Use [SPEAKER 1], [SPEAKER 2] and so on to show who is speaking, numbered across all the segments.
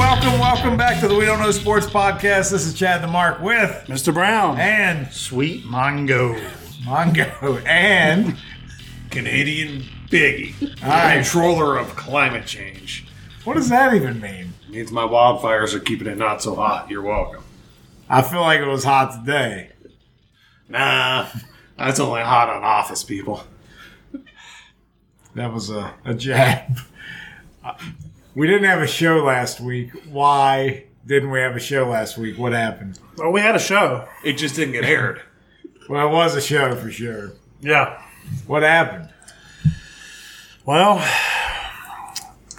[SPEAKER 1] Welcome back to the We Don't Know Sports podcast. This is Chad the Mark with
[SPEAKER 2] Mr. Brown.
[SPEAKER 1] and
[SPEAKER 2] Sweet Mongo.
[SPEAKER 1] Mongo and
[SPEAKER 2] Canadian Biggie.
[SPEAKER 1] right.
[SPEAKER 2] Controller of climate change.
[SPEAKER 1] what does that even mean?
[SPEAKER 2] Means my wildfires are keeping it not so hot. You're welcome.
[SPEAKER 1] I feel like it was hot today.
[SPEAKER 2] Nah, that's only hot on office people.
[SPEAKER 1] That was a, a jab. Uh, We didn't have a show last week. Why didn't we have a show last week? What happened?
[SPEAKER 3] Well, we had a show.
[SPEAKER 2] It just didn't get aired.
[SPEAKER 1] Well, it was a show for sure.
[SPEAKER 3] Yeah.
[SPEAKER 1] What happened?
[SPEAKER 3] Well,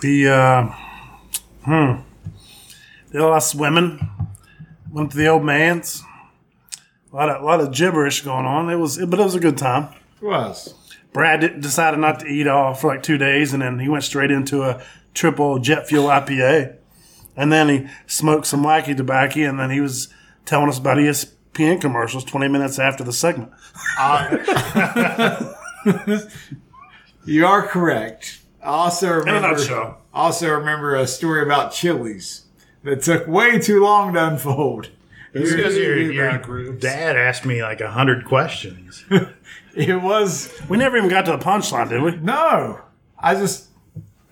[SPEAKER 3] the uh, hmm, did a lot of swimming. Went to the old man's. A lot of, lot of gibberish going on. It was, but it was a good time.
[SPEAKER 1] It was.
[SPEAKER 3] Brad did, decided not to eat all for like two days, and then he went straight into a triple jet fuel IPA, and then he smoked some wacky tobacco, and then he was telling us about E ESPN commercials twenty minutes after the segment.
[SPEAKER 1] Uh, You are correct. I also remember,
[SPEAKER 3] nutshell.
[SPEAKER 1] also remember a story about chilies that took way too long to unfold.
[SPEAKER 2] It's
[SPEAKER 1] You're-
[SPEAKER 2] because you're-
[SPEAKER 1] you're-
[SPEAKER 2] you're in groups.
[SPEAKER 4] Dad asked me like a hundred questions.
[SPEAKER 1] It was
[SPEAKER 3] We never even got to the punchline, did we?
[SPEAKER 1] no. I just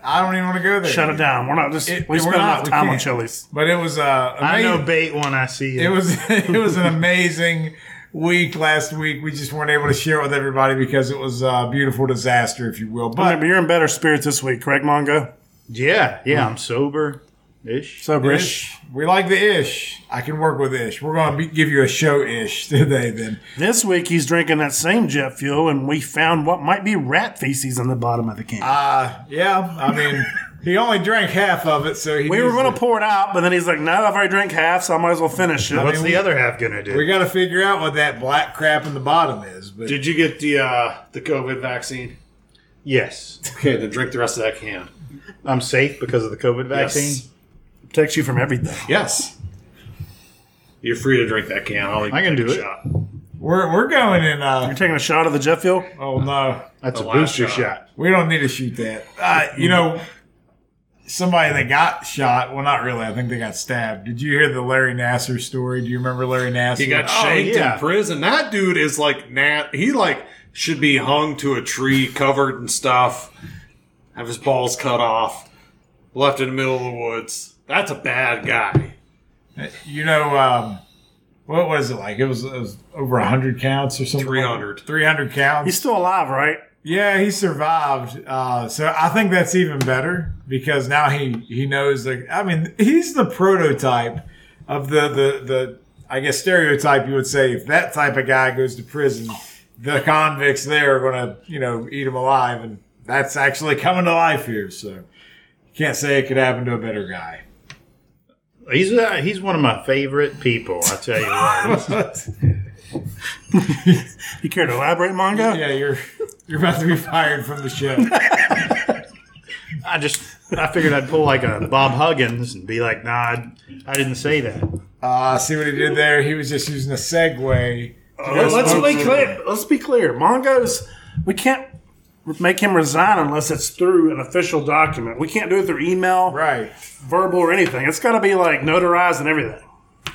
[SPEAKER 1] I don't even want to go there.
[SPEAKER 3] Shut it down. We're not just
[SPEAKER 1] It-
[SPEAKER 3] we
[SPEAKER 1] we're
[SPEAKER 3] spent
[SPEAKER 1] not.
[SPEAKER 3] enough
[SPEAKER 1] We
[SPEAKER 3] time on
[SPEAKER 1] can't.
[SPEAKER 3] Chili's.
[SPEAKER 1] But it was uh,
[SPEAKER 4] I know
[SPEAKER 1] amazing.
[SPEAKER 4] bait when I see
[SPEAKER 1] It
[SPEAKER 4] it.
[SPEAKER 1] was it was an amazing week last week. We just weren't able to share it with everybody because it was a beautiful disaster, if you will. But
[SPEAKER 3] Remember, you're in better spirits this week, correct, Mongo?
[SPEAKER 4] yeah, yeah, I'm sober ish.
[SPEAKER 3] Soberish.
[SPEAKER 1] we like the ish. I can work with ish. We're going to be, give you a show ish today. Then
[SPEAKER 3] This week he's drinking that same jet fuel, and we found what might be rat feces in the bottom of the can.
[SPEAKER 1] Uh, yeah. I mean, he only drank half of it, so he
[SPEAKER 3] we were
[SPEAKER 1] needs
[SPEAKER 3] going to pour it out, but then he's like, "No, I've already drank half, so I might as well finish it."
[SPEAKER 4] What's
[SPEAKER 1] we-
[SPEAKER 4] the other half gonna do?
[SPEAKER 1] We got to figure out what that black crap in the bottom is. But
[SPEAKER 2] Did you get the uh, the COVID vaccine?
[SPEAKER 4] yes,
[SPEAKER 2] Okay, then drink the rest of that can.
[SPEAKER 4] I'm safe because of the COVID vaccine.
[SPEAKER 3] protects you from everything.
[SPEAKER 2] Yes. yes. You're free to drink that can. I'll
[SPEAKER 4] I can do it.
[SPEAKER 2] Shot.
[SPEAKER 1] we're we're going in. Uh,
[SPEAKER 3] You're taking a shot of the jet fuel.
[SPEAKER 1] oh no,
[SPEAKER 4] That's
[SPEAKER 2] The
[SPEAKER 4] a
[SPEAKER 2] last
[SPEAKER 4] booster
[SPEAKER 2] shot.
[SPEAKER 4] shot.
[SPEAKER 1] we don't need to shoot that. Uh, you know, somebody that got shot. Well, not really. I think they got stabbed. Did you hear the Larry Nasser story? Do you remember Larry Nasser?
[SPEAKER 2] He got
[SPEAKER 4] Oh,
[SPEAKER 2] shanked
[SPEAKER 4] yeah.
[SPEAKER 2] in prison. That dude is like nat. He like should be hung to a tree, covered in stuff, have his balls cut off, left in the middle of the woods. That's a bad guy.
[SPEAKER 1] You know, um, what was it like? It was, it was over hundred counts or something.
[SPEAKER 2] 300.
[SPEAKER 1] Three hundred counts.
[SPEAKER 3] He's still alive, right?
[SPEAKER 1] Yeah, he survived. Uh, so I think that's even better because now he he knows like I mean he's the prototype of the the the I guess stereotype you would say if that type of guy goes to prison, the convicts there are gonna you know eat him alive, and that's actually coming to life here. So can't say it could happen to a better guy.
[SPEAKER 4] He's uh, he's one of my favorite people. I tell you what.
[SPEAKER 3] You care to elaborate, Mongo?
[SPEAKER 1] yeah, you're you're about to be fired from the show.
[SPEAKER 4] I just I figured I'd pull like a Bob Huggins and be like, nah, I, I didn't say that.
[SPEAKER 1] Uh, see what he did there? He was just using a segue.
[SPEAKER 3] Let's, be clear. Let's be clear. Mongo's. We can't make him resign unless it's through an official document. We can't do it through email,
[SPEAKER 1] Right.
[SPEAKER 3] verbal, or anything. It's got to be like notarized and everything.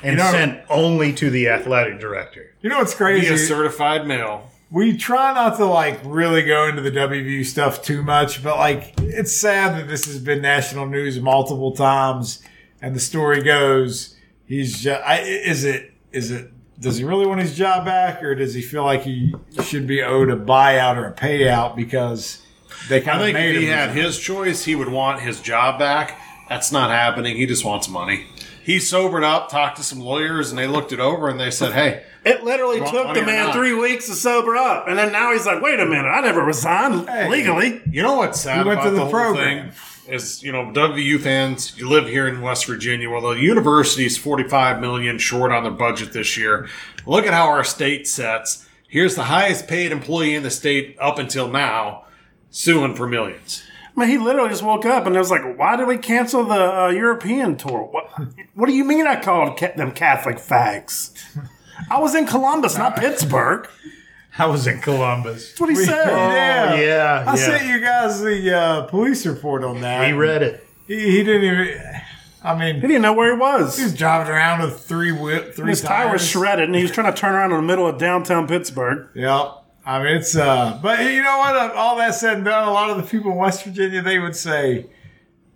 [SPEAKER 4] And
[SPEAKER 1] You know-
[SPEAKER 4] sent only to the athletic director.
[SPEAKER 1] You know what's
[SPEAKER 2] Be
[SPEAKER 1] crazy?
[SPEAKER 2] a certified male.
[SPEAKER 1] we try not to like really go into the WVU stuff too much, but like it's sad that this has been national news multiple times, and the story goes he's just, I, is it is it does he really want his job back or does he feel like he should be owed a buyout or a payout because they
[SPEAKER 2] I
[SPEAKER 1] kind of
[SPEAKER 2] think
[SPEAKER 1] made
[SPEAKER 2] if he
[SPEAKER 1] him
[SPEAKER 2] had his choice, he would want his job back. That's not happening. He just wants money. He sobered up, talked to some lawyers, and they looked it over and they said, "Hey,
[SPEAKER 3] It literally
[SPEAKER 2] Wrong
[SPEAKER 3] took
[SPEAKER 2] money
[SPEAKER 3] the
[SPEAKER 2] or
[SPEAKER 3] man
[SPEAKER 2] not.
[SPEAKER 3] three weeks to sober up, and then now he's like, "Wait a minute, I never resigned
[SPEAKER 1] Hey.
[SPEAKER 3] legally."
[SPEAKER 2] You know what's sad
[SPEAKER 1] We went
[SPEAKER 2] about
[SPEAKER 1] through
[SPEAKER 2] the,
[SPEAKER 1] the
[SPEAKER 2] whole
[SPEAKER 1] program.
[SPEAKER 2] thing is, you know, WU fans, you live here in West Virginia. Well, the university's forty-five million short on their budget this year. Look at how our state sets. Here's the highest paid employee in the state up until now, suing for millions.
[SPEAKER 3] I mean, he literally just woke up and it was like, "Why did we cancel the uh, European tour? What? What do you mean I called ca- them Catholic fags? I was in Columbus, not Pittsburgh."
[SPEAKER 4] I was in Columbus. Oh,
[SPEAKER 3] That's what he said.
[SPEAKER 1] yeah.
[SPEAKER 4] yeah,
[SPEAKER 1] I
[SPEAKER 4] yeah.
[SPEAKER 1] sent you guys the uh, police report on that.
[SPEAKER 4] He read it.
[SPEAKER 1] He, he didn't even. I mean,
[SPEAKER 3] He didn't know where he was.
[SPEAKER 1] he's driving around with three wheel, three
[SPEAKER 3] His
[SPEAKER 1] tires.
[SPEAKER 3] tire was shredded, and he was trying to turn around in the middle of downtown Pittsburgh.
[SPEAKER 1] Yep. I mean, it's uh, but you know what? All that said and done, a lot of the people in West Virginia they would say,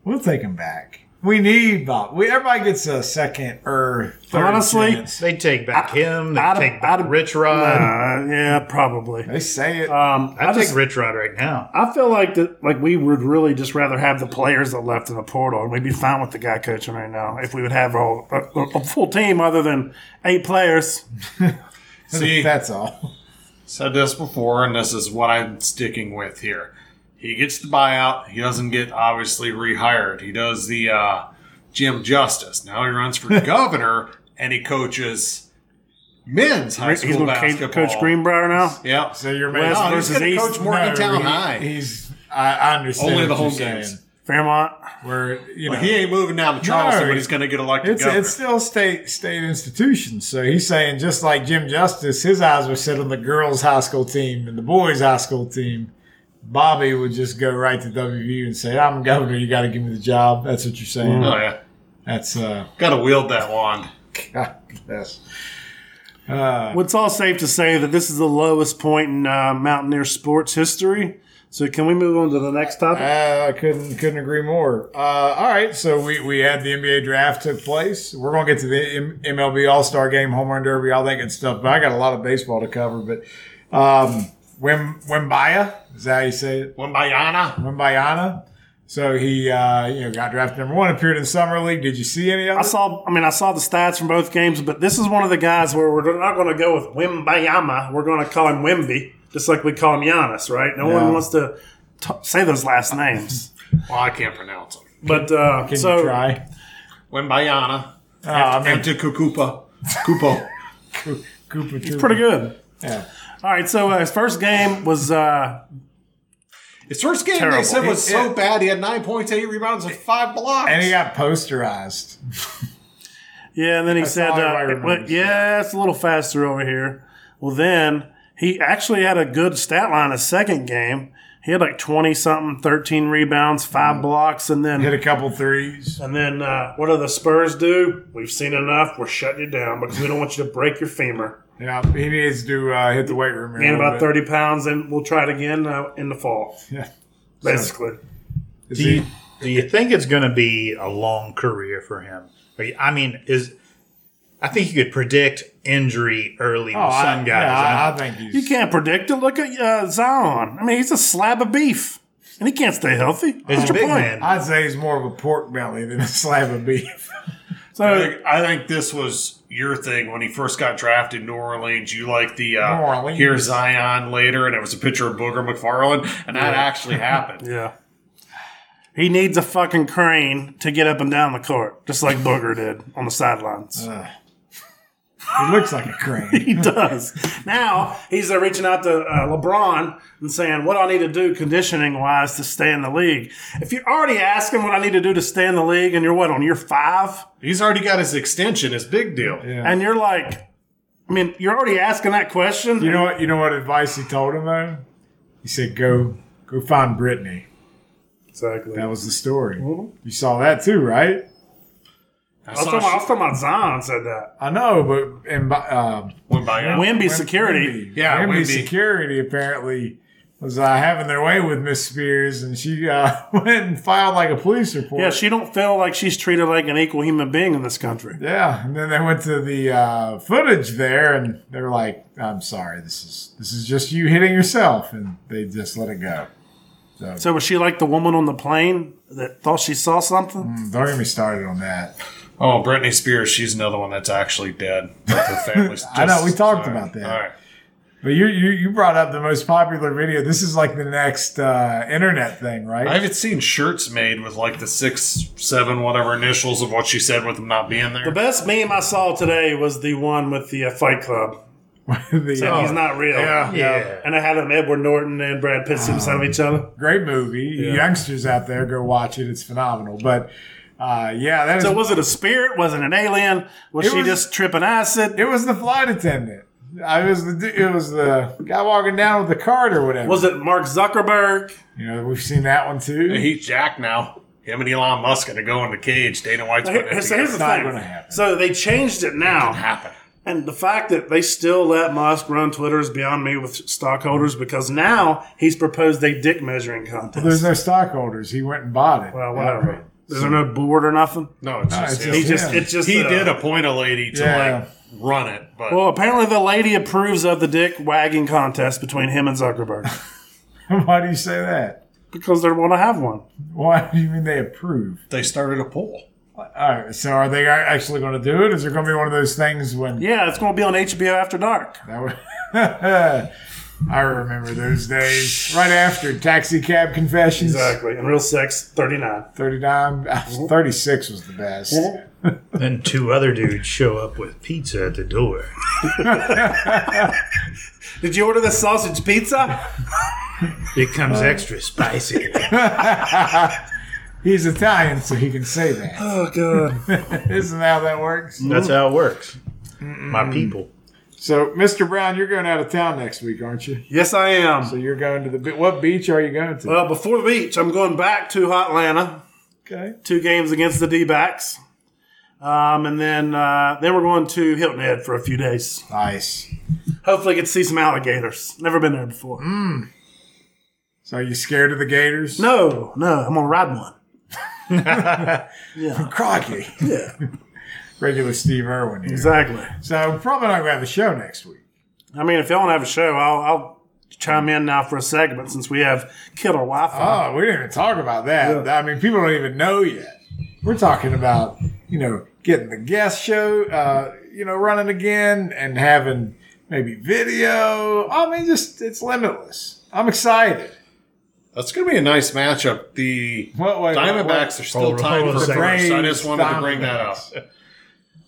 [SPEAKER 1] "We'll take him back. We need Bob. We everybody gets a second or third
[SPEAKER 3] Honestly,
[SPEAKER 1] chance.
[SPEAKER 4] They take back him. They
[SPEAKER 3] I'd-
[SPEAKER 4] take back
[SPEAKER 3] I'd-
[SPEAKER 4] Rich Rod.
[SPEAKER 3] Uh, yeah, probably.
[SPEAKER 1] they say it.
[SPEAKER 3] Um,
[SPEAKER 4] I'd
[SPEAKER 3] I
[SPEAKER 4] take
[SPEAKER 3] just,
[SPEAKER 4] Rich Rod right now.
[SPEAKER 3] I feel like that, like we would really just rather have the players that left in the portal, and we'd be fine with the guy coaching right now if we would have a, whole- a, a full team other than eight players.
[SPEAKER 2] See,
[SPEAKER 1] That's all.
[SPEAKER 2] said this before, and this is what I'm sticking with here. He gets the buyout. He doesn't get obviously rehired. He does the uh, Jim Justice. Now he runs for governor, and he coaches men's high
[SPEAKER 3] He's
[SPEAKER 2] school
[SPEAKER 3] going to
[SPEAKER 2] basketball.
[SPEAKER 3] coach Greenbrier now.
[SPEAKER 2] Yeah.
[SPEAKER 1] So you're
[SPEAKER 3] West
[SPEAKER 1] making
[SPEAKER 2] he's
[SPEAKER 3] versus
[SPEAKER 2] going to
[SPEAKER 3] East.
[SPEAKER 2] coach Morgantown
[SPEAKER 1] he-
[SPEAKER 2] High.
[SPEAKER 1] He's I, I understand
[SPEAKER 2] Only the
[SPEAKER 1] what
[SPEAKER 2] home
[SPEAKER 1] you're
[SPEAKER 2] games.
[SPEAKER 1] saying.
[SPEAKER 3] Fairmont.
[SPEAKER 1] Where you know
[SPEAKER 2] he ain't moving down to Charleston,
[SPEAKER 1] No,
[SPEAKER 2] but he's going to get elected
[SPEAKER 1] it's
[SPEAKER 2] governor.
[SPEAKER 1] it's still state state institutions. So he's saying just like Jim Justice, his eyes were set on the girls' high school team and the boys' high school team. Bobby would just go right to WVU and say, "I'm governor. You got to give me the job." That's what you're saying.
[SPEAKER 2] oh yeah,
[SPEAKER 1] That's uh,
[SPEAKER 2] got to wield that wand.
[SPEAKER 1] God bless. Uh,
[SPEAKER 3] Well, it's all safe to say that this is the lowest point in uh, Mountaineer sports history. So, can we move on to the next topic?
[SPEAKER 1] Uh, I couldn't couldn't agree more. Uh, all right, so we, we had the NBA draft took place. We're gonna get to the M- MLB All Star Game, home run derby, all that good stuff. But I got a lot of baseball to cover. But um, Wim Wimbaya is that how you say it?
[SPEAKER 2] Wimbayana.
[SPEAKER 1] Wimbayana. So he uh, you know got drafted number one, appeared in summer league. Did you see any of
[SPEAKER 3] I
[SPEAKER 1] it?
[SPEAKER 3] saw. I mean, I saw the stats from both games, but this is one of the guys where we're not going to go with Wimbayama. We're going to call him Wimby, just like we call him Giannis, right? No
[SPEAKER 1] Yeah.
[SPEAKER 3] one wants to t- say those last names.
[SPEAKER 2] Well, I can't pronounce him.
[SPEAKER 3] But uh,
[SPEAKER 1] Can
[SPEAKER 3] so
[SPEAKER 1] you try?
[SPEAKER 2] Wimbayana.
[SPEAKER 1] Uh, I mean,
[SPEAKER 2] Into Kukupa. Kupo.
[SPEAKER 1] Koopa Troopa.
[SPEAKER 3] pretty good.
[SPEAKER 1] Yeah.
[SPEAKER 3] All right. So uh, his first game was uh,
[SPEAKER 2] His first game they
[SPEAKER 3] Terrible.
[SPEAKER 2] said was
[SPEAKER 1] It-
[SPEAKER 2] so
[SPEAKER 1] it-
[SPEAKER 2] bad he had nine points, eight rebounds, and five blocks.
[SPEAKER 1] And he got posterized.
[SPEAKER 3] Yeah, and then he said,
[SPEAKER 1] all I
[SPEAKER 3] uh,
[SPEAKER 1] remember.
[SPEAKER 3] well, "Yeah, it's a little faster over here." Well, then he actually had a good stat line his second game. He had like twenty something, thirteen rebounds, five
[SPEAKER 1] Mm-hmm.
[SPEAKER 3] blocks, and then
[SPEAKER 1] Hit a couple threes.
[SPEAKER 3] and then uh, what do the Spurs do? We've seen enough. We're shutting you down because we don't want you to break your femur.
[SPEAKER 1] Yeah, he needs to uh, hit the weight room. here a
[SPEAKER 3] Gain
[SPEAKER 1] little
[SPEAKER 3] about
[SPEAKER 1] bit.
[SPEAKER 3] thirty pounds, and we'll try it again uh, in the fall.
[SPEAKER 1] Yeah.
[SPEAKER 3] Basically,
[SPEAKER 1] Is
[SPEAKER 4] Do
[SPEAKER 1] he-
[SPEAKER 4] you, do you think it's going to be a long career for him? Are you- I mean, is I think you could predict injury early
[SPEAKER 1] Oh,
[SPEAKER 4] with
[SPEAKER 1] I,
[SPEAKER 4] some guys.
[SPEAKER 1] yeah,
[SPEAKER 4] I-
[SPEAKER 1] I, I think he's.
[SPEAKER 3] you can't predict it. Look at uh, Zion. I mean, he's a slab of beef, and he can't stay healthy.
[SPEAKER 4] He's
[SPEAKER 3] What's
[SPEAKER 4] a
[SPEAKER 3] your
[SPEAKER 4] big
[SPEAKER 3] point?
[SPEAKER 4] man.
[SPEAKER 1] I'd say he's more of a pork belly than a slab of beef.
[SPEAKER 2] I
[SPEAKER 3] So
[SPEAKER 2] think, I think this was your thing when he first got drafted in New Orleans. You like the
[SPEAKER 1] New
[SPEAKER 2] uh,
[SPEAKER 1] Orleans.
[SPEAKER 2] here's Zion later, and it was a picture of Booger McFarland, and that actually happened.
[SPEAKER 3] Yeah. He needs a fucking crane to get up and down the court, just like Booger did on the sidelines.
[SPEAKER 1] Uh, He looks like a crane.
[SPEAKER 3] He does. Now he's uh, reaching out to uh, LeBron and saying, "What do I need to do conditioning wise to stay in the league?" If you're already asking what I need to do to stay in the league, and you're what on year five,
[SPEAKER 2] He's already got his extension, his big deal.
[SPEAKER 1] Yeah.
[SPEAKER 3] and you're like, I mean, you're already asking that question.
[SPEAKER 1] You know what? You know what advice he told him though? He said, "Go, go find Brittany."
[SPEAKER 3] exactly.
[SPEAKER 1] That
[SPEAKER 3] I was
[SPEAKER 1] was the story. You saw that too, right?
[SPEAKER 2] I
[SPEAKER 3] talking about, I
[SPEAKER 2] saw
[SPEAKER 3] was talking about Zion said that.
[SPEAKER 1] I know, but and um,
[SPEAKER 2] went by uh,
[SPEAKER 3] Wimby security.
[SPEAKER 1] Wimby,
[SPEAKER 2] Yeah,
[SPEAKER 1] Wimby
[SPEAKER 2] Wimby.
[SPEAKER 1] security apparently was uh, having their way with Miss Spears, and she uh, went and filed like a police report.
[SPEAKER 3] Yeah, she don't feel like she's treated like an equal human being in this country.
[SPEAKER 1] Yeah, and then they went to the uh, footage there, and they were like, "I'm sorry, this is this is just you hitting yourself," and they just let it go.
[SPEAKER 3] So was she like the woman on the plane that thought she saw something?
[SPEAKER 1] Don't get me started on that.
[SPEAKER 2] Oh, Britney Spears, she's another one that's actually dead. But her family's
[SPEAKER 1] I know, we
[SPEAKER 2] just-
[SPEAKER 1] talked
[SPEAKER 2] all right,
[SPEAKER 1] about that.
[SPEAKER 2] All right.
[SPEAKER 1] But you you, you brought up the most popular video. This is like the next uh, internet thing, right?
[SPEAKER 2] I haven't seen shirts made with like the six, seven, whatever initials of what she said with them not being there.
[SPEAKER 3] The best meme I saw today was the one with the uh, Fight Club.
[SPEAKER 1] the, uh,
[SPEAKER 3] He's not real.
[SPEAKER 1] Yeah.
[SPEAKER 4] Yeah.
[SPEAKER 3] And I had him Edward Norton and Brad Pitt sitting beside each other.
[SPEAKER 1] great movie. You Youngsters out there, go watch it. It's phenomenal. But uh, yeah, that is
[SPEAKER 3] So was it a spirit? Was it an alien? Was
[SPEAKER 1] It
[SPEAKER 3] she
[SPEAKER 1] was-
[SPEAKER 3] just tripping acid?
[SPEAKER 1] it was the flight attendant. I was the du- it was the guy walking down with the cart or whatever.
[SPEAKER 3] Was it Mark Zuckerberg?
[SPEAKER 1] you know, we've seen that one too.
[SPEAKER 2] He's Jack now. Him and Elon Musk going to go in the cage. Dana White's putting it
[SPEAKER 3] Here's, here's
[SPEAKER 2] together.
[SPEAKER 3] the
[SPEAKER 1] not
[SPEAKER 3] thing.
[SPEAKER 1] gonna happen.
[SPEAKER 3] So they changed it now,
[SPEAKER 2] happen.
[SPEAKER 3] and the fact that they still let Musk run Twitter is beyond me with stockholders because now he's proposed a dick measuring contest.
[SPEAKER 1] There's no stockholders. He went and bought it.
[SPEAKER 3] well, whatever. Is there no board or nothing?
[SPEAKER 2] No, it's
[SPEAKER 1] No,
[SPEAKER 2] just,
[SPEAKER 1] it's
[SPEAKER 2] him.
[SPEAKER 1] just
[SPEAKER 3] He just
[SPEAKER 1] Yeah.
[SPEAKER 3] it's just
[SPEAKER 2] he
[SPEAKER 3] uh,
[SPEAKER 2] did appoint a lady to
[SPEAKER 1] Yeah.
[SPEAKER 2] like run it, but
[SPEAKER 3] Well, apparently the lady approves of the dick wagging contest between him and Zuckerberg
[SPEAKER 1] Why do you say that?
[SPEAKER 3] because they want to have one.
[SPEAKER 1] Why do you mean they approve?
[SPEAKER 2] they started a poll.
[SPEAKER 1] All right. So are they actually going to do it? Is there going to be one of those things when
[SPEAKER 3] Yeah, it's going to be on HBO After Dark.
[SPEAKER 1] that was, I remember those days right after taxi cab confessions.
[SPEAKER 3] Exactly, and real sex thirty nine.
[SPEAKER 1] 39 36 was the best.
[SPEAKER 4] Then two other dudes show up with pizza at the door.
[SPEAKER 3] Did you order the sausage pizza?
[SPEAKER 4] It
[SPEAKER 1] Uh,
[SPEAKER 4] comes extra spicy.
[SPEAKER 1] He's Italian, so he can say that.
[SPEAKER 3] Oh god.
[SPEAKER 1] Isn't that how that works?
[SPEAKER 4] That's how it works. My people.
[SPEAKER 1] So, Mr. Brown, you're going out of town next week, aren't you?
[SPEAKER 3] yes, I am.
[SPEAKER 1] So you're going to the be- what beach are you going to?
[SPEAKER 3] Well, before the beach, I'm going back to Atlanta.
[SPEAKER 1] okay.
[SPEAKER 3] Two games against the D-backs. Um, and then uh, then we're going to Hilton Head for a few days.
[SPEAKER 1] Nice.
[SPEAKER 3] Hopefully, get to see some alligators. Never been there before.
[SPEAKER 1] So are you scared of the gators?
[SPEAKER 3] No, no, I'm gonna ride one.
[SPEAKER 1] Crocky.
[SPEAKER 3] Yeah,
[SPEAKER 1] Regular Steve Irwin here.
[SPEAKER 3] exactly.
[SPEAKER 1] So we're probably not going to have a show next week.
[SPEAKER 3] I mean, if y'all want to have a show, I'll, I'll chime in now for a segment since we have killer Wi-Fi.
[SPEAKER 1] Oh, we didn't even talk about that. I mean, people don't even know yet. We're talking about, you know, getting the guest show, uh, you know, running again and having maybe video. I mean, just it's limitless. I'm excited.
[SPEAKER 2] That's going to be a nice matchup. The
[SPEAKER 1] What, what,
[SPEAKER 2] Diamondbacks
[SPEAKER 1] what-
[SPEAKER 2] are still tied
[SPEAKER 4] hold on
[SPEAKER 2] for
[SPEAKER 4] a
[SPEAKER 2] first.
[SPEAKER 4] second.
[SPEAKER 2] I just wanted to bring that up.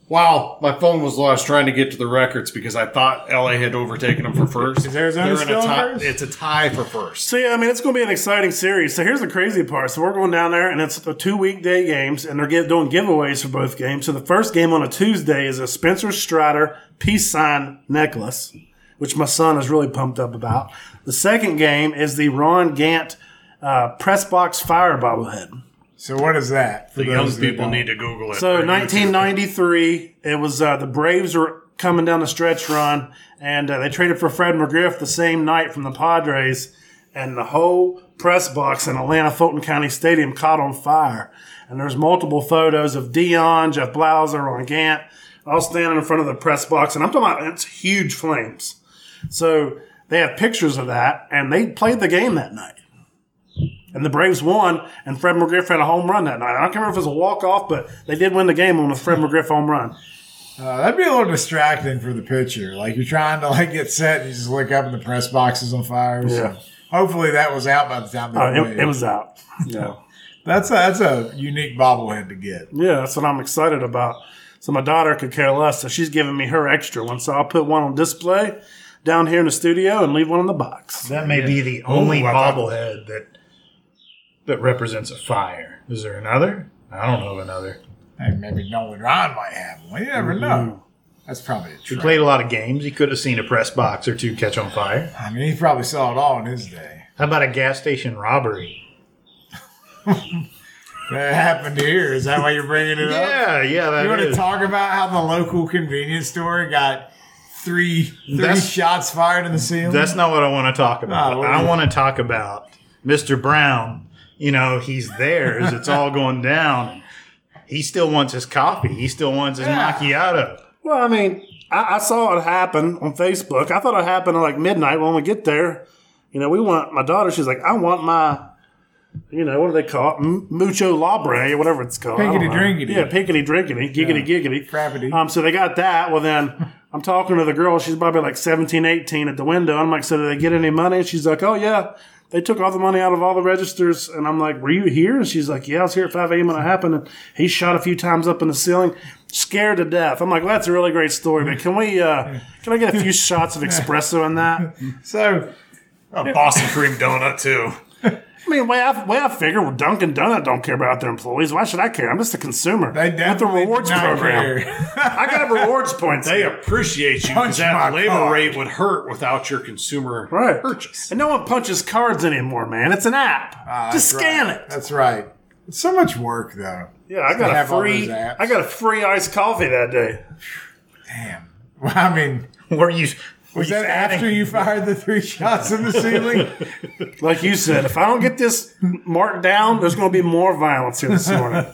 [SPEAKER 2] Wow, my phone was lost trying to get to the records because I thought LA had overtaken them for first.
[SPEAKER 1] Is Arizona
[SPEAKER 2] They're in
[SPEAKER 1] still
[SPEAKER 2] a
[SPEAKER 1] in
[SPEAKER 2] tie.
[SPEAKER 1] first?
[SPEAKER 2] It's a tie for first.
[SPEAKER 3] So yeah, I mean, it's going to be an exciting series. So here's the crazy part. So we're going down there, and it's the two weekday games, and they're get, doing giveaways for both games. So the first game on a Tuesday is a Spencer Strider peace sign necklace, which my son is really pumped up about. The second game is the Ron Gant uh, press box fire bobblehead.
[SPEAKER 1] So what is that? For
[SPEAKER 2] The young
[SPEAKER 1] those that
[SPEAKER 2] people
[SPEAKER 1] don't-
[SPEAKER 2] need to Google it.
[SPEAKER 3] So
[SPEAKER 2] They're
[SPEAKER 3] 1993, it was uh, the Braves were coming down the stretch run, and uh, they traded for Fred McGriff the same night from the Padres, and the whole press box in Atlanta Fulton County Stadium caught on fire. And there's multiple photos of Dion, Jeff Blauser, on Gant, all standing in front of the press box, and I'm talking about it's huge flames. So they have pictures of that, and they played the game that night. And the Braves won, and Fred McGriff had a home run that night. I don't remember if it was a walk off, but they did win the game on a Fred McGriff home run.
[SPEAKER 1] Uh, that'd be a little distracting for the pitcher. Like you're trying to like get set, and you just look up and the press box is on fire. So
[SPEAKER 3] Yeah.
[SPEAKER 1] Hopefully that was out by the time. They
[SPEAKER 3] Uh,
[SPEAKER 1] played.
[SPEAKER 3] it, it was out.
[SPEAKER 1] Oh, Yeah. That's a, that's a unique bobblehead to get.
[SPEAKER 3] Yeah, that's what I'm excited about. So my daughter could care less, so she's giving me her extra one. So I'll put one on display down here in the studio and leave one in the box.
[SPEAKER 4] That may be the only
[SPEAKER 1] Ooh, I thought-
[SPEAKER 4] bobblehead that that represents a fire. Is there another? I don't know of another.
[SPEAKER 1] Hey, maybe Nolan Ryan might have one. You never know. That's probably a
[SPEAKER 4] Mm-hmm. He
[SPEAKER 1] trick.
[SPEAKER 4] played a lot of games. He could have seen a press box or two catch on fire.
[SPEAKER 1] I mean, he probably saw it all in his day.
[SPEAKER 4] How about a gas station robbery?
[SPEAKER 1] That happened here. Is that why you're bringing it up?
[SPEAKER 4] Yeah, yeah, that
[SPEAKER 1] You want to
[SPEAKER 4] is.
[SPEAKER 1] talk about how the local convenience store got three three
[SPEAKER 4] That's-
[SPEAKER 1] shots fired in the ceiling?
[SPEAKER 4] That's not what I want to talk about.
[SPEAKER 1] Ah, what is
[SPEAKER 4] I
[SPEAKER 1] it?
[SPEAKER 4] want to talk about Mr. Brown. You know, he's there as it's all going down. He still wants his coffee. He still wants his
[SPEAKER 1] Yeah.
[SPEAKER 4] macchiato.
[SPEAKER 3] Well, I mean, I, I saw it happen on Facebook. I thought it happened at like midnight when we get there. You know, we want my daughter. She's like, I want my, you know, what do they call it? M- Mucho labre or whatever it's called. I don't
[SPEAKER 1] Pinkety
[SPEAKER 3] know.
[SPEAKER 1] drinkety.
[SPEAKER 3] Yeah, pinkety drinkety, giggity giggity.
[SPEAKER 1] Frappity.
[SPEAKER 3] Um, so they got that. Well, then I'm talking to the girl. She's probably like 17, 18 at the window. I'm like, so did they get any money? And she's like, oh, yeah. They took all the money out of all the registers. And I'm like, were you here? And she's like, yeah, I was here at 5 a.m. when it happened. And he shot a few times up in the ceiling, scared to death. I'm like, well, that's a really great story, but can we, uh, can I get a few shots of espresso in that?
[SPEAKER 1] so.
[SPEAKER 2] A Boston cream donut too.
[SPEAKER 3] I mean, way I, way I figure, well, Dunkin' Donut don't care about their employees. Why should I care? I'm just a consumer.
[SPEAKER 1] They
[SPEAKER 3] With the
[SPEAKER 1] definitely
[SPEAKER 3] rewards
[SPEAKER 1] did not
[SPEAKER 3] program.
[SPEAKER 1] care.
[SPEAKER 3] I got rewards points.
[SPEAKER 2] They
[SPEAKER 3] here.
[SPEAKER 2] appreciate you
[SPEAKER 1] Punch
[SPEAKER 2] because that
[SPEAKER 1] my
[SPEAKER 2] labor
[SPEAKER 1] card.
[SPEAKER 2] rate would hurt without your consumer
[SPEAKER 3] Right.
[SPEAKER 2] purchase.
[SPEAKER 3] And no one punches cards anymore, man. It's an app.
[SPEAKER 1] Ah,
[SPEAKER 3] Just
[SPEAKER 1] that's
[SPEAKER 3] scan
[SPEAKER 1] right.
[SPEAKER 3] it.
[SPEAKER 1] That's right. It's so much work, though.
[SPEAKER 3] Yeah, I
[SPEAKER 1] They
[SPEAKER 3] got a
[SPEAKER 1] have all
[SPEAKER 3] free.
[SPEAKER 1] those apps.
[SPEAKER 3] I got a free iced coffee that day.
[SPEAKER 1] Damn. Well, I mean,
[SPEAKER 4] Were you? Were
[SPEAKER 1] was
[SPEAKER 4] you
[SPEAKER 1] that after you fired the three shots in the ceiling?
[SPEAKER 3] Like you said, if I don't get this marked down, there's going to be more violence here this morning.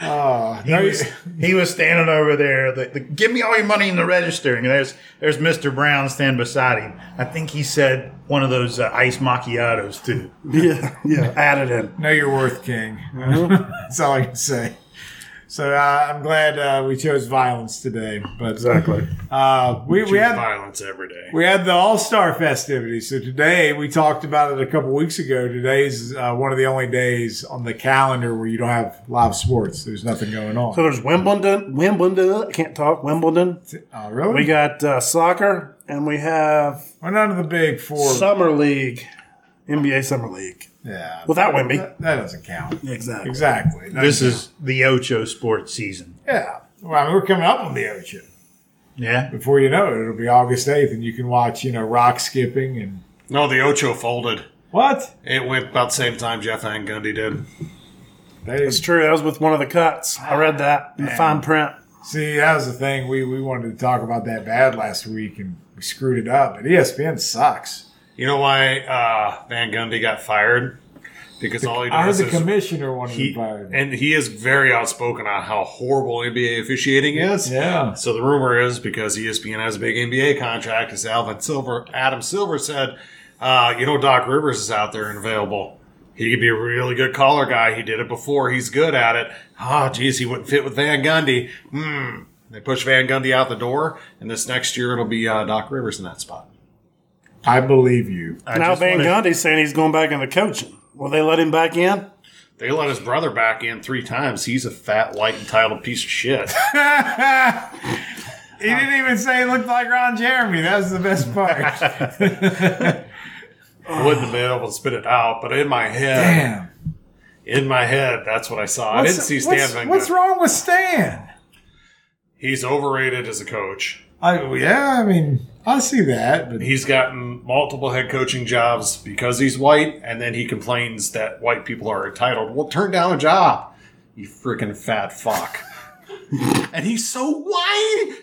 [SPEAKER 1] Oh, no,
[SPEAKER 4] Ah, He
[SPEAKER 1] you-
[SPEAKER 4] was, he was standing over there. The, the, Give me all your money in the register. And there's there's Mr. Brown standing beside him. I think he said one of those uh, ice macchiatos too.
[SPEAKER 3] yeah, yeah, add it in.
[SPEAKER 1] know your worth, King. That's all I can say. So uh, I'm glad uh, we chose violence today, but
[SPEAKER 3] Exactly.
[SPEAKER 1] uh, we we had
[SPEAKER 2] violence every day.
[SPEAKER 1] we had the All Star festivities. So today we talked about it a couple weeks ago. Today's uh, one of the only days on the calendar where you don't have live sports. There's nothing going on.
[SPEAKER 3] So there's Wimbledon. Wimbledon. I can't talk. Wimbledon.
[SPEAKER 1] Oh, really?
[SPEAKER 3] We got uh, soccer, and we have
[SPEAKER 1] We're none of the big four.
[SPEAKER 3] summer league, NBA summer league.
[SPEAKER 1] yeah,
[SPEAKER 3] Without Wimby.
[SPEAKER 1] that, that doesn't count.
[SPEAKER 3] Exactly.
[SPEAKER 1] Exactly. That-
[SPEAKER 4] This is the Ocho sports season.
[SPEAKER 1] yeah. Well, I mean, we're coming up on the Ocho.
[SPEAKER 4] Yeah.
[SPEAKER 1] Before you know it, it'll be August eighth, and you can watch you know rock skipping and
[SPEAKER 2] No, the Ocho folded.
[SPEAKER 1] what
[SPEAKER 2] It went about the same time Jeff Van Gundy did.
[SPEAKER 1] that is
[SPEAKER 3] It's true. That was with one of the cuts. I read that in the fine print.
[SPEAKER 1] See, that was the thing. We we wanted to talk about that bad last week and we screwed it up. But E ESPN sucks.
[SPEAKER 2] You know why uh, Van Gundy got fired? Because all he
[SPEAKER 1] I heard
[SPEAKER 2] does
[SPEAKER 1] the
[SPEAKER 2] is
[SPEAKER 1] commissioner wanted
[SPEAKER 2] he,
[SPEAKER 1] to fire.
[SPEAKER 2] and he is very outspoken on how horrible NBA officiating is.
[SPEAKER 1] Yeah.
[SPEAKER 2] So the rumor is because E ESPN has a big NBA contract, is Alvin Silver, Adam Silver said, uh, you know, Doc Rivers is out there and available. He could be a really good caller guy. He did it before. He's good at it. Ah, geez, he wouldn't fit with Van Gundy. Hmm. They push Van Gundy out the door, and this next year it'll be uh, Doc Rivers in that spot.
[SPEAKER 1] I believe you.
[SPEAKER 4] I
[SPEAKER 3] now
[SPEAKER 4] just
[SPEAKER 3] Van
[SPEAKER 4] wanna-
[SPEAKER 3] Gundy's saying he's going back into coaching. Will they let him back in?
[SPEAKER 2] They let his brother back in three times. He's a fat, light, entitled piece of shit.
[SPEAKER 1] he didn't even say he looked like Ron Jeremy. That was the best part.
[SPEAKER 2] I wouldn't have been able to spit it out, but in my head,
[SPEAKER 1] Damn.
[SPEAKER 2] in my head, that's what I saw. I didn't see Stan
[SPEAKER 1] what's,
[SPEAKER 2] Van
[SPEAKER 1] what's
[SPEAKER 2] Gundy.
[SPEAKER 1] wrong with Stan?
[SPEAKER 2] He's overrated as a coach.
[SPEAKER 1] I, yeah, I mean, I see that, but
[SPEAKER 2] He's gotten multiple head coaching jobs because he's white, and then he complains that white people are entitled. Well, turn down a job, you freaking fat fuck. and he's so white.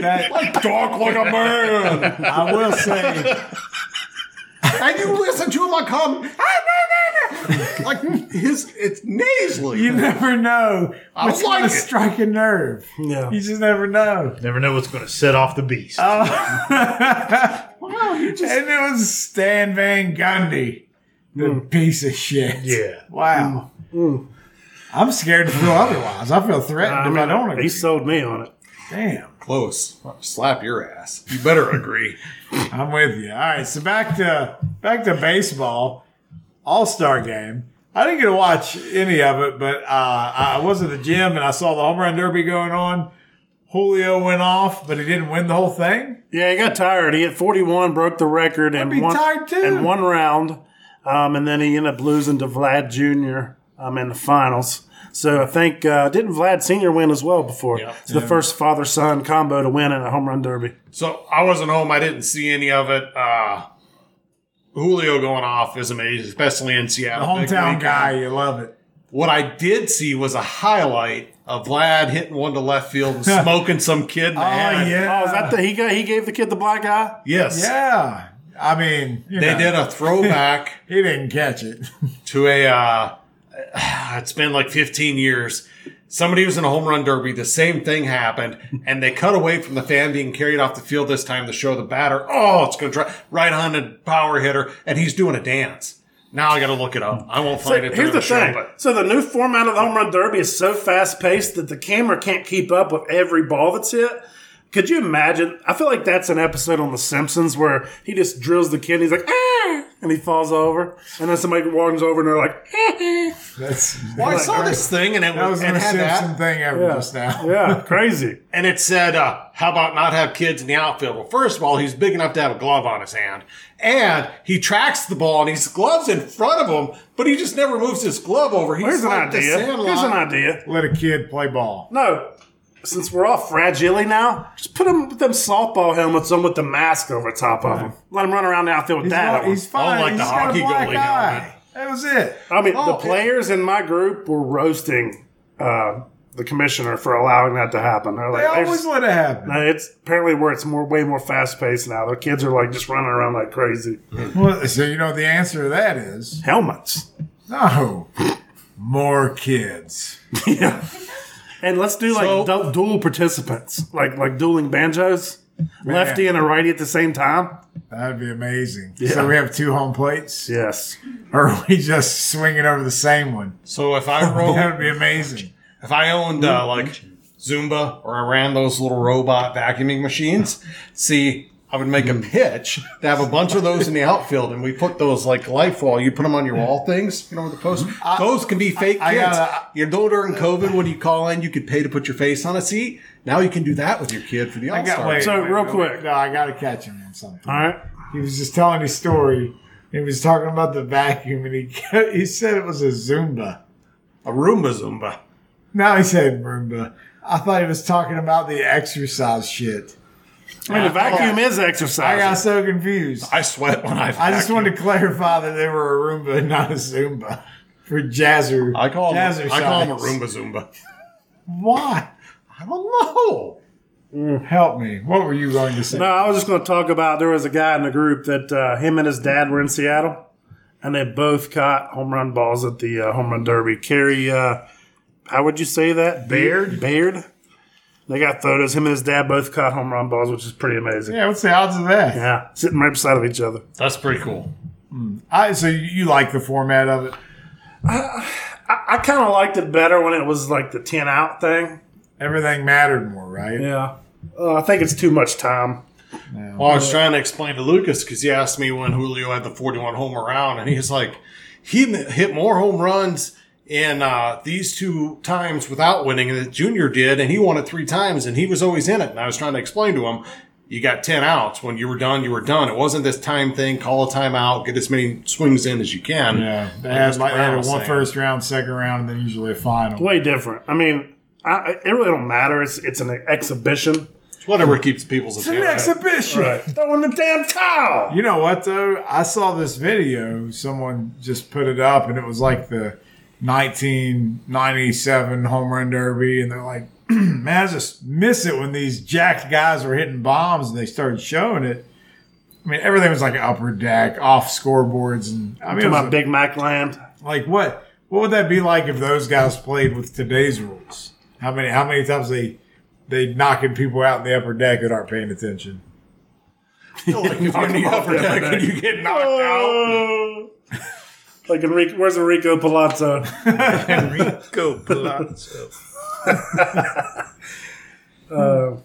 [SPEAKER 1] that,
[SPEAKER 2] Talk like a man.
[SPEAKER 1] I will say.
[SPEAKER 2] and you listen to him I come like his it's nasally.
[SPEAKER 1] You never know
[SPEAKER 2] I
[SPEAKER 1] what's
[SPEAKER 2] like
[SPEAKER 1] going to
[SPEAKER 2] it.
[SPEAKER 1] strike a nerve.
[SPEAKER 3] Yeah.
[SPEAKER 1] You just never know.
[SPEAKER 4] Never know what's going to set off the beast.
[SPEAKER 2] wow, you just
[SPEAKER 1] And it was Stan Van Gundy, the
[SPEAKER 2] Mm.
[SPEAKER 1] piece of shit.
[SPEAKER 4] Yeah.
[SPEAKER 1] Wow. I'm scared to feel otherwise. I feel threatened
[SPEAKER 3] I
[SPEAKER 1] if I
[SPEAKER 3] mean,
[SPEAKER 1] don't agree.
[SPEAKER 3] he sold me on it.
[SPEAKER 1] Damn.
[SPEAKER 2] close. Slap your ass. You better agree.
[SPEAKER 1] I'm with you. All right. So back to back to baseball. All Star game. I didn't get to watch any of it, but uh, I was at the gym and I saw the home run derby going on. Julio went off, but he didn't win the whole thing.
[SPEAKER 3] Yeah, he got tired. He hit 41, broke the record, and
[SPEAKER 1] be
[SPEAKER 3] one
[SPEAKER 1] tired, too.
[SPEAKER 3] in one round, um, and then he ended up losing to Vlad Jr. Um, in the finals. So I think uh, didn't Vlad Sr. win as well before?
[SPEAKER 2] Yeah.
[SPEAKER 3] It's the first father son combo to win in a home run derby.
[SPEAKER 2] So I wasn't home. I didn't see any of it. Uh, Julio going off is amazing, especially in
[SPEAKER 1] The
[SPEAKER 2] Seattle.
[SPEAKER 1] hometown
[SPEAKER 2] Big weekend.
[SPEAKER 1] guy, you love it.
[SPEAKER 2] What I did see was a highlight of Vlad hitting one to left field and smoking some kid. In the
[SPEAKER 1] Oh
[SPEAKER 2] head.
[SPEAKER 1] yeah.
[SPEAKER 3] Oh, is that the he got? He gave the kid the black eye.
[SPEAKER 2] Yes.
[SPEAKER 1] Yeah. I mean, you
[SPEAKER 2] They
[SPEAKER 1] know,
[SPEAKER 2] did a throwback
[SPEAKER 1] He didn't catch it.
[SPEAKER 2] to a. Uh, it's been like 15 years. Somebody was in a home run derby. The same thing happened, and they cut away from the fan being carried off the field this time to show the batter. Oh, it's going to try right handed power hitter, and he's doing a dance. Now I got to look it up. I won't find it.
[SPEAKER 3] Here's
[SPEAKER 2] during
[SPEAKER 3] the
[SPEAKER 2] show,
[SPEAKER 3] thing.
[SPEAKER 2] but-
[SPEAKER 3] So the new format of the home run derby is so fast paced that the camera can't keep up with every ball that's hit. Could you imagine? I feel like that's an episode on The Simpsons where he just drills the kid. And he's like, ah, and he falls over, and then somebody runs over and they're like, "Ah,"
[SPEAKER 1] That's
[SPEAKER 2] Well, I saw this thing, and it
[SPEAKER 1] that
[SPEAKER 2] was,
[SPEAKER 1] was the
[SPEAKER 2] and
[SPEAKER 1] most
[SPEAKER 2] had that.
[SPEAKER 1] Simpson thing ever just now.
[SPEAKER 3] yeah, crazy.
[SPEAKER 2] and it said, uh, "How about not have kids in the outfield?" Well, first of all, he's big enough to have a glove on his hand, and he tracks the ball, and he's gloves in front of him, but he just never moves his glove over. He's
[SPEAKER 3] Here's an
[SPEAKER 2] like the
[SPEAKER 3] idea.
[SPEAKER 2] Sandlot.
[SPEAKER 3] Here's an idea.
[SPEAKER 1] Let a kid play ball.
[SPEAKER 3] No, since we're all fragile now, just put them with them softball helmets on with the mask over top of them. Let them run around the outfield with
[SPEAKER 1] He's,
[SPEAKER 3] that.
[SPEAKER 1] not-
[SPEAKER 3] on.
[SPEAKER 1] he's fine.
[SPEAKER 2] like
[SPEAKER 1] he's
[SPEAKER 2] the
[SPEAKER 1] got
[SPEAKER 2] hockey
[SPEAKER 1] a black
[SPEAKER 2] goalie
[SPEAKER 1] eye.
[SPEAKER 2] helmet.
[SPEAKER 1] That was it.
[SPEAKER 3] I mean,
[SPEAKER 2] Oh,
[SPEAKER 3] the players in my group were roasting uh, the commissioner for allowing that to happen. They're
[SPEAKER 1] They
[SPEAKER 3] like, "There's-
[SPEAKER 1] always let it happen.
[SPEAKER 3] No, it's apparently where it's more way more fast paced now. The kids are like just running around like crazy.
[SPEAKER 1] Well, so you know what the answer to that is
[SPEAKER 3] Helmets.
[SPEAKER 1] no. More kids.
[SPEAKER 3] yeah. And let's do like
[SPEAKER 2] So-
[SPEAKER 3] du- dual participants, like like dueling banjos, lefty and a righty at the same time.
[SPEAKER 1] That'd be amazing.
[SPEAKER 3] Yeah.
[SPEAKER 1] So we have two home plates,
[SPEAKER 3] Yes.
[SPEAKER 1] or are we just swinging over the same one?
[SPEAKER 2] So if I
[SPEAKER 1] That would
[SPEAKER 2] rolled,
[SPEAKER 1] be amazing.
[SPEAKER 2] if I owned uh, like Zumba or I ran those little robot vacuuming machines, see, I would make a
[SPEAKER 1] Hmm.
[SPEAKER 2] pitch to have a bunch of those in the outfield, and we put those like life wall. You put them on your wall things, you know, with the post. those can be fake
[SPEAKER 1] Hmm. Uh, I- uh, I
[SPEAKER 2] kids.
[SPEAKER 1] gotta-
[SPEAKER 2] you know, during COVID, when you call in, you could pay to put your face on a seat. Now you can do that with your kid for the All
[SPEAKER 1] I got, wait,
[SPEAKER 2] Stars.
[SPEAKER 3] So,
[SPEAKER 1] wait,
[SPEAKER 3] real
[SPEAKER 1] wait,
[SPEAKER 3] quick.
[SPEAKER 1] No, I got to catch him on something.
[SPEAKER 3] All right.
[SPEAKER 1] He was just telling his story. He was talking about the vacuum, and he he said it was a Zumba.
[SPEAKER 2] A Roomba Zumba.
[SPEAKER 1] Now he said Roomba. I thought he was talking about the exercise shit.
[SPEAKER 3] I mean, the vacuum is
[SPEAKER 1] I got
[SPEAKER 3] exercise.
[SPEAKER 1] so confused.
[SPEAKER 2] I sweat when I.
[SPEAKER 1] I just wanted to clarify that they were a Roomba and not a Zumba for Jazzer.
[SPEAKER 2] I call
[SPEAKER 1] Jazzer
[SPEAKER 2] him. I call him a Roomba Zumba.
[SPEAKER 1] Why?
[SPEAKER 2] I don't know.
[SPEAKER 1] Help me. What were you going to say?
[SPEAKER 3] No, I was just going to talk about there was a guy in the group that uh, him and his dad were in Seattle, and they both caught home run balls at the uh, home run derby. Carrie, uh, how would you say that? Baird? Baird. They got photos. Him and his dad both caught home run balls, which is pretty amazing. Yeah,
[SPEAKER 1] Yeah, what's the odds of that?
[SPEAKER 3] sitting right beside of each other.
[SPEAKER 2] That's pretty cool.
[SPEAKER 1] I, so you, you like the format of it?
[SPEAKER 3] I, I kind of liked it better when it was like the ten out thing.
[SPEAKER 1] Everything mattered more, right?
[SPEAKER 3] Yeah, uh, I think it's too much time.
[SPEAKER 2] Well, I was trying to explain to Lucas because he asked me when Julio had the 41 homer round, and he's like, he m- hit more home runs in uh, these two times without winning than Junior did, and he won it three times, and he was always in it. And I was trying to explain to him, you got 10 outs. When you were done, you were done. It wasn't this time thing, call a timeout, get as many swings in as you can.
[SPEAKER 1] Yeah, they
[SPEAKER 2] Like
[SPEAKER 1] had
[SPEAKER 2] Mr.
[SPEAKER 1] like they
[SPEAKER 2] Brown
[SPEAKER 1] had a
[SPEAKER 2] was
[SPEAKER 1] one
[SPEAKER 2] saying.
[SPEAKER 1] first round, second round, and then usually a final.
[SPEAKER 3] Way different. I mean, I, I- it really don't matter. It's it's an exhibition.
[SPEAKER 2] It's whatever keeps people's
[SPEAKER 1] It's an
[SPEAKER 2] attention.
[SPEAKER 1] exhibition.
[SPEAKER 3] Throwing the damn towel.
[SPEAKER 1] You know what though? I saw this video. Someone just put it up, and it was like the 1997 home run derby, and they're like, "Man, I just miss it when these jacked guys were hitting bombs, and they started showing it." I mean, everything was like upper deck, off scoreboards, and I mean, it
[SPEAKER 3] to
[SPEAKER 1] was
[SPEAKER 3] my Big Mac land.
[SPEAKER 1] like what what would that be like if those guys played with today's rules? How many how many times they they knocking people out in the upper deck that aren't paying attention?
[SPEAKER 2] Like, if you're in the upper deck and you get knocked out.
[SPEAKER 3] Oh. like Enrico, where's Enrico Palazzo?
[SPEAKER 4] Enrico Palazzo. so,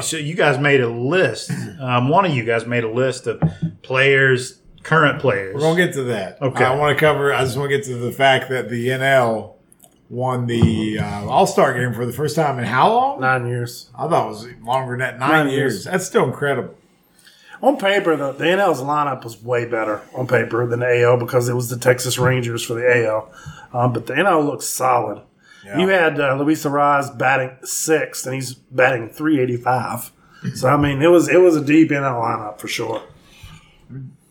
[SPEAKER 4] so you guys made a list. Um, one of you guys made a list of players, current players.
[SPEAKER 1] We'll get to that.
[SPEAKER 4] Okay.
[SPEAKER 1] I want to cover. I just want to get to the fact that the NL won the uh, All Star game for the first time in how long?
[SPEAKER 3] Nine years.
[SPEAKER 1] I thought it was longer than that. Nine,
[SPEAKER 3] Nine
[SPEAKER 1] years.
[SPEAKER 3] years.
[SPEAKER 1] That's still incredible.
[SPEAKER 3] On paper, though, the NL's lineup was way better on paper than the AL because it was the Texas Rangers for the AL. Um, but the NL looks solid. You had uh, Luis Arraez batting sixth, and he's batting 385. So I mean, it was it was a deep NL lineup for sure.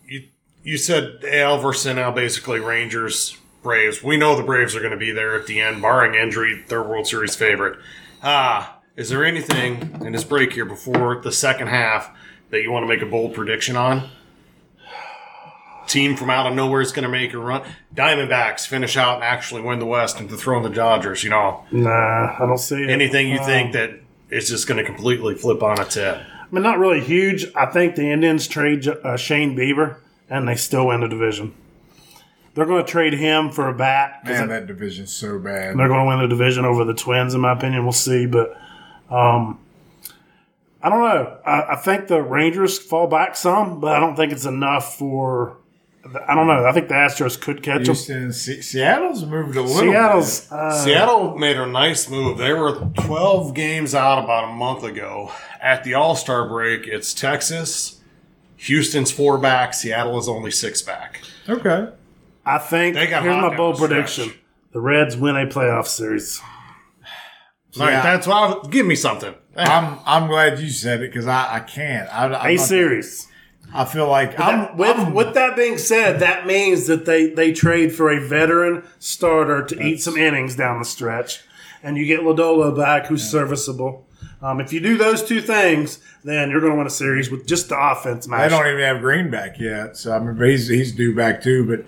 [SPEAKER 2] you, you said AL versus NL, basically Rangers, Braves. We know the Braves are going to be there at the end, barring injury. They're World Series favorite. Ah, is there anything in this break here before the second half that you want to make a bold prediction on? Team from out of nowhere is going to make a run. Diamondbacks finish out and actually win the West and dethrone the Dodgers. You know,
[SPEAKER 3] Nah, I don't see it.
[SPEAKER 2] anything you
[SPEAKER 3] Um,
[SPEAKER 2] think that is just going to completely flip on its head.
[SPEAKER 3] I mean, not really huge. I think the Indians trade uh, Shane Bieber, and they still win the division. They're going to trade him for a bat. 'cause
[SPEAKER 1] Man, that division's so bad.
[SPEAKER 3] They're going to win the division over the Twins, in my opinion. We'll see, but um, I don't know. I, I think the Rangers fall back some, but I don't think it's enough for. I don't know. I think the Astros could catch them.
[SPEAKER 1] Houston, Se- Seattle's moved a little.
[SPEAKER 3] Seattle's uh,
[SPEAKER 2] Seattle made a nice move. They were 12 games out about a month ago. At the All Star break, it's Texas. Houston's four back. Seattle is only six back.
[SPEAKER 1] bit. Okay.
[SPEAKER 3] I think
[SPEAKER 2] They got
[SPEAKER 3] here's
[SPEAKER 2] hot
[SPEAKER 3] my
[SPEAKER 2] down
[SPEAKER 3] bold
[SPEAKER 2] the stretch.
[SPEAKER 3] prediction: the Reds win a playoff series.
[SPEAKER 2] All right,
[SPEAKER 1] Yeah.
[SPEAKER 2] that's why. I- Give me something.
[SPEAKER 1] I'm I'm glad you said it because I, I can't. I, I'm
[SPEAKER 3] A
[SPEAKER 1] not-
[SPEAKER 3] series.
[SPEAKER 1] I feel like I'm,
[SPEAKER 3] with,
[SPEAKER 1] I'm-
[SPEAKER 3] with that being said, that means that they, they trade for a veteran starter to eat some innings down the stretch, and you get Lodolo back, who's serviceable. Um, if you do those two things, then you're going to win a series with just the offense.
[SPEAKER 1] they
[SPEAKER 3] Mash.
[SPEAKER 1] don't even have Green back yet, so I mean but he's he's due back too. But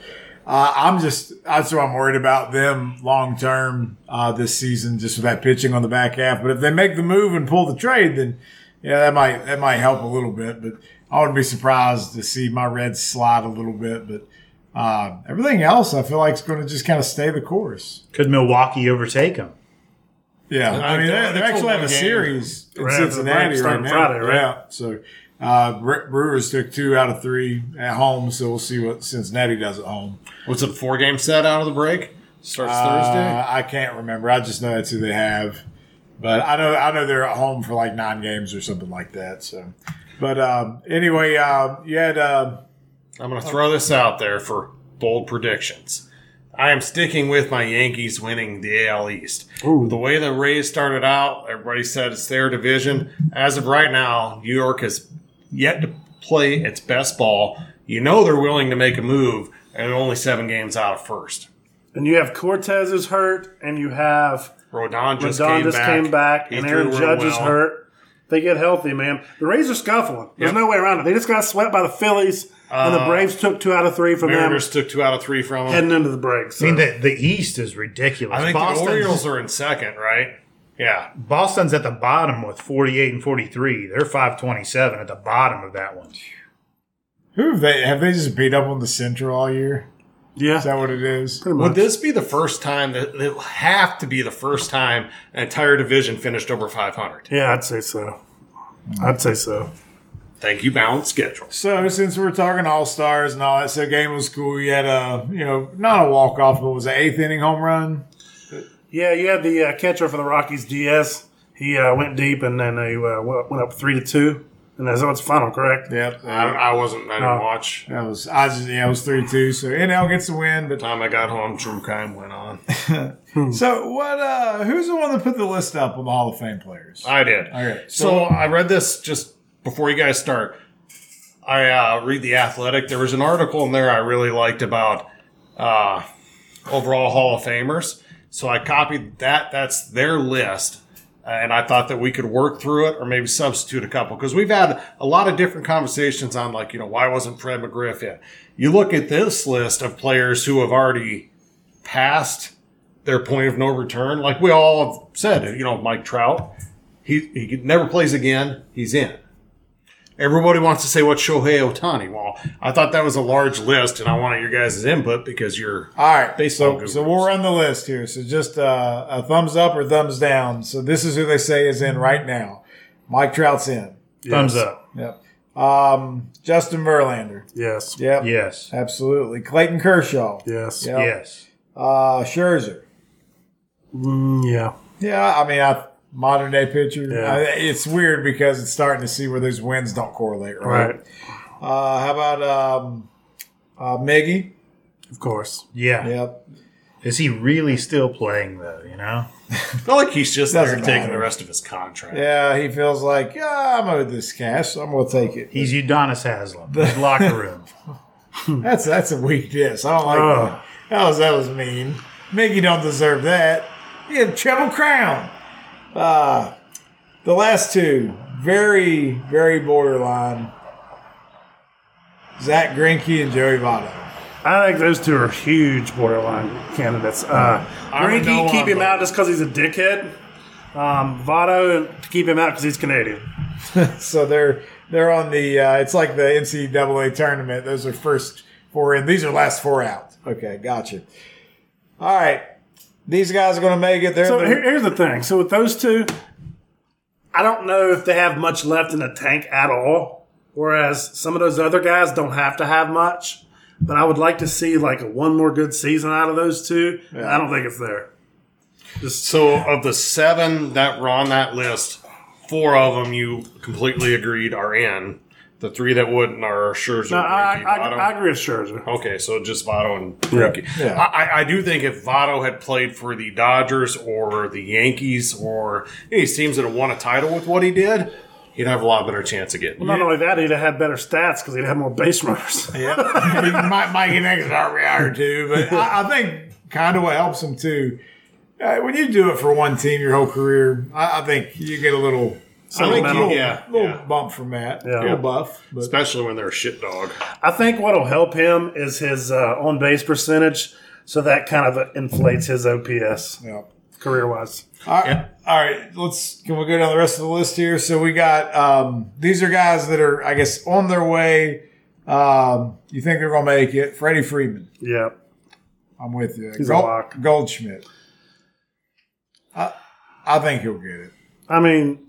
[SPEAKER 1] uh, I'm just that's what I'm worried about them long term uh, this season, just with that pitching on the back half. But if they make the move and pull the trade, then yeah, that might that might help a little bit. But I wouldn't be surprised to see my Reds slide a little bit. But uh, everything else, I feel like is going to just kind of stay the course.
[SPEAKER 4] Could Milwaukee overtake them?
[SPEAKER 1] Yeah, I mean,
[SPEAKER 2] I-
[SPEAKER 1] they,
[SPEAKER 2] that's
[SPEAKER 1] they actually
[SPEAKER 2] a
[SPEAKER 1] have a
[SPEAKER 2] one game.
[SPEAKER 1] series in
[SPEAKER 3] Right,
[SPEAKER 1] Cincinnati
[SPEAKER 3] right,
[SPEAKER 1] right
[SPEAKER 3] starting
[SPEAKER 1] now.
[SPEAKER 3] Friday, right?
[SPEAKER 1] Yeah, so uh, Bre- Brewers took two out of three at home, so we'll see what Cincinnati does at home.
[SPEAKER 2] What's it? Four game set out of the break starts
[SPEAKER 1] Uh, I can't remember. I just know that's who they have, but I know I know they're at home for like nine games or something like that. So, but um, anyway, uh, you had uh,
[SPEAKER 2] Thursday. I'm going to throw this out there for bold predictions. I am sticking with my Yankees winning the AL East. The way the Rays started out, everybody said it's their division. As of right now, New York has yet to play its best ball. You know they're willing to make a move, and they're only seven games out of first.
[SPEAKER 3] And you have Cortez is hurt, and you have
[SPEAKER 2] Rodon just,
[SPEAKER 3] Don
[SPEAKER 2] came,
[SPEAKER 3] just
[SPEAKER 2] back.
[SPEAKER 3] came back,
[SPEAKER 2] He
[SPEAKER 3] and
[SPEAKER 2] threw
[SPEAKER 3] Aaron
[SPEAKER 2] real
[SPEAKER 3] Judge is
[SPEAKER 2] well.
[SPEAKER 3] hurt. They get healthy, man. The Rays are scuffling. There's
[SPEAKER 2] Yep. Uh,
[SPEAKER 3] no way around it. They just got swept by the Phillies, and the Braves took two out of three from them
[SPEAKER 2] Mariners took two out of three from them.
[SPEAKER 3] heading into the break.
[SPEAKER 4] I
[SPEAKER 3] So.
[SPEAKER 4] mean, the, the East is ridiculous.
[SPEAKER 2] I think
[SPEAKER 4] Boston's,
[SPEAKER 2] the Orioles are in second, right? Yeah.
[SPEAKER 4] Boston's at the bottom with 48 and 43. They're 527 at the bottom of that one.
[SPEAKER 1] who have they have they just beat up on the Central all year?
[SPEAKER 3] yeah,
[SPEAKER 1] Is that what it is?
[SPEAKER 3] pretty
[SPEAKER 2] Would
[SPEAKER 3] much.
[SPEAKER 2] this be the first time that it will have to be the first time an entire division finished over 500?
[SPEAKER 3] Yeah, I'd say so. I'd say so.
[SPEAKER 2] Thank you, balanced schedule.
[SPEAKER 1] So since we're talking all stars and all that, so game was cool. You had a you know not a walk off, but was an eighth inning home run.
[SPEAKER 3] Yeah, you had the uh, catcher for the Rockies, DS. He uh, went deep, and then they uh, went went up three to two, and that's its final, correct?
[SPEAKER 1] Yep,
[SPEAKER 2] I, I wasn't. I didn't
[SPEAKER 3] Oh.
[SPEAKER 2] watch.
[SPEAKER 1] that was I just yeah it was three two. So NL gets the win, but
[SPEAKER 2] Time I got home, Drew Kime went on. Hmm.
[SPEAKER 1] so what? uh Who's the one that put the list up on the Hall of Fame players?
[SPEAKER 2] I did.
[SPEAKER 1] Okay,
[SPEAKER 2] So, I read this just before you guys start. I uh, read the Athletic. There was an article in there I really liked about uh, overall Hall of Famers. So I copied that. That's their list. And I thought that we could work through it or maybe substitute a couple because we've had a lot of different conversations on, like, you know, why wasn't Fred McGriff in? You look at this list of players who have already passed their point of no return. Like we all have said, you know, Mike Trout, he, he never plays again. He's in. Everybody wants to say what Shohei Otani. Well, I thought that was a large list, and I wanted your guys' input because you're
[SPEAKER 1] All right,
[SPEAKER 2] Baseball
[SPEAKER 1] so,
[SPEAKER 2] gurus.
[SPEAKER 1] so we'll run the list here. So just uh, a thumbs up or thumbs down. So this is who they say is in right now. Mike Trout's in.
[SPEAKER 4] Thumbs
[SPEAKER 3] Yes.
[SPEAKER 4] up.
[SPEAKER 1] Yep. Um, Justin Verlander.
[SPEAKER 3] Yes.
[SPEAKER 1] Yep.
[SPEAKER 4] Yes.
[SPEAKER 1] Absolutely. Clayton Kershaw.
[SPEAKER 3] Yes.
[SPEAKER 1] Yep.
[SPEAKER 4] Yes.
[SPEAKER 1] Uh, Scherzer.
[SPEAKER 3] Mm, yeah.
[SPEAKER 1] Yeah, I mean, I, modern day pitcher.
[SPEAKER 3] Yeah.
[SPEAKER 1] I, it's weird because it's starting to see where those wins don't correlate, right?
[SPEAKER 3] Right.
[SPEAKER 1] Uh, how about um, uh, Miggy?
[SPEAKER 3] Of course.
[SPEAKER 4] Yeah.
[SPEAKER 1] Yep.
[SPEAKER 4] Is he really still playing though? You know,
[SPEAKER 2] I feel like he's just there
[SPEAKER 1] Doesn't
[SPEAKER 2] taking
[SPEAKER 1] matter.
[SPEAKER 2] the rest of his contract.
[SPEAKER 1] Yeah, he feels like yeah, I'm owed this cash, so I'm gonna take it.
[SPEAKER 4] he's Udonis Haslam. His locker room.
[SPEAKER 1] That's that's a weak diss. I don't like
[SPEAKER 3] Ugh.
[SPEAKER 1] that. That was that was mean. Miggy don't deserve that. He had treble crown. Uh, the last two, very very borderline. Zach Greinke and Joey Votto.
[SPEAKER 3] I think those two are huge borderline candidates. Uh,
[SPEAKER 2] I'm a no
[SPEAKER 3] Greinke, keep
[SPEAKER 2] on
[SPEAKER 3] him
[SPEAKER 2] both.
[SPEAKER 3] out just because he's a dickhead. Um, Votto, keep him out because he's Canadian.
[SPEAKER 1] So they're they're on the. Uh, it's like the NCAA tournament. Those are first four in. These are last four out. Okay, gotcha. All right, these guys are going to make it. They're
[SPEAKER 3] So
[SPEAKER 1] the-
[SPEAKER 3] here, here's the thing. So with those two, I don't know if they have much left in the tank at all. Whereas some of those other guys don't have to have much. But I would like to see like a one more good season out of those two. I don't think it's there.
[SPEAKER 2] So of the seven that were on that list, four of them you completely agreed are in. The three that wouldn't are Scherzer,
[SPEAKER 3] No, I, I,
[SPEAKER 2] Greinke,
[SPEAKER 3] I,
[SPEAKER 2] Votto.
[SPEAKER 3] I agree with Scherzer.
[SPEAKER 2] Okay, so just Votto and Greinke.
[SPEAKER 1] Yeah.
[SPEAKER 2] I, I- I do think if Votto had played for the Dodgers or the Yankees or any teams that have won a title with what he did, he'd have a lot better chance of getting.
[SPEAKER 3] Not only that, he'd have had better stats because he'd have more base runners.
[SPEAKER 1] Yeah, he might, might get an extra RBI or two, but I, I think kind of what helps him too. Uh, when you do it for one team your whole career, I, I think you get a little, I think
[SPEAKER 3] Sentimental.
[SPEAKER 1] you-
[SPEAKER 2] Yeah,
[SPEAKER 1] little
[SPEAKER 2] yeah.
[SPEAKER 1] bump from that, a
[SPEAKER 3] Yeah.
[SPEAKER 1] little buff. But
[SPEAKER 2] Especially when they're a shit dog.
[SPEAKER 3] I think what'll help him is his uh, on base percentage, so that kind of uh, inflates his OPS
[SPEAKER 1] yeah.
[SPEAKER 3] career wise.
[SPEAKER 1] All right. All right, let's can we go down the rest of the list here? So we got um, these are guys that are I guess on their way. Um, you think they're gonna make it? Freddie Freeman,
[SPEAKER 3] Yeah,
[SPEAKER 1] I'm with you.
[SPEAKER 3] He's a lock.
[SPEAKER 1] Goldschmidt, I, I think he'll get it,
[SPEAKER 3] I mean,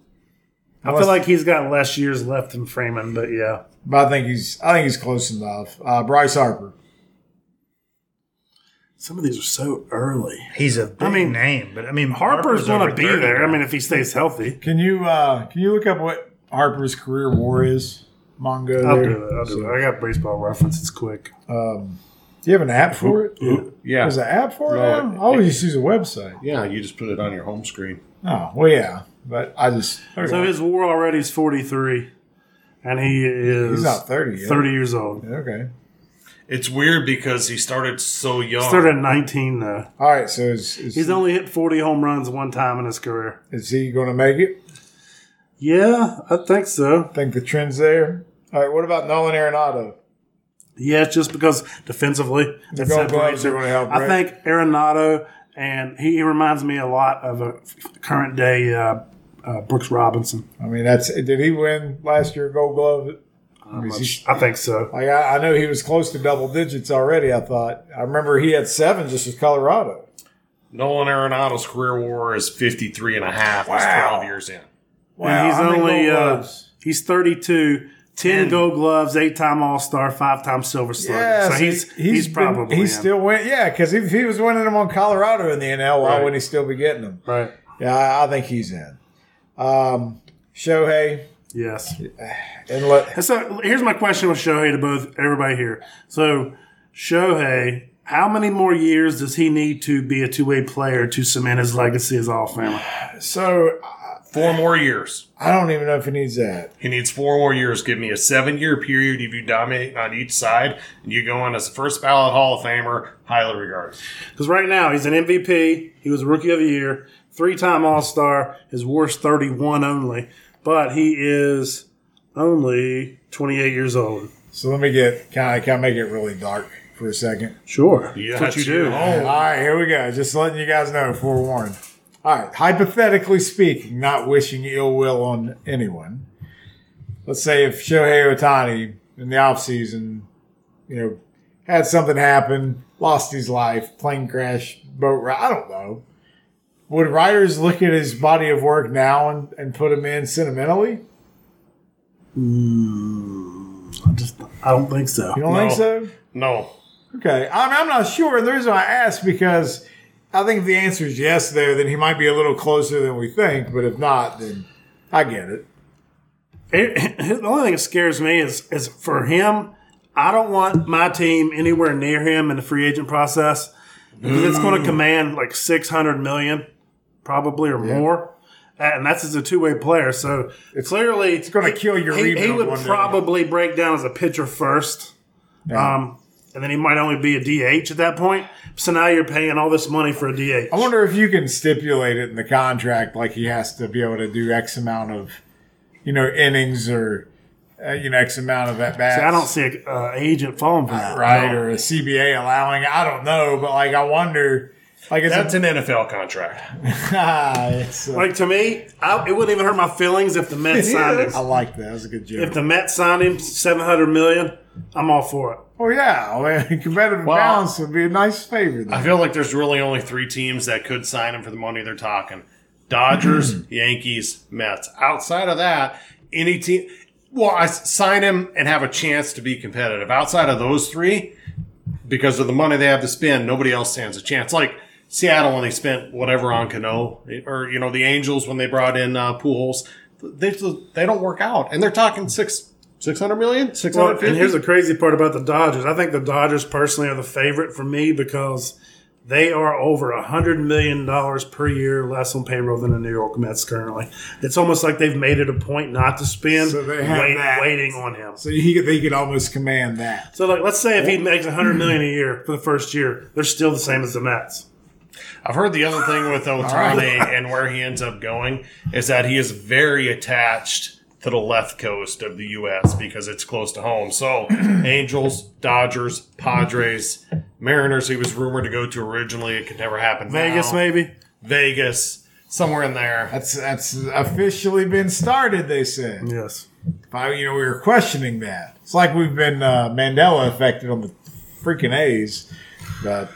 [SPEAKER 3] I
[SPEAKER 1] Unless-
[SPEAKER 3] feel like he's got less years left than Freeman, but yeah,
[SPEAKER 1] but I think he's I think he's close enough. Uh, Bryce Harper,
[SPEAKER 3] some of these are so early.
[SPEAKER 4] He's a big I
[SPEAKER 3] mean,
[SPEAKER 4] mean, name, but I mean
[SPEAKER 3] Harper's going
[SPEAKER 4] over
[SPEAKER 3] to be
[SPEAKER 4] 30
[SPEAKER 3] there.
[SPEAKER 4] now.
[SPEAKER 3] I mean, if he stays healthy,
[SPEAKER 1] can you uh, can you look up what Harper's career WAR is? Mongo,
[SPEAKER 3] I'll
[SPEAKER 1] there.
[SPEAKER 3] do that. I'll do that. I got baseball reference. It's quick.
[SPEAKER 1] Do um, you have an app for it?
[SPEAKER 2] Yeah.
[SPEAKER 1] There's an app for it.
[SPEAKER 2] No,
[SPEAKER 1] now?
[SPEAKER 2] it-
[SPEAKER 1] I always just use a website.
[SPEAKER 2] Yeah, you just put it on your home screen.
[SPEAKER 1] Oh well, yeah, but I just
[SPEAKER 3] So his WAR already is forty three, and he is
[SPEAKER 1] He's not 30 yet.
[SPEAKER 3] Thirty years old.
[SPEAKER 1] okay.
[SPEAKER 2] It's weird because he started so young.
[SPEAKER 3] He started at nineteen though.
[SPEAKER 1] All right, so is is,
[SPEAKER 3] He's only hit forty home runs one time in his career.
[SPEAKER 1] is he going to make it?
[SPEAKER 3] Yeah, I think so.
[SPEAKER 1] Think the trend's there. All right, what about Nolan Arenado?
[SPEAKER 3] Yeah, it's just because defensively, that
[SPEAKER 1] Gold Gloves
[SPEAKER 3] separates
[SPEAKER 1] are
[SPEAKER 3] him.
[SPEAKER 1] gonna help,
[SPEAKER 3] I
[SPEAKER 1] right?
[SPEAKER 3] think Arenado, and he, he reminds me a lot of a f- current day uh, uh, Brooks Robinson.
[SPEAKER 1] I mean, that's did he win last year Gold Glove? I, mean, he's-
[SPEAKER 3] I think so.
[SPEAKER 1] like, I, I know he was close to double digits already. I thought I remember he had seven just as Colorado.
[SPEAKER 2] Nolan Arenado's career war is 53 and a half. He's
[SPEAKER 1] Wow.
[SPEAKER 2] 12 years in.
[SPEAKER 3] And he's
[SPEAKER 1] how many
[SPEAKER 3] only
[SPEAKER 1] Gold
[SPEAKER 3] uh,
[SPEAKER 1] Gloves?
[SPEAKER 3] he's thirty two. 10 gold gloves, eight time All Star, five time Silver Slugger.
[SPEAKER 1] Yeah,
[SPEAKER 3] so
[SPEAKER 1] so
[SPEAKER 3] he's
[SPEAKER 1] he-
[SPEAKER 3] he's,
[SPEAKER 1] been-
[SPEAKER 3] probably
[SPEAKER 1] he
[SPEAKER 3] in.
[SPEAKER 1] still went yeah because if he was winning them on Colorado in the NL, why
[SPEAKER 2] Right.
[SPEAKER 1] wouldn't he still be getting them?
[SPEAKER 3] right.
[SPEAKER 1] Yeah, I, I think he's in. Um, Shohei
[SPEAKER 3] Yes.
[SPEAKER 1] and let,
[SPEAKER 3] So here's my question with Shohei to both everybody here. So Shohei, how many more years does he need to be a two way player to cement his legacy as all family?
[SPEAKER 1] so
[SPEAKER 2] Four more years.
[SPEAKER 1] I don't even know if he needs that.
[SPEAKER 2] He needs four more years. Give me a seven year period if you dominate on each side and you go on as a first ballot Hall of Famer. Highly regarded.
[SPEAKER 3] Because right now he's an MVP. He was Rookie of the Year, three time All Star. His WAR's 31 only, but he is only 28 years old.
[SPEAKER 1] So let me get can I can I make it really dark for a second?
[SPEAKER 3] Sure,
[SPEAKER 2] Yeah,
[SPEAKER 3] that's what you
[SPEAKER 2] that's your
[SPEAKER 3] do.
[SPEAKER 2] home.
[SPEAKER 1] All right, here we go. Just letting you guys know, forewarned. All right, hypothetically speaking, not wishing ill will on anyone. Let's say if Shohei Otani in the offseason, you know, had something happen, lost his life, plane crash, boat ride, I don't know. Would writers look at his body of work now and, and put him in sentimentally?
[SPEAKER 3] Hmm, I just I don't think so.
[SPEAKER 1] You don't
[SPEAKER 2] No.
[SPEAKER 1] think so?
[SPEAKER 2] No.
[SPEAKER 1] Okay, I'm, I'm not sure. And the reason I ask because I think if the answer is yes, there, then he might be a little closer than we think. But if not, then I get it.
[SPEAKER 3] It, the only thing that scares me is is for him. I don't want my team anywhere near him in the free agent process. 'Cause It's going
[SPEAKER 1] Mm.
[SPEAKER 3] to command like six hundred million, probably or more, and that's as a two way player. So clearly, it's
[SPEAKER 1] gonna kill your
[SPEAKER 3] He, he
[SPEAKER 1] rebuild
[SPEAKER 3] would
[SPEAKER 1] one day.
[SPEAKER 3] probably break down as a pitcher first, um, and then he might only be a DH at that point. So now you're paying all this money for a DH.
[SPEAKER 1] I wonder if you can stipulate it in the contract, like he has to be able to do X amount of, you know, innings or, uh, you know, X amount of at bats.
[SPEAKER 3] I don't see an uh, agent falling for that.
[SPEAKER 1] right or a CBA allowing. I don't know, but like I wonder, like it's
[SPEAKER 2] That's an NFL contract.
[SPEAKER 1] it's, uh,
[SPEAKER 3] Like to me, I, it wouldn't even hurt my feelings if the Mets signed him.
[SPEAKER 1] I like that. That was a good joke.
[SPEAKER 3] If the Mets signed him seven hundred million, I'm all for it.
[SPEAKER 1] oh yeah, I mean, competitive
[SPEAKER 2] Well-
[SPEAKER 1] balance would be a nice favor. There.
[SPEAKER 2] I feel like there's really only three teams that could sign him for the money they're talking Dodgers, Yankees, Mets. Outside of that, any team, well, I s- sign him and have a chance to be competitive. Outside of those three, because of the money they have to spend, nobody else stands a chance. Like Seattle when they spent whatever on Cano, or, you know, the Angels when they brought in uh, Pujols, they, they don't work out. And they're talking six. 600 million?
[SPEAKER 3] Well,
[SPEAKER 2] 650?
[SPEAKER 3] and here's the crazy part about the Dodgers. I think the Dodgers personally are the favorite for me because They are over a hundred million dollars per year less on payroll than the New York Mets currently. It's almost like they've made it a point not to spend,
[SPEAKER 1] So they have
[SPEAKER 3] wait-
[SPEAKER 1] that.
[SPEAKER 3] waiting on him.
[SPEAKER 1] So he, could- they could almost command that.
[SPEAKER 3] So, like, let's say if he makes a hundred million a year for the first year, they're still the same as the Mets.
[SPEAKER 2] I've heard the other thing with Otani and where he ends up going is that he is very attached to the left coast of the U.S. because it's close to home. So, Angels, Dodgers, Padres, Mariners, he was rumored to go to originally. It could never happen.
[SPEAKER 3] Vegas,
[SPEAKER 2] now.
[SPEAKER 3] maybe.
[SPEAKER 2] Vegas, somewhere in there.
[SPEAKER 1] That's that's officially been started. They said.
[SPEAKER 3] Yes.
[SPEAKER 1] I, you know, we were questioning that. It's like we've been uh, Mandela affected on the freaking A's. But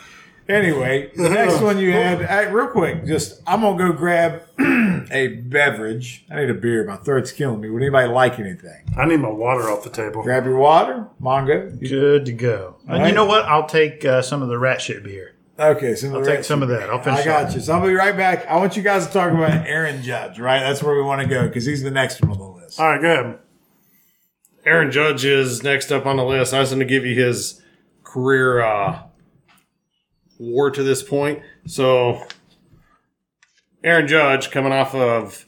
[SPEAKER 1] anyway, the next one you had, hey, real quick, just I'm going to go grab a beverage. I need a beer. My throat's killing me. Would anybody like anything?
[SPEAKER 3] I need my water off the table.
[SPEAKER 1] Grab your water, Mongo.
[SPEAKER 4] Good to go. And
[SPEAKER 1] right.
[SPEAKER 4] you know what? I'll take uh, some of the rat shit beer.
[SPEAKER 1] Okay, so
[SPEAKER 4] I'll take some of that. I'll finish.
[SPEAKER 1] I got you. So I'll be right back. I want you guys to talk about Aaron Judge, right? That's where we want to go because he's the next one on the list.
[SPEAKER 3] All right, go ahead.
[SPEAKER 2] Aaron Judge is next up on the list. I was going to give you his career uh, war to this point. So, Aaron Judge coming off of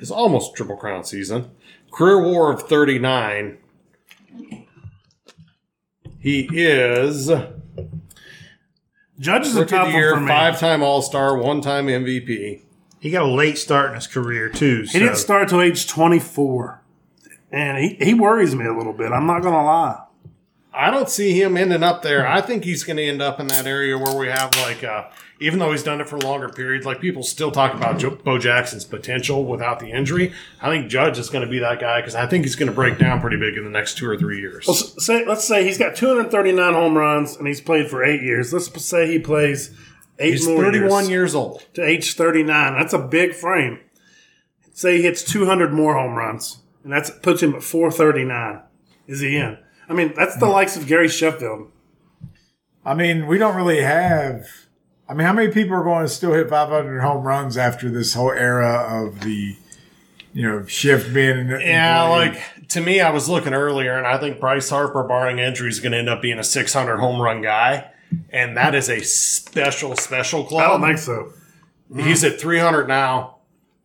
[SPEAKER 2] his almost triple crown season, career war of 39. He is
[SPEAKER 3] Judge is a
[SPEAKER 2] rookie
[SPEAKER 3] top
[SPEAKER 2] of the
[SPEAKER 3] one for
[SPEAKER 2] year,
[SPEAKER 3] me.
[SPEAKER 2] five time All Star, one time MVP.
[SPEAKER 4] He got a late start in his career too.
[SPEAKER 3] He didn't start till age 24. And he, he worries me a little bit. I'm not going to lie.
[SPEAKER 2] I don't see him ending up there.
[SPEAKER 3] Hmm.
[SPEAKER 2] I think he's going to end up in that area where we have like, uh, even though he's done it for longer periods, like people still talk about jo- Bo Jackson's potential without the injury. I think Judge is going to be that guy because I think he's going to break down pretty big in the next two or three years.
[SPEAKER 3] Well, s- say, let's say he's got 239 home runs and he's played for eight years. Let's p- say he plays eight
[SPEAKER 2] He's
[SPEAKER 3] more
[SPEAKER 2] 31
[SPEAKER 3] years,
[SPEAKER 2] years old.
[SPEAKER 3] to age 39. That's a big frame. Say he hits 200 more home runs, and that puts him at 439. Is he in? I mean, that's
[SPEAKER 2] Hmm.
[SPEAKER 3] the likes of Gary Sheffield.
[SPEAKER 1] I mean, we don't really have. I mean, how many people are going to still hit 500 home runs after this whole era of the, you know, shift being? in-
[SPEAKER 2] Yeah,
[SPEAKER 1] in-
[SPEAKER 2] like to me, I was looking earlier, and I think Bryce Harper, barring injury, is going to end up being a 600 home run guy, and that is a special, special club.
[SPEAKER 3] I don't think so.
[SPEAKER 2] He's at 300 now.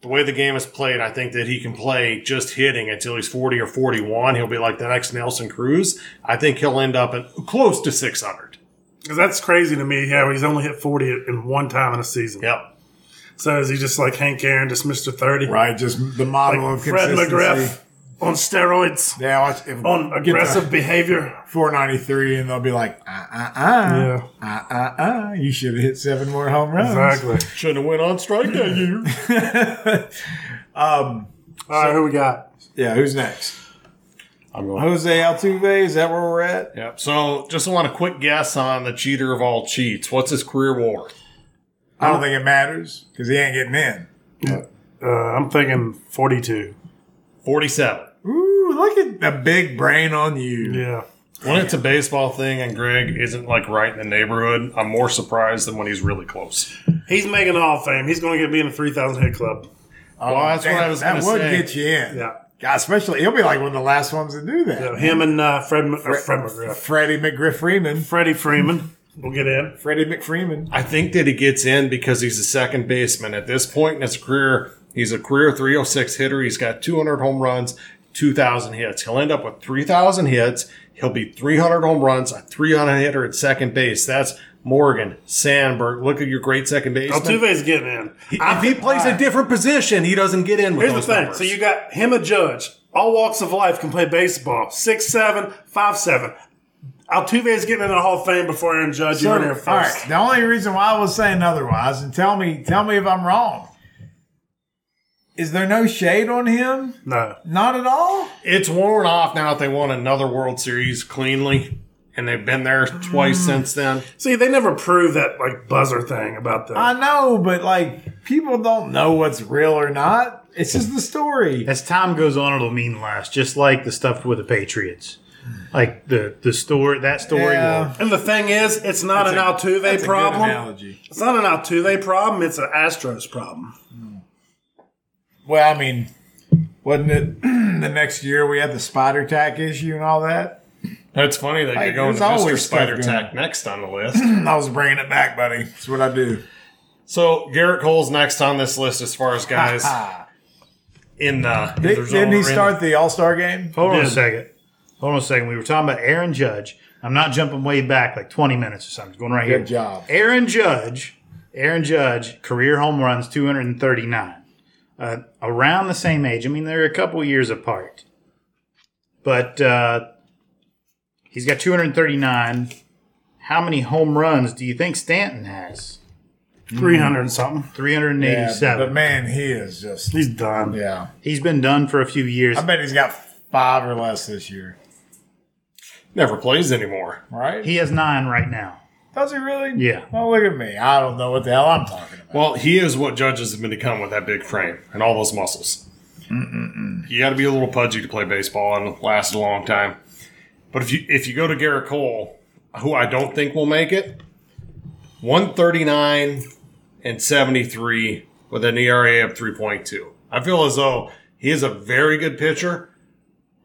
[SPEAKER 2] The way the game is played, I think that he can play just hitting until he's 40 or 41. He'll be like the next Nelson Cruz. I think he'll end up at close to 600.
[SPEAKER 3] Because that's crazy to me. Yeah, he's only hit 40 in one time in a season.
[SPEAKER 2] Yep.
[SPEAKER 3] So is he just like Hank Aaron, just Mr. 30?
[SPEAKER 1] right? Just the model
[SPEAKER 3] Like
[SPEAKER 1] of
[SPEAKER 3] Fred
[SPEAKER 1] consistency.
[SPEAKER 3] McGriff Oh. on steroids,
[SPEAKER 1] Yeah, watch, if, get
[SPEAKER 3] on
[SPEAKER 1] the
[SPEAKER 3] aggressive behavior.
[SPEAKER 1] 493, and they'll be like, uh, uh, uh,
[SPEAKER 3] Yeah.
[SPEAKER 1] uh, uh, uh, you should have hit seven more home runs.
[SPEAKER 3] Exactly.
[SPEAKER 2] Shouldn't have went on strike that year.
[SPEAKER 3] All right, who we got?
[SPEAKER 1] Yeah, who's next?
[SPEAKER 2] I'm going.
[SPEAKER 1] Jose Altuve. Is that where we're at?
[SPEAKER 2] Yep. So just want a quick guess on the cheater of all cheats. What's his career war?
[SPEAKER 1] I don't think it matters because he ain't getting in.
[SPEAKER 3] Uh, I'm thinking 42.
[SPEAKER 2] 47.
[SPEAKER 1] Ooh, look at the big brain on you.
[SPEAKER 3] Yeah.
[SPEAKER 2] When it's a baseball thing and Greg isn't like right in the neighborhood, I'm more surprised than when he's really close.
[SPEAKER 3] He's making the Hall of Fame. He's going to get be in the 3,000 hit club.
[SPEAKER 1] Oh,
[SPEAKER 2] Well, that's what
[SPEAKER 1] damn,
[SPEAKER 2] I was
[SPEAKER 1] That
[SPEAKER 2] gonna
[SPEAKER 1] would
[SPEAKER 2] say.
[SPEAKER 1] get you in.
[SPEAKER 3] Yeah.
[SPEAKER 1] God, especially he'll be like one of the last ones to do that.
[SPEAKER 3] So him and uh, Fred, M- or Fred McGriff.
[SPEAKER 1] Freddie McGriff Freeman.
[SPEAKER 3] Freddie Freeman will get in.
[SPEAKER 1] Freddie McFreeman.
[SPEAKER 2] I think that he gets in because he's a second baseman at this point in his career. He's a career 306 hitter. He's got 200 home runs, 2,000 hits. He'll end up with 3,000 hits. He'll be 300 home runs, a 300 hitter at second base. That's Morgan Sandberg. Look at your great second baseman.
[SPEAKER 3] Altuve's getting in.
[SPEAKER 2] if he plays a different position, he doesn't get in with
[SPEAKER 3] Here's the
[SPEAKER 2] those
[SPEAKER 3] thing.
[SPEAKER 2] numbers.
[SPEAKER 3] So you got him a judge. All walks of life can play baseball. Six seven, five seven. Altuve's getting in the Hall of Fame before Aaron Judge. you were there first.
[SPEAKER 1] all right. The only reason why I was saying otherwise, and tell me, tell me if I'm wrong. Is there no shade on him?
[SPEAKER 3] No.
[SPEAKER 1] Not at all.
[SPEAKER 2] it's worn off now if they won another World Series cleanly, and they've been there twice since then.
[SPEAKER 3] See, they never prove that like buzzer thing about that.
[SPEAKER 1] I know, but like people don't know what's real or not. It's just the story.
[SPEAKER 4] As time goes on, it'll mean less. Just like the stuff with the Patriots, like the the story that story.
[SPEAKER 1] Yeah.
[SPEAKER 4] will-
[SPEAKER 3] and the thing is, it's not an Altuve
[SPEAKER 1] That's a good
[SPEAKER 3] problem.
[SPEAKER 1] analogy.
[SPEAKER 3] It's not an Altuve problem. It's an Astros problem.
[SPEAKER 1] Well, I mean, wasn't it the next year we had the spider tack issue and all that?
[SPEAKER 2] That's funny that
[SPEAKER 1] Like,
[SPEAKER 2] you're going
[SPEAKER 1] there's
[SPEAKER 2] to Mr.
[SPEAKER 1] always stuff
[SPEAKER 2] Spider
[SPEAKER 1] going on.
[SPEAKER 2] Tech next on the list.
[SPEAKER 1] I was bringing it back, buddy. That's what I do.
[SPEAKER 2] so Garrett Cole's next on this list as far as guys in uh,
[SPEAKER 1] Did,
[SPEAKER 2] either zone
[SPEAKER 1] didn't
[SPEAKER 2] or
[SPEAKER 1] he
[SPEAKER 2] in-
[SPEAKER 1] start the All Star game?
[SPEAKER 4] Hold on a
[SPEAKER 3] Did.
[SPEAKER 4] second. Hold on a second. We were talking about Aaron Judge. I'm not jumping way back, like 20 minutes or something. Going right here.
[SPEAKER 1] Good job.
[SPEAKER 4] Aaron Judge. Aaron Judge career home runs 239. Uh, around the same age. I mean, they're a couple years apart, but uh, he's got 239. How many home runs do you think Stanton has?
[SPEAKER 3] 300 Mm-hmm. and something.
[SPEAKER 4] 387.
[SPEAKER 1] but man, he is just
[SPEAKER 3] He's done.
[SPEAKER 1] yeah.
[SPEAKER 4] he's been done for a few years.
[SPEAKER 1] I bet he's got five or less this year.
[SPEAKER 2] Never plays anymore.
[SPEAKER 1] Right?
[SPEAKER 4] He has nine right now.
[SPEAKER 1] Does he really?
[SPEAKER 4] Yeah.
[SPEAKER 1] Well, look at me. I don't know what the hell I'm talking about.
[SPEAKER 2] Well, he is what judges have become with that big frame and all those muscles. You got to be a little pudgy to play baseball and last a long time. But if you if you go to Garrett Cole, who I don't think will make it, one thirty nine and seventy three with an ERA of three point two. I feel as though he is a very good pitcher.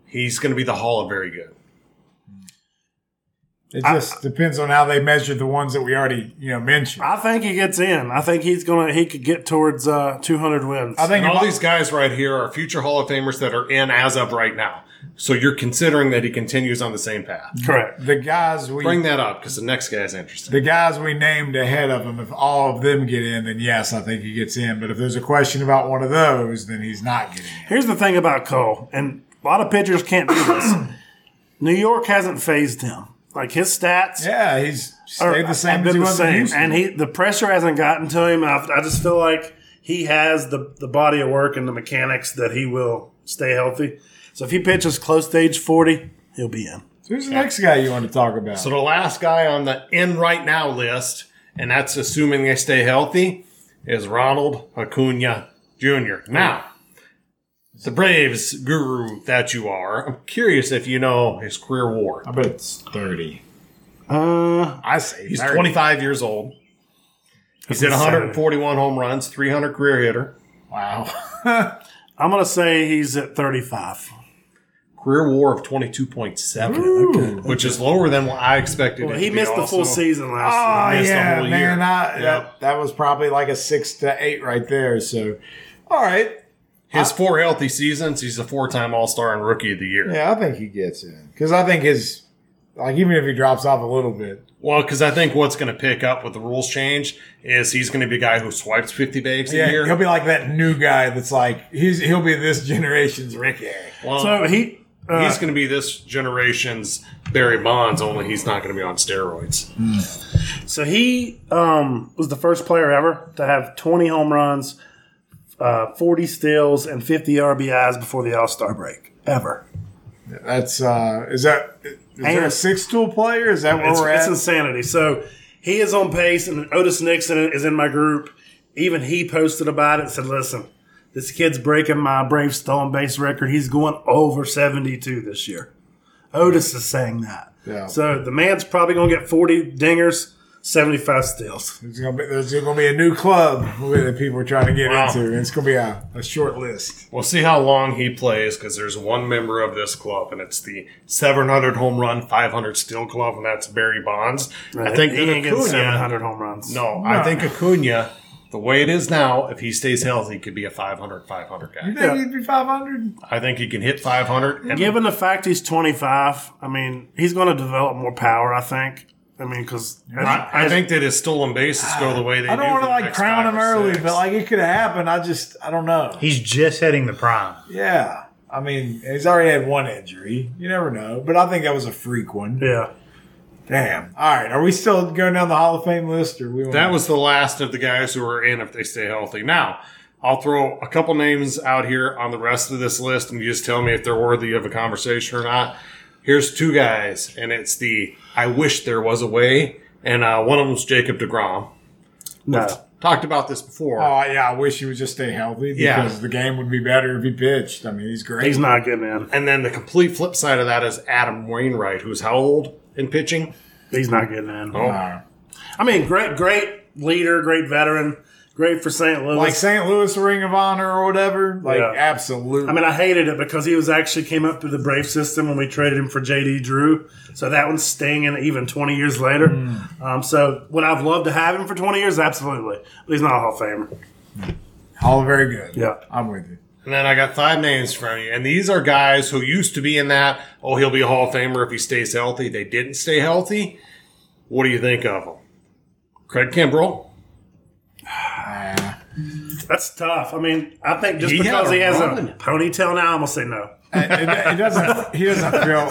[SPEAKER 2] He's going to be the Hall of very good.
[SPEAKER 1] It just depends on how they measure the ones that we already you know mentioned.
[SPEAKER 3] I think he gets in. I think he's gonna. He could get towards uh, 200 wins.
[SPEAKER 1] I think
[SPEAKER 2] And
[SPEAKER 1] it
[SPEAKER 2] all
[SPEAKER 1] might-
[SPEAKER 2] these guys right here are future Hall of Famers that are in as of right now. So you're considering that he continues on the same path.
[SPEAKER 3] correct.
[SPEAKER 1] the guys we
[SPEAKER 2] Bring that up because the next guy is interesting.
[SPEAKER 1] the guys we named ahead of him, if all of them get in, then yes, I think he gets in. But if there's a question about one of those, then he's not getting in.
[SPEAKER 3] Here's the thing about Cole, and a lot of pitchers can't do this. New York hasn't phased him. Like his stats
[SPEAKER 1] Yeah, he's
[SPEAKER 3] are-
[SPEAKER 1] stayed the
[SPEAKER 3] have
[SPEAKER 1] same as
[SPEAKER 3] been
[SPEAKER 1] he
[SPEAKER 3] the
[SPEAKER 1] was in
[SPEAKER 3] same,
[SPEAKER 1] Houston.
[SPEAKER 3] and he the pressure hasn't gotten to him. I, I just feel like he has the the body of work and the mechanics that he will stay healthy. So if he pitches close to age 40, he'll be in.
[SPEAKER 1] Who's the next guy you want to talk about?
[SPEAKER 2] So the last guy on the in right now list, and that's assuming they stay healthy, is Ronald Acuna Jr. Now, the Braves guru that you are, I'm curious if you know his career war.
[SPEAKER 1] I bet it's thirty.
[SPEAKER 3] Uh,
[SPEAKER 1] I say
[SPEAKER 2] He's
[SPEAKER 1] 30.
[SPEAKER 2] 25 years old. He's hit 141 home runs, 300 career hitter.
[SPEAKER 1] Wow.
[SPEAKER 3] I'm gonna say he's at 35.
[SPEAKER 2] career war of 22.7, which is lower than what I expected.
[SPEAKER 3] Well,
[SPEAKER 2] it
[SPEAKER 3] he
[SPEAKER 2] to be
[SPEAKER 3] missed the full
[SPEAKER 2] also.
[SPEAKER 3] season
[SPEAKER 1] Oh
[SPEAKER 3] last year.
[SPEAKER 2] missed the
[SPEAKER 1] yeah,
[SPEAKER 2] whole
[SPEAKER 1] man,
[SPEAKER 2] year.
[SPEAKER 1] I,
[SPEAKER 2] Yeah.
[SPEAKER 1] that that was probably like a six to eight right there. So, all right,
[SPEAKER 2] His four healthy seasons, he's a four time All Star and Rookie of the Year.
[SPEAKER 1] yeah, I think he gets in because I think his like even if he drops off a little bit,
[SPEAKER 2] Well, because I think what's going to pick up with the rules change is he's going to be a guy who swipes 50 bags a year.
[SPEAKER 1] he'll be like that new guy that's like he's he'll be this generation's Ricky.
[SPEAKER 2] Well,
[SPEAKER 3] So he uh,
[SPEAKER 2] he's going to be this generation's Barry Bonds, only he's not going to be on steroids.
[SPEAKER 3] so he um, was the first player ever to have 20 home runs, uh, 40 steals, and 50 RBIs before the All Star break ever.
[SPEAKER 1] That's uh, is that is there a
[SPEAKER 3] And-
[SPEAKER 1] six tool player? Is that where
[SPEAKER 3] It's,
[SPEAKER 1] we're
[SPEAKER 3] it's
[SPEAKER 1] at?
[SPEAKER 3] insanity. So he is on pace, and Otis Nixon is in my group. Even he posted about it. Said, "Listen, this kid's breaking my Braves stolen base record. He's going over seventy-two this year." Otis is saying that.
[SPEAKER 1] Yeah.
[SPEAKER 3] So the man's probably going to get forty dingers, seventy-five steals.
[SPEAKER 1] There's gonna be there's gonna be a new club that people are trying to get
[SPEAKER 2] Wow.
[SPEAKER 1] into, and it's gonna be a, a short list.
[SPEAKER 2] We'll see how long he plays because there's one member of this club, and it's the 700 home run, 500 steal club, and that's Barry Bonds. I think
[SPEAKER 3] he
[SPEAKER 2] that
[SPEAKER 3] ain't getting
[SPEAKER 2] Acuna-
[SPEAKER 3] seven hundred home runs.
[SPEAKER 2] No, I think Acuna, the way it is now, if he stays healthy, could be a 500 500
[SPEAKER 1] You
[SPEAKER 2] guy.
[SPEAKER 1] think
[SPEAKER 3] Yeah.
[SPEAKER 1] he'd be five hundred?
[SPEAKER 2] I think he can hit 500. And
[SPEAKER 3] Given the fact he's twenty-five, I mean, he's going to develop more power. I think. I mean, because
[SPEAKER 2] I, I think that his stolen bases go the way they
[SPEAKER 1] I don't
[SPEAKER 2] do
[SPEAKER 1] want
[SPEAKER 2] for
[SPEAKER 1] to
[SPEAKER 2] the
[SPEAKER 1] like
[SPEAKER 2] next
[SPEAKER 1] crown
[SPEAKER 2] five
[SPEAKER 1] him
[SPEAKER 2] or
[SPEAKER 1] early,
[SPEAKER 2] six.
[SPEAKER 1] but like it could have happened. I just I don't know.
[SPEAKER 4] He's just hitting the prime.
[SPEAKER 1] Yeah. I mean, he's already had one injury. You never know. But I think that was a freak one.
[SPEAKER 3] yeah.
[SPEAKER 1] Damn. All right. Are we still going down the Hall of Fame list or we want
[SPEAKER 2] That was the last of the guys who are in if they stay healthy. Now, I'll throw a couple names out here on the rest of this list and you just tell me if they're worthy of a conversation or not. Here's two guys, and it's the I wish there was a way, and uh, one of them's Jacob DeGrom.
[SPEAKER 3] No.
[SPEAKER 2] Talked about this before.
[SPEAKER 1] Oh yeah, I wish he would just stay healthy
[SPEAKER 2] Yeah.
[SPEAKER 1] because the game would be better if he pitched. I mean, he's great.
[SPEAKER 3] He's not getting in.
[SPEAKER 2] And then the complete flip side of that is Adam Wainwright, who's how old in pitching?
[SPEAKER 3] He's not getting in.
[SPEAKER 2] Oh,
[SPEAKER 1] Uh,
[SPEAKER 3] I mean, great, great leader, great veteran, Great for St. Louis.
[SPEAKER 1] Like St. Louis Ring of Honor or whatever. Like,
[SPEAKER 3] Yeah.
[SPEAKER 1] absolutely.
[SPEAKER 3] I mean, I hated it because he was actually came up through the Brave system when we traded him for JD Drew. So that one's stinging even 20 years later. Um, so would I've loved to have him for 20 years? Absolutely. But he's not a Hall of Famer.
[SPEAKER 1] all very good.
[SPEAKER 3] Yeah.
[SPEAKER 1] I'm with you.
[SPEAKER 2] And then I got five names from you. And these are guys who used to be in that, oh, he'll be a Hall of Famer if he stays healthy. They didn't stay healthy. What do you think of them? Craig Kimbrell.
[SPEAKER 1] Uh,
[SPEAKER 3] That's tough. I mean, I think just
[SPEAKER 2] He had
[SPEAKER 3] because
[SPEAKER 2] a
[SPEAKER 3] he has
[SPEAKER 2] run.
[SPEAKER 3] a ponytail now, I'm going to say no.
[SPEAKER 1] it, it doesn't. He doesn't feel.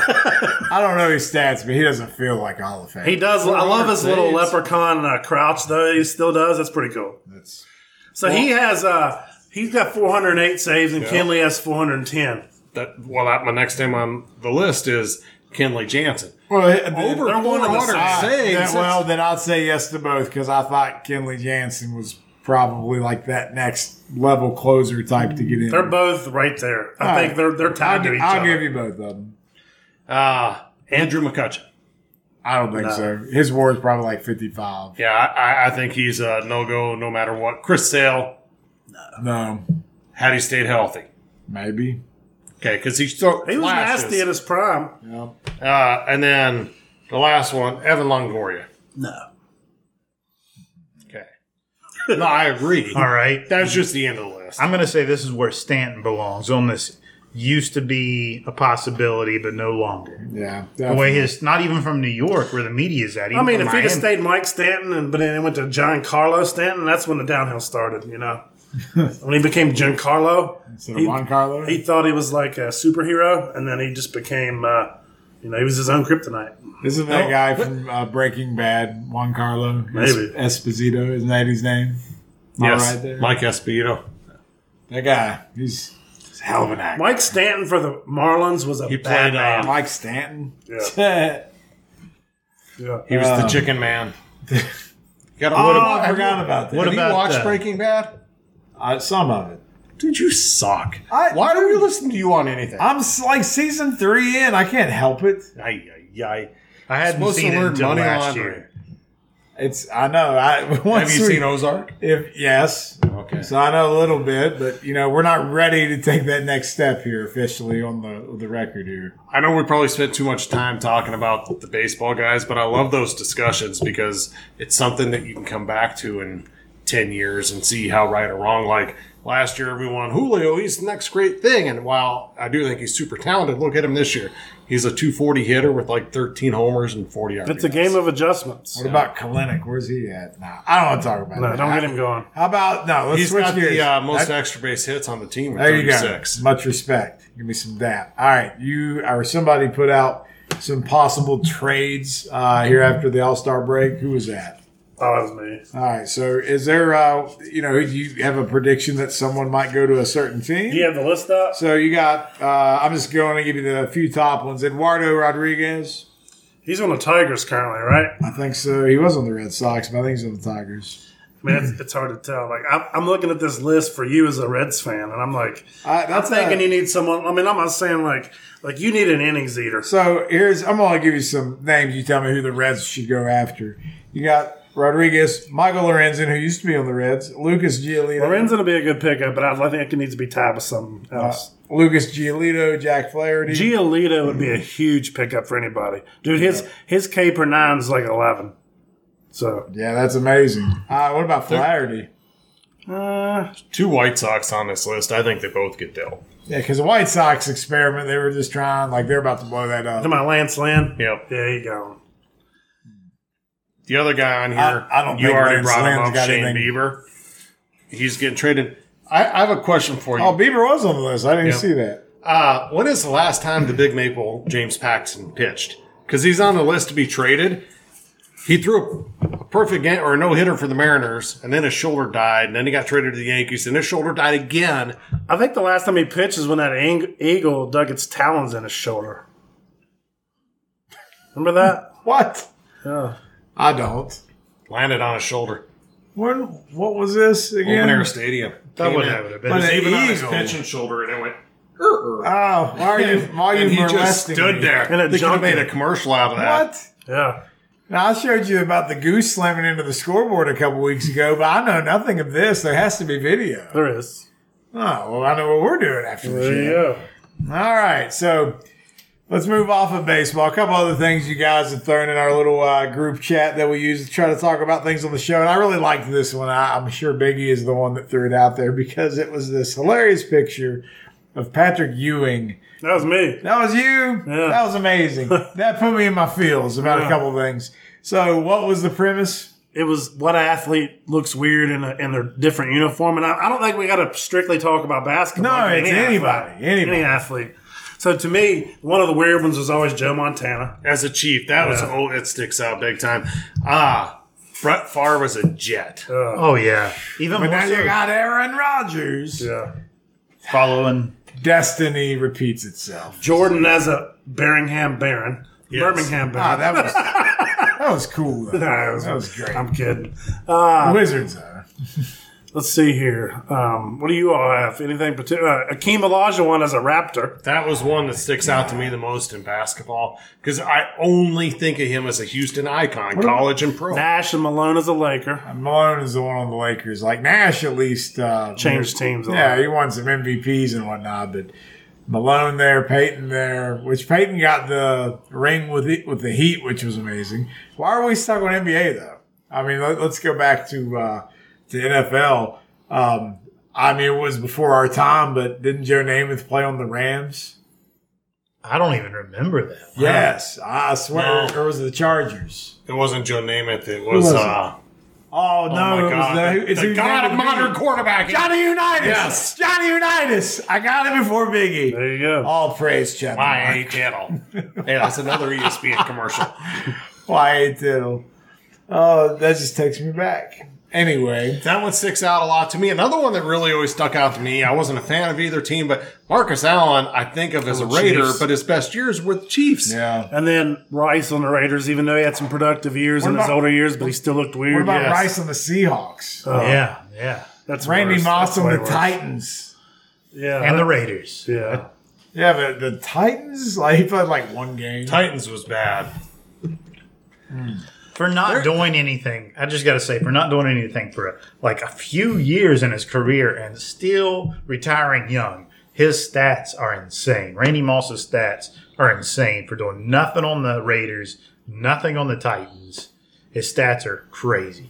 [SPEAKER 1] I don't know his stats, but he doesn't feel like a Hall of Fame.
[SPEAKER 3] He does. I love his little
[SPEAKER 2] Saves.
[SPEAKER 3] leprechaun uh, crouch, though. He still does. That's pretty cool.
[SPEAKER 1] That's-
[SPEAKER 3] So he has. Uh, He's got 408 saves and Kenley has 410.
[SPEAKER 2] That well, that, my next name on the list is Kenley Jansen.
[SPEAKER 1] well, the-
[SPEAKER 2] Over
[SPEAKER 1] the-
[SPEAKER 3] one of the
[SPEAKER 2] 400
[SPEAKER 1] I-
[SPEAKER 2] saves.
[SPEAKER 1] that- well, then I'd say yes to both because I thought Kenley Jansen was probably like that next level closer type to get in.
[SPEAKER 3] They're both right there. I
[SPEAKER 1] All
[SPEAKER 3] think
[SPEAKER 1] right.
[SPEAKER 3] they're they're tied
[SPEAKER 1] I'll,
[SPEAKER 3] to
[SPEAKER 1] gi-
[SPEAKER 3] each
[SPEAKER 1] I'll
[SPEAKER 3] other.
[SPEAKER 1] give you both of them.
[SPEAKER 2] uh, Andrew McCutcheon.
[SPEAKER 1] I don't think so. His war is probably like 55.
[SPEAKER 2] Yeah, I, I- I think he's a no go no matter what. Chris Sale,
[SPEAKER 1] No,
[SPEAKER 2] had he stayed healthy.
[SPEAKER 1] maybe.
[SPEAKER 2] Okay, because he's still
[SPEAKER 3] He was
[SPEAKER 2] flashes.
[SPEAKER 3] nasty at his prime.
[SPEAKER 1] Yeah.
[SPEAKER 2] Uh, and then the last one, Evan Longoria.
[SPEAKER 3] No.
[SPEAKER 2] Okay. No, I agree.
[SPEAKER 4] All right.
[SPEAKER 2] That's just the end of the list.
[SPEAKER 4] I'm going to say this is where Stanton belongs on this used to be a possibility, but no longer.
[SPEAKER 1] Yeah.
[SPEAKER 4] The way
[SPEAKER 1] definitely.
[SPEAKER 4] his, not even from New York where the media is at.
[SPEAKER 3] I
[SPEAKER 4] even
[SPEAKER 3] mean,
[SPEAKER 4] from
[SPEAKER 3] if he'd have
[SPEAKER 4] Miami.
[SPEAKER 3] stayed Mike Stanton, and but then it went to Giancarlo Stanton, that's when the downhill started. You know, when he became Giancarlo,
[SPEAKER 1] Instead of Juan Carlo?
[SPEAKER 3] he thought he was like a superhero, and then he just became, uh, you know, he was his own kryptonite.
[SPEAKER 1] Isn't that
[SPEAKER 2] No.
[SPEAKER 1] guy from uh, Breaking Bad, Juan Carlo? Es-
[SPEAKER 3] Maybe.
[SPEAKER 1] Esposito, isn't that his name? Am I
[SPEAKER 2] yes,
[SPEAKER 1] right there?
[SPEAKER 2] Mike Espito.
[SPEAKER 1] That guy, he's, he's a hell of an actor.
[SPEAKER 3] Mike Stanton for the Marlins was a
[SPEAKER 2] He
[SPEAKER 3] bad
[SPEAKER 2] played.
[SPEAKER 3] man.
[SPEAKER 2] Uh,
[SPEAKER 1] Mike Stanton.
[SPEAKER 3] Yeah.
[SPEAKER 2] he was the
[SPEAKER 1] um,
[SPEAKER 2] Chicken Man. Got a,
[SPEAKER 1] Oh,
[SPEAKER 2] what
[SPEAKER 1] I
[SPEAKER 2] about,
[SPEAKER 1] forgot about that.
[SPEAKER 2] what have
[SPEAKER 4] What about
[SPEAKER 2] you watched
[SPEAKER 4] the-
[SPEAKER 2] Breaking Bad?
[SPEAKER 1] Uh, some of it.
[SPEAKER 2] Dude, you suck.
[SPEAKER 1] I-
[SPEAKER 2] Why do we listen to you on anything?
[SPEAKER 1] I'm s- like season three in. I can't help it.
[SPEAKER 2] Ay, ay, ay.
[SPEAKER 4] I hadn't
[SPEAKER 2] Supposed to
[SPEAKER 4] seen it
[SPEAKER 2] learn
[SPEAKER 4] until
[SPEAKER 2] money
[SPEAKER 4] last
[SPEAKER 2] laundering.
[SPEAKER 4] year.
[SPEAKER 1] It's I know. I once
[SPEAKER 2] Have you
[SPEAKER 1] we-
[SPEAKER 2] seen Ozark?
[SPEAKER 1] If yes,
[SPEAKER 2] Okay.
[SPEAKER 1] so I know a little bit, but you know we're not ready to take that next step here officially on the the record here.
[SPEAKER 2] I know we probably spent too much time talking about the baseball guys, but I love those discussions because it's something that you can come back to in 10 years and see how right or wrong. Like last year, everyone, Julio, he's the next great thing. And while I do think he's super talented, look at him this year. He's a 240 hitter with like 13 homers and 40 yards.
[SPEAKER 3] It's a game of adjustments.
[SPEAKER 1] What about Kalinic? Where's he at? Nah, I don't want to talk about
[SPEAKER 3] No,
[SPEAKER 1] that.
[SPEAKER 3] don't get
[SPEAKER 1] I-
[SPEAKER 3] him going.
[SPEAKER 1] How about no? Let's
[SPEAKER 2] He's
[SPEAKER 1] switch
[SPEAKER 2] got
[SPEAKER 1] gears.
[SPEAKER 2] the uh, most
[SPEAKER 1] That-
[SPEAKER 2] extra base hits on the team with
[SPEAKER 1] there you go.
[SPEAKER 2] 36.
[SPEAKER 1] Much respect. Give me some dap. All right, you or somebody put out some possible trades uh, here after the All Star break. Who was that?
[SPEAKER 3] Oh, that was me.
[SPEAKER 1] All right. So, is there, uh, you know, you have a prediction that someone might go to a certain team?
[SPEAKER 3] Do you have the list up?
[SPEAKER 1] So you got. Uh, I'm just going to give you the few top ones. Eduardo Rodriguez.
[SPEAKER 3] He's on the Tigers currently, right?
[SPEAKER 1] I think so. He was on the Red Sox, but I think he's on the Tigers.
[SPEAKER 3] I mean,
[SPEAKER 1] Hmm.
[SPEAKER 3] it's, it's hard to tell. Like, I'm, I'm looking at this list for you as a Reds fan, and I'm like,
[SPEAKER 1] I,
[SPEAKER 3] I'm
[SPEAKER 1] that's
[SPEAKER 3] thinking
[SPEAKER 1] a-
[SPEAKER 3] you need someone. I mean, I'm not saying like like you need an innings eater.
[SPEAKER 1] So here's. I'm going to give you some names. You tell me who the Reds should go after. You got Rodriguez, Michael Lorenzen, who used to be on the Reds, Lucas Giolito,
[SPEAKER 3] Lorenzen would be a good pickup, but I think it needs to be tied with something
[SPEAKER 1] Uh,
[SPEAKER 3] else.
[SPEAKER 1] Lucas Giolito, Jack Flaherty.
[SPEAKER 3] Giolito would
[SPEAKER 1] Hmm.
[SPEAKER 3] be a huge pickup for anybody, dude. His his K per nine is like eleven. So
[SPEAKER 1] yeah, that's amazing. Uh, what about Flaherty?
[SPEAKER 3] uh,
[SPEAKER 2] Two White Sox on this list. I think they both get dealt.
[SPEAKER 1] Yeah, because the White Sox experiment, they were just trying, like, they're about to blow that up.
[SPEAKER 3] am I Lance Lynn?
[SPEAKER 2] Yep.
[SPEAKER 3] Yeah, you go.
[SPEAKER 2] The other guy on here,
[SPEAKER 1] I- I don't
[SPEAKER 2] you
[SPEAKER 1] think
[SPEAKER 2] already
[SPEAKER 1] Lance
[SPEAKER 2] brought
[SPEAKER 1] Lynn's
[SPEAKER 2] him up,
[SPEAKER 1] got
[SPEAKER 2] Shane
[SPEAKER 1] anything.
[SPEAKER 2] Bieber. He's getting traded. I, I have a question for you.
[SPEAKER 1] Oh, Bieber was on the list. I didn't
[SPEAKER 2] Yep.
[SPEAKER 1] see that.
[SPEAKER 2] Uh, when is the last time the Big Maple James Paxton pitched? Because he's on the list to be traded. He threw a perfect game or a no hitter for the Mariners, and then his shoulder died, and then he got traded to the Yankees, and his shoulder died again.
[SPEAKER 3] I think the last time he pitched is when that ang- eagle dug its talons in his shoulder. Remember that?
[SPEAKER 1] What?
[SPEAKER 3] Yeah.
[SPEAKER 1] I don't.
[SPEAKER 2] Landed on his shoulder.
[SPEAKER 1] When? What was this
[SPEAKER 2] Open
[SPEAKER 1] again?
[SPEAKER 2] air stadium.
[SPEAKER 4] That
[SPEAKER 2] Came
[SPEAKER 4] would
[SPEAKER 2] in.
[SPEAKER 4] have been.
[SPEAKER 2] It was
[SPEAKER 1] But an
[SPEAKER 2] even on his
[SPEAKER 1] eagle.
[SPEAKER 2] pitching shoulder, and it went.
[SPEAKER 1] Oh, why are you? Why are you
[SPEAKER 2] and he just
[SPEAKER 1] molesting
[SPEAKER 2] stood
[SPEAKER 1] me?
[SPEAKER 2] there.
[SPEAKER 3] And it
[SPEAKER 2] they could have
[SPEAKER 3] jumped
[SPEAKER 2] made
[SPEAKER 3] him.
[SPEAKER 2] a commercial out of that.
[SPEAKER 1] What?
[SPEAKER 3] Yeah.
[SPEAKER 1] Now, I showed you about the goose slamming into the scoreboard a couple weeks ago, but I know nothing of this. There has to be video. Oh,
[SPEAKER 3] There is.
[SPEAKER 1] well, I know what we're doing after the
[SPEAKER 3] There you
[SPEAKER 1] show.
[SPEAKER 3] go.
[SPEAKER 1] All right, so let's move off of baseball. A couple other things you guys have thrown in our little uh, group chat that we use to try to talk about things on the show, and I really liked this one. I, I'm sure Biggie is the one that threw it out there because it was this hilarious picture of Patrick Ewing.
[SPEAKER 3] That was me.
[SPEAKER 1] That was you.
[SPEAKER 3] Yeah.
[SPEAKER 1] That was amazing. that put me in my feels about a
[SPEAKER 3] Yeah.
[SPEAKER 1] couple things. So, what was the premise?
[SPEAKER 3] It was what athlete looks weird in, a, in their different uniform. And I, I don't think we got to strictly talk about basketball.
[SPEAKER 1] No, it's
[SPEAKER 3] athlete.
[SPEAKER 1] anybody, anybody.
[SPEAKER 3] Any athlete. So to me, one of the weird ones was always Joe Montana.
[SPEAKER 2] As a chief, that was
[SPEAKER 3] Yeah.
[SPEAKER 2] oh, it sticks out big time. Ah, Brett Favre was a jet.
[SPEAKER 4] Oh yeah, even
[SPEAKER 1] But
[SPEAKER 4] more
[SPEAKER 1] now you
[SPEAKER 4] so,
[SPEAKER 1] got Aaron Rodgers.
[SPEAKER 3] Yeah.
[SPEAKER 4] following
[SPEAKER 1] Destiny repeats itself.
[SPEAKER 3] Jordan as a Birmingham Baron.
[SPEAKER 2] Yes.
[SPEAKER 3] Birmingham
[SPEAKER 1] Ah,
[SPEAKER 3] Baron.
[SPEAKER 1] that was that was cool. Though.
[SPEAKER 3] Nah, it
[SPEAKER 1] That was great.
[SPEAKER 3] I'm kidding.
[SPEAKER 1] Wizards. Though.
[SPEAKER 3] Let's see here. Um, what do you all have? Anything particular? Uh, Akeem Olajuwon as a Raptor.
[SPEAKER 2] That was one that sticks out to me the most in basketball because I only think of him as a Houston icon, college and
[SPEAKER 1] Oh.
[SPEAKER 2] pro.
[SPEAKER 3] Nash and Malone as a Laker.
[SPEAKER 1] Malone is the one on the Lakers. Like Nash, at least uh,
[SPEAKER 3] Changed teams a
[SPEAKER 1] Yeah,
[SPEAKER 3] lot.
[SPEAKER 1] he won some MVPs and whatnot, but Malone there, Peyton there, which Peyton got the ring with it, with the Heat, which was amazing. Why are we stuck on NBA though? I mean, let, us go back to uh, to NFL. Um, I mean, it was before our time, but didn't Joe Namath play on the Rams?
[SPEAKER 4] I don't even remember that.
[SPEAKER 1] Yes, I swear,
[SPEAKER 2] No.
[SPEAKER 1] or was it the Chargers?
[SPEAKER 2] It wasn't Joe Namath. It was,
[SPEAKER 1] was it?
[SPEAKER 2] uh,
[SPEAKER 1] Oh
[SPEAKER 2] oh
[SPEAKER 1] no, it was
[SPEAKER 2] my
[SPEAKER 1] the,
[SPEAKER 2] God,
[SPEAKER 1] it's
[SPEAKER 2] the
[SPEAKER 1] who
[SPEAKER 2] god
[SPEAKER 1] Namath
[SPEAKER 2] of modern
[SPEAKER 1] beat.
[SPEAKER 2] quarterbacking.
[SPEAKER 1] Johnny Unitas.
[SPEAKER 2] Yes.
[SPEAKER 1] Johnny Unitas. I got it before Biggie.
[SPEAKER 3] There you go.
[SPEAKER 1] All praise, Chad.
[SPEAKER 2] My eight channel. Hey, that's another E ESPN commercial.
[SPEAKER 1] Why Diddle? Oh, that just takes me back. Anyway,
[SPEAKER 2] That one sticks out a lot to me. Another one that really always stuck out to me. I wasn't a fan of either team, but Marcus Allen, I think of as a Raider,
[SPEAKER 3] Chiefs.
[SPEAKER 2] but his best years with Chiefs.
[SPEAKER 1] yeah.
[SPEAKER 3] And then Rice on the Raiders, even though he had some productive years in his
[SPEAKER 1] about-
[SPEAKER 3] older years, but he still looked weird.
[SPEAKER 1] What about
[SPEAKER 3] yes.
[SPEAKER 1] Rice on the Seahawks?
[SPEAKER 3] Oh,
[SPEAKER 4] Yeah, yeah,
[SPEAKER 3] That's
[SPEAKER 1] Randy
[SPEAKER 3] worse.
[SPEAKER 1] Moss
[SPEAKER 3] That's
[SPEAKER 1] on
[SPEAKER 3] way
[SPEAKER 1] the
[SPEAKER 3] worse.
[SPEAKER 1] Titans.
[SPEAKER 3] Yeah.
[SPEAKER 1] uh,
[SPEAKER 4] and the Raiders.
[SPEAKER 3] yeah.
[SPEAKER 1] Yeah, but the Titans, like he played like one game.
[SPEAKER 2] Titans was bad.
[SPEAKER 4] For not doing anything, I just got to say, for not doing anything for like a few years in his career and still retiring young, his stats are insane. Randy Moss's stats are insane for doing nothing on the Raiders, nothing on the Titans. His stats are crazy.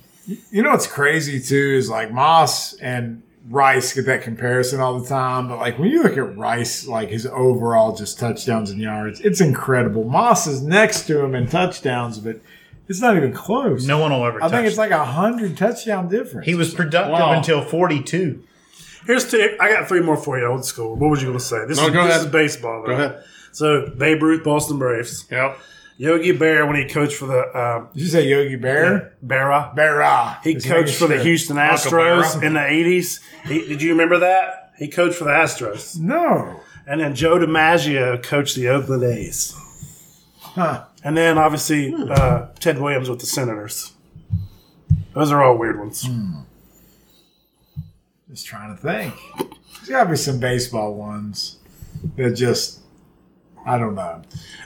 [SPEAKER 1] You know what's crazy too is like Moss and Rice get that comparison all the time, but like when you look at Rice, like his overall just touchdowns and yards, it's incredible. Moss is next to him in touchdowns, but it's not even close.
[SPEAKER 4] No one will ever.
[SPEAKER 1] I think
[SPEAKER 4] touch
[SPEAKER 1] it's
[SPEAKER 4] him.
[SPEAKER 1] like a hundred touchdown difference.
[SPEAKER 4] he was productive
[SPEAKER 2] Wow.
[SPEAKER 4] until forty-two.
[SPEAKER 3] Here's two. I got three more for you, old school. What was you going to say? This,
[SPEAKER 2] No,
[SPEAKER 3] is,
[SPEAKER 2] go
[SPEAKER 3] this
[SPEAKER 2] ahead.
[SPEAKER 3] is baseball, though.
[SPEAKER 2] Go ahead.
[SPEAKER 3] So, Babe Ruth, Boston Braves.
[SPEAKER 2] Yep.
[SPEAKER 3] Yogi Bear, when he coached for the uh,
[SPEAKER 1] Did you say Yogi Bear?
[SPEAKER 3] Barra.
[SPEAKER 1] Barra.
[SPEAKER 3] He
[SPEAKER 1] Just
[SPEAKER 3] coached
[SPEAKER 1] making
[SPEAKER 3] for the
[SPEAKER 1] sure.
[SPEAKER 3] Houston Astros in the 80s. He, did you remember that? He coached for the Astros.
[SPEAKER 1] No.
[SPEAKER 3] And then Joe DiMaggio coached the Oakland A's.
[SPEAKER 1] Huh.
[SPEAKER 3] And then obviously uh, Ted Williams with the Senators. Those are all weird ones.
[SPEAKER 1] Just trying to think. There's got to be some baseball ones that just, I don't know.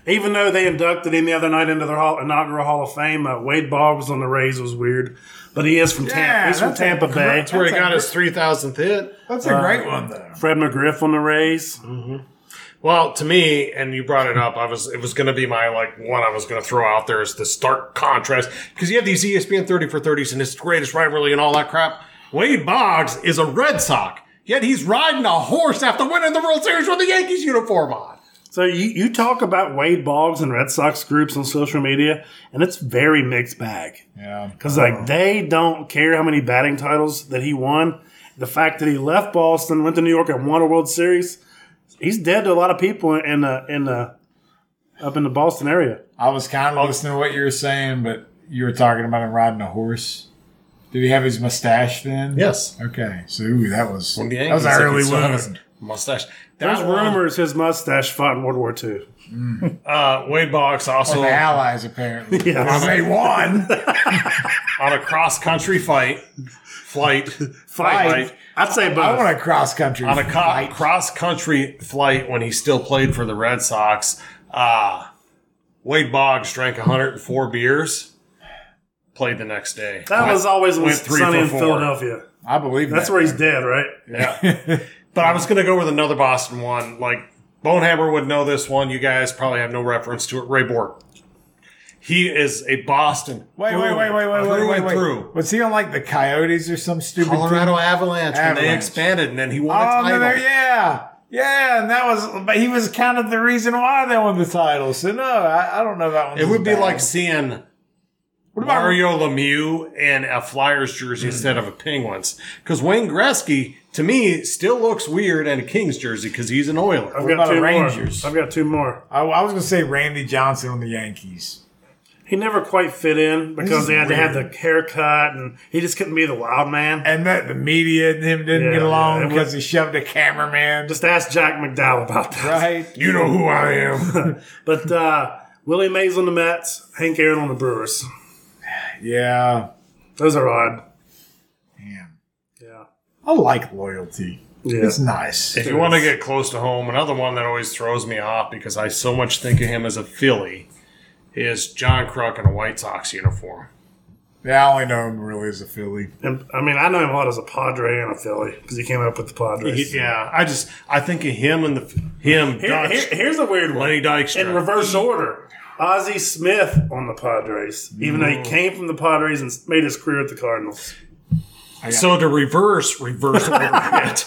[SPEAKER 3] Even though they inducted him the other night into their hall, inaugural Hall of Fame, uh, Wade Boggs on the Rays was weird, but he is from Tampa.
[SPEAKER 1] Yeah,
[SPEAKER 3] he's from
[SPEAKER 1] that's a
[SPEAKER 3] Tampa Bay.
[SPEAKER 1] great-
[SPEAKER 2] That's where he
[SPEAKER 1] That's a
[SPEAKER 2] got
[SPEAKER 1] gr-
[SPEAKER 2] his 3,000th hit. Uh,
[SPEAKER 1] That's
[SPEAKER 4] Uh,
[SPEAKER 1] a great one, though.
[SPEAKER 3] Fred McGriff on the Rays.
[SPEAKER 2] Well, to me, and you brought it up, I was it was going to be my like one I was going to throw out there is the stark contrast because you have these E ESPN thirty for thirties and his greatest rivalry and all that crap. Wade Boggs is a Red Sox, yet he's riding a horse after winning the World Series with the Yankees uniform on.
[SPEAKER 3] So you, you talk about Wade Boggs and Red Sox groups on social media, and it's very mixed bag.
[SPEAKER 1] Yeah.
[SPEAKER 3] Because like they don't care how many batting titles that he won. The fact that he left Boston, went to New York, and won a World Series, he's dead to a lot of people in the in the up in the Boston area.
[SPEAKER 1] I was kind
[SPEAKER 3] Oh.
[SPEAKER 1] of listening to what you were saying, but you were talking about him riding a horse. Did he have his mustache then?
[SPEAKER 2] Yes,
[SPEAKER 1] Okay. So, ooh, that was,
[SPEAKER 2] From the
[SPEAKER 1] that was an
[SPEAKER 2] Yankees, I
[SPEAKER 1] early
[SPEAKER 2] can still have his
[SPEAKER 1] wound.
[SPEAKER 2] mustache. That
[SPEAKER 3] There's
[SPEAKER 2] one,
[SPEAKER 3] rumors his mustache fought in World War II.
[SPEAKER 2] Uh, Wade Boggs also
[SPEAKER 1] The Allies, apparently.
[SPEAKER 3] Yeah.
[SPEAKER 1] Because They won.
[SPEAKER 2] on a cross country fight, flight,
[SPEAKER 1] Fight.
[SPEAKER 3] I'd say both.
[SPEAKER 1] I want a cross country.
[SPEAKER 2] on a co- cross country flight when he still played for the Red Sox. Uh, Wade Boggs drank 104 beers played the next day.
[SPEAKER 3] That was always
[SPEAKER 2] went
[SPEAKER 3] was
[SPEAKER 2] three
[SPEAKER 3] sunny
[SPEAKER 2] for
[SPEAKER 3] in
[SPEAKER 2] four.
[SPEAKER 3] Philadelphia.
[SPEAKER 1] I believe
[SPEAKER 3] That's
[SPEAKER 1] that.
[SPEAKER 3] where he's dead, right?
[SPEAKER 2] Yeah. but I was going to go with another Boston one. Like, Bonehammer would know this one. You guys probably have no reference to it. Ray Bork. He is a Boston.
[SPEAKER 1] Wait, wait, wait, wait, wait,
[SPEAKER 2] through
[SPEAKER 1] wait, wait,
[SPEAKER 2] and
[SPEAKER 1] wait.
[SPEAKER 2] through.
[SPEAKER 1] Was he on like the Coyotes or some stupid team?
[SPEAKER 2] Colorado Avalanche, when they
[SPEAKER 1] Avalanche.
[SPEAKER 2] expanded, and then he won a
[SPEAKER 1] Oh, no,
[SPEAKER 2] title.
[SPEAKER 1] there, yeah, yeah, and that was, but he was kind of the reason why they won the title. So no, I, I don't know that one.
[SPEAKER 2] It would be like seeing
[SPEAKER 1] what about
[SPEAKER 2] Mario Lemieux in a Flyers jersey instead of a Penguins. Because Wayne Gretzky, to me, still looks weird in a Kings jersey because he's an Oiler.
[SPEAKER 3] I've
[SPEAKER 1] What
[SPEAKER 3] got
[SPEAKER 1] about
[SPEAKER 3] two
[SPEAKER 1] Rangers?
[SPEAKER 3] more. I've got two more.
[SPEAKER 1] I, I was gonna say Randy Johnson on the Yankees.
[SPEAKER 3] He never quite fit in because
[SPEAKER 1] is
[SPEAKER 3] they had to have
[SPEAKER 1] weird.
[SPEAKER 3] the haircut, and he just couldn't be the wild man.
[SPEAKER 1] And that the media and him didn't
[SPEAKER 3] Yeah,
[SPEAKER 1] get along
[SPEAKER 3] yeah, it
[SPEAKER 1] because he shoved a cameraman.
[SPEAKER 3] Just ask Jack McDowell about that.
[SPEAKER 1] right? You know who I am.
[SPEAKER 3] But uh, Willie Mays on the Mets, Hank Aaron on the Brewers.
[SPEAKER 1] yeah.
[SPEAKER 3] Those are odd.
[SPEAKER 1] Damn.
[SPEAKER 3] Yeah.
[SPEAKER 1] I like loyalty.
[SPEAKER 3] Yeah.
[SPEAKER 1] It's nice.
[SPEAKER 2] If you want to get close to home, another one that always throws me off because I so much think of him as a Philly is John Kruk in a White Sox uniform.
[SPEAKER 1] Yeah, I only know him really as a Philly.
[SPEAKER 3] And, I mean, I know him a lot as a Padre and a Philly because he came up with the Padres.
[SPEAKER 2] He- yeah, I just I think of him and the him
[SPEAKER 3] Here-
[SPEAKER 2] Dutch,
[SPEAKER 3] here- here's a weird one.
[SPEAKER 2] Lenny Dykstra.
[SPEAKER 3] In reverse order, Ozzie Smith on the Padres, even though he
[SPEAKER 2] Mm.
[SPEAKER 3] came from the Padres and made his career at the Cardinals.
[SPEAKER 2] So to reverse, reverse order it.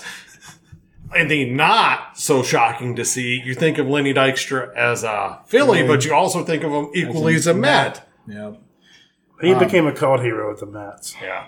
[SPEAKER 2] And the not so shocking to see, you think of Lenny Dykstra as a Philly, but you also think of him equally Mm-hmm. as a Met.
[SPEAKER 1] Yeah.
[SPEAKER 3] He became a cult hero at the Mets.
[SPEAKER 2] Yeah.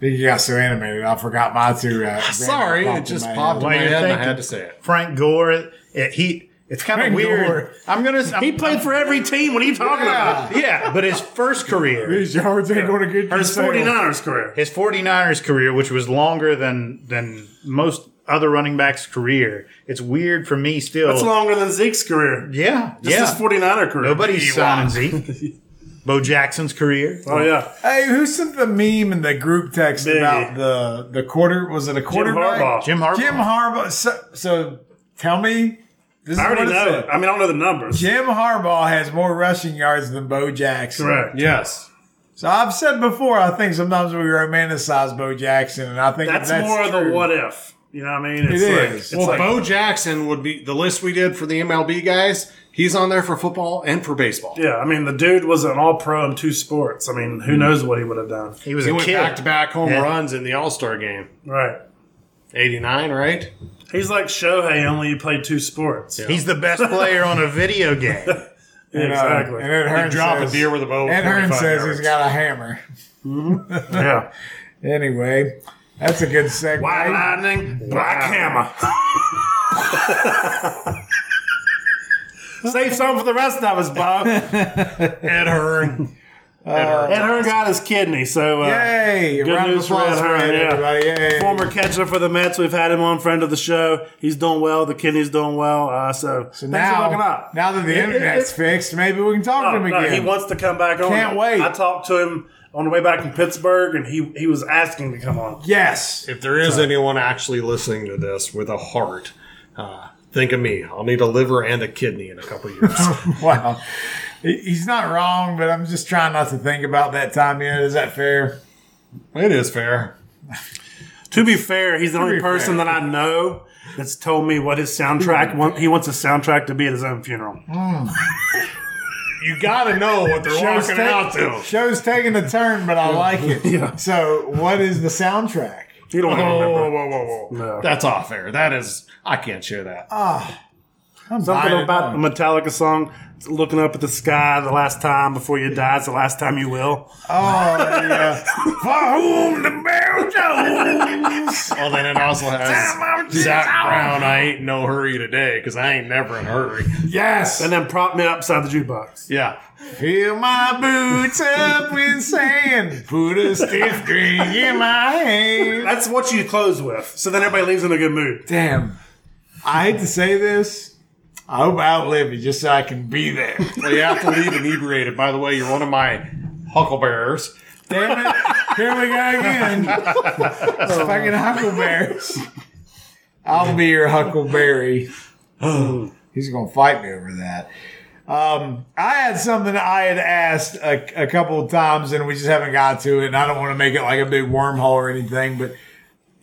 [SPEAKER 1] You got so animated. I forgot my two. Uh,
[SPEAKER 2] Sorry,
[SPEAKER 1] random
[SPEAKER 2] it just
[SPEAKER 1] in my
[SPEAKER 2] popped in
[SPEAKER 1] head.
[SPEAKER 2] my
[SPEAKER 4] Well, you're
[SPEAKER 2] head and I
[SPEAKER 4] thinking-
[SPEAKER 2] had to say it.
[SPEAKER 4] Frank Gore. It, he. It's kind of
[SPEAKER 1] Frank
[SPEAKER 4] weird.
[SPEAKER 1] Gore.
[SPEAKER 4] I'm gonna. I'm,
[SPEAKER 3] He played for every team. What are you talking about?
[SPEAKER 4] yeah, but his first career,
[SPEAKER 1] These yards ain't going to get you
[SPEAKER 3] His
[SPEAKER 1] sales.
[SPEAKER 3] 49ers career.
[SPEAKER 4] his 49ers career, which was longer than than most other running backs' career. It's weird for me still.
[SPEAKER 3] That's longer than Zeke's career.
[SPEAKER 4] Yeah,
[SPEAKER 3] Just
[SPEAKER 4] yeah.
[SPEAKER 3] his 49er career.
[SPEAKER 4] Nobody's signing Zeke. Bo Jackson's career.
[SPEAKER 3] Oh, yeah.
[SPEAKER 1] Hey, who sent the meme in the group text
[SPEAKER 3] Biggie.
[SPEAKER 1] about the the quarter? Was it a
[SPEAKER 3] Jim
[SPEAKER 1] quarterback?
[SPEAKER 3] Harbaugh.
[SPEAKER 4] Jim Harbaugh.
[SPEAKER 1] Jim Harbaugh. So, so tell me, this is
[SPEAKER 3] I already
[SPEAKER 1] what it
[SPEAKER 3] know.
[SPEAKER 1] said.
[SPEAKER 3] it. I mean, I don't know the numbers.
[SPEAKER 1] Jim Harbaugh has more rushing yards than Bo Jackson.
[SPEAKER 3] Correct.
[SPEAKER 2] Yes.
[SPEAKER 1] So I've said before, I think sometimes we romanticize Bo Jackson, and I think
[SPEAKER 3] That's,
[SPEAKER 1] that's,
[SPEAKER 3] more of the
[SPEAKER 1] true.
[SPEAKER 3] what if. You know what I mean? It's
[SPEAKER 1] It
[SPEAKER 3] like,
[SPEAKER 1] is.
[SPEAKER 3] It's
[SPEAKER 2] well,
[SPEAKER 3] like,
[SPEAKER 2] Bo Jackson would be the list we did for the MLB guys. He's on there for football and for baseball.
[SPEAKER 3] yeah, I mean, the dude was an all pro in two sports. I mean,
[SPEAKER 1] Mm-hmm.
[SPEAKER 3] who knows what he would have done.
[SPEAKER 4] He was
[SPEAKER 2] He
[SPEAKER 4] a
[SPEAKER 2] went
[SPEAKER 4] kid.
[SPEAKER 2] back to back home
[SPEAKER 4] Yeah.
[SPEAKER 2] runs in the All Star game.
[SPEAKER 3] Right.
[SPEAKER 2] 89, right?
[SPEAKER 3] He's like Shohei, only he played two sports.
[SPEAKER 4] He's the best player on a video game.
[SPEAKER 3] Yeah,
[SPEAKER 1] You know,
[SPEAKER 3] exactly.
[SPEAKER 1] And Ed Hearn
[SPEAKER 2] Drop
[SPEAKER 1] says,
[SPEAKER 2] a deer with a bow.
[SPEAKER 1] Ed Hearn
[SPEAKER 2] 45
[SPEAKER 1] says
[SPEAKER 2] yards.
[SPEAKER 1] he's got a hammer.
[SPEAKER 3] yeah.
[SPEAKER 1] Anyway, that's a good segue.
[SPEAKER 3] White lightning, black hammer. Save some for the rest of us, Bob. Ed
[SPEAKER 2] Ed Hearn. Ed Hearn.
[SPEAKER 3] Hearn got his kidney, so uh,
[SPEAKER 1] Yay!
[SPEAKER 3] Good
[SPEAKER 1] Round of
[SPEAKER 3] news for Ed
[SPEAKER 1] applause for
[SPEAKER 3] Hearn,
[SPEAKER 1] Ed,
[SPEAKER 3] yeah.
[SPEAKER 1] everybody. Yay.
[SPEAKER 3] former catcher for the Mets. We've had him on, friend of the show. He's doing well. The kidney's doing well. Uh, so,
[SPEAKER 1] So
[SPEAKER 3] thanks
[SPEAKER 1] now,
[SPEAKER 3] for looking up.
[SPEAKER 1] now that the internet's fixed, maybe we can talk to
[SPEAKER 3] No,
[SPEAKER 1] him
[SPEAKER 3] no,
[SPEAKER 1] again.
[SPEAKER 3] he wants to come back on.
[SPEAKER 1] Can't wait.
[SPEAKER 3] I talked to him on the way back from Pittsburgh, and he he was asking to come on.
[SPEAKER 1] yes.
[SPEAKER 2] If there is anyone actually listening to this with a heart, uh, think of me. I'll need a liver and a kidney in a couple years.
[SPEAKER 1] Wow. He- He's not wrong, but I'm just trying not to think about that time yet. Is that fair?
[SPEAKER 2] it is fair.
[SPEAKER 3] To be fair, he's the only
[SPEAKER 1] be
[SPEAKER 3] person that I know that's told me what his soundtrack want, he wants his soundtrack to be at his own funeral.
[SPEAKER 2] You gotta know what they're
[SPEAKER 1] Show's,
[SPEAKER 2] walking
[SPEAKER 1] ta-
[SPEAKER 2] out to.
[SPEAKER 1] show's taking a turn, but I like it. So, what is the soundtrack?
[SPEAKER 3] You don't
[SPEAKER 2] Whoa, whoa,
[SPEAKER 3] remember
[SPEAKER 2] whoa, whoa, whoa.
[SPEAKER 3] No.
[SPEAKER 2] That's off air. That is, I can't share that.
[SPEAKER 1] Oh. I'm buying
[SPEAKER 3] something
[SPEAKER 1] it
[SPEAKER 3] about the
[SPEAKER 1] on.
[SPEAKER 3] Metallica song "Looking Up at the Sky" the last time before you die is the last time you will.
[SPEAKER 1] Oh, yeah. For whom the bell tolls.
[SPEAKER 2] well, then it also has Zach Brown. I ain't no hurry today because I ain't never in a hurry.
[SPEAKER 1] Yes.
[SPEAKER 3] And then prop me outside the jukebox.
[SPEAKER 2] Yeah.
[SPEAKER 1] Fill my boots up with sand. Put a stiff drink in my hand.
[SPEAKER 3] That's what you close with. So then everybody leaves in a good mood.
[SPEAKER 1] Damn. I hate to say this. I hope I outlive it just so I can be there.
[SPEAKER 2] Well, you have to leave inebriated. By the way, you're one of my hucklebearers.
[SPEAKER 1] Damn it. Here we go again. It's fucking huckleberries. I'll be your huckleberry. He's going to fight me over that. Um, I had something I had asked a, a couple of times, and we just haven't got to it. And I don't want to make it like a big wormhole or anything, but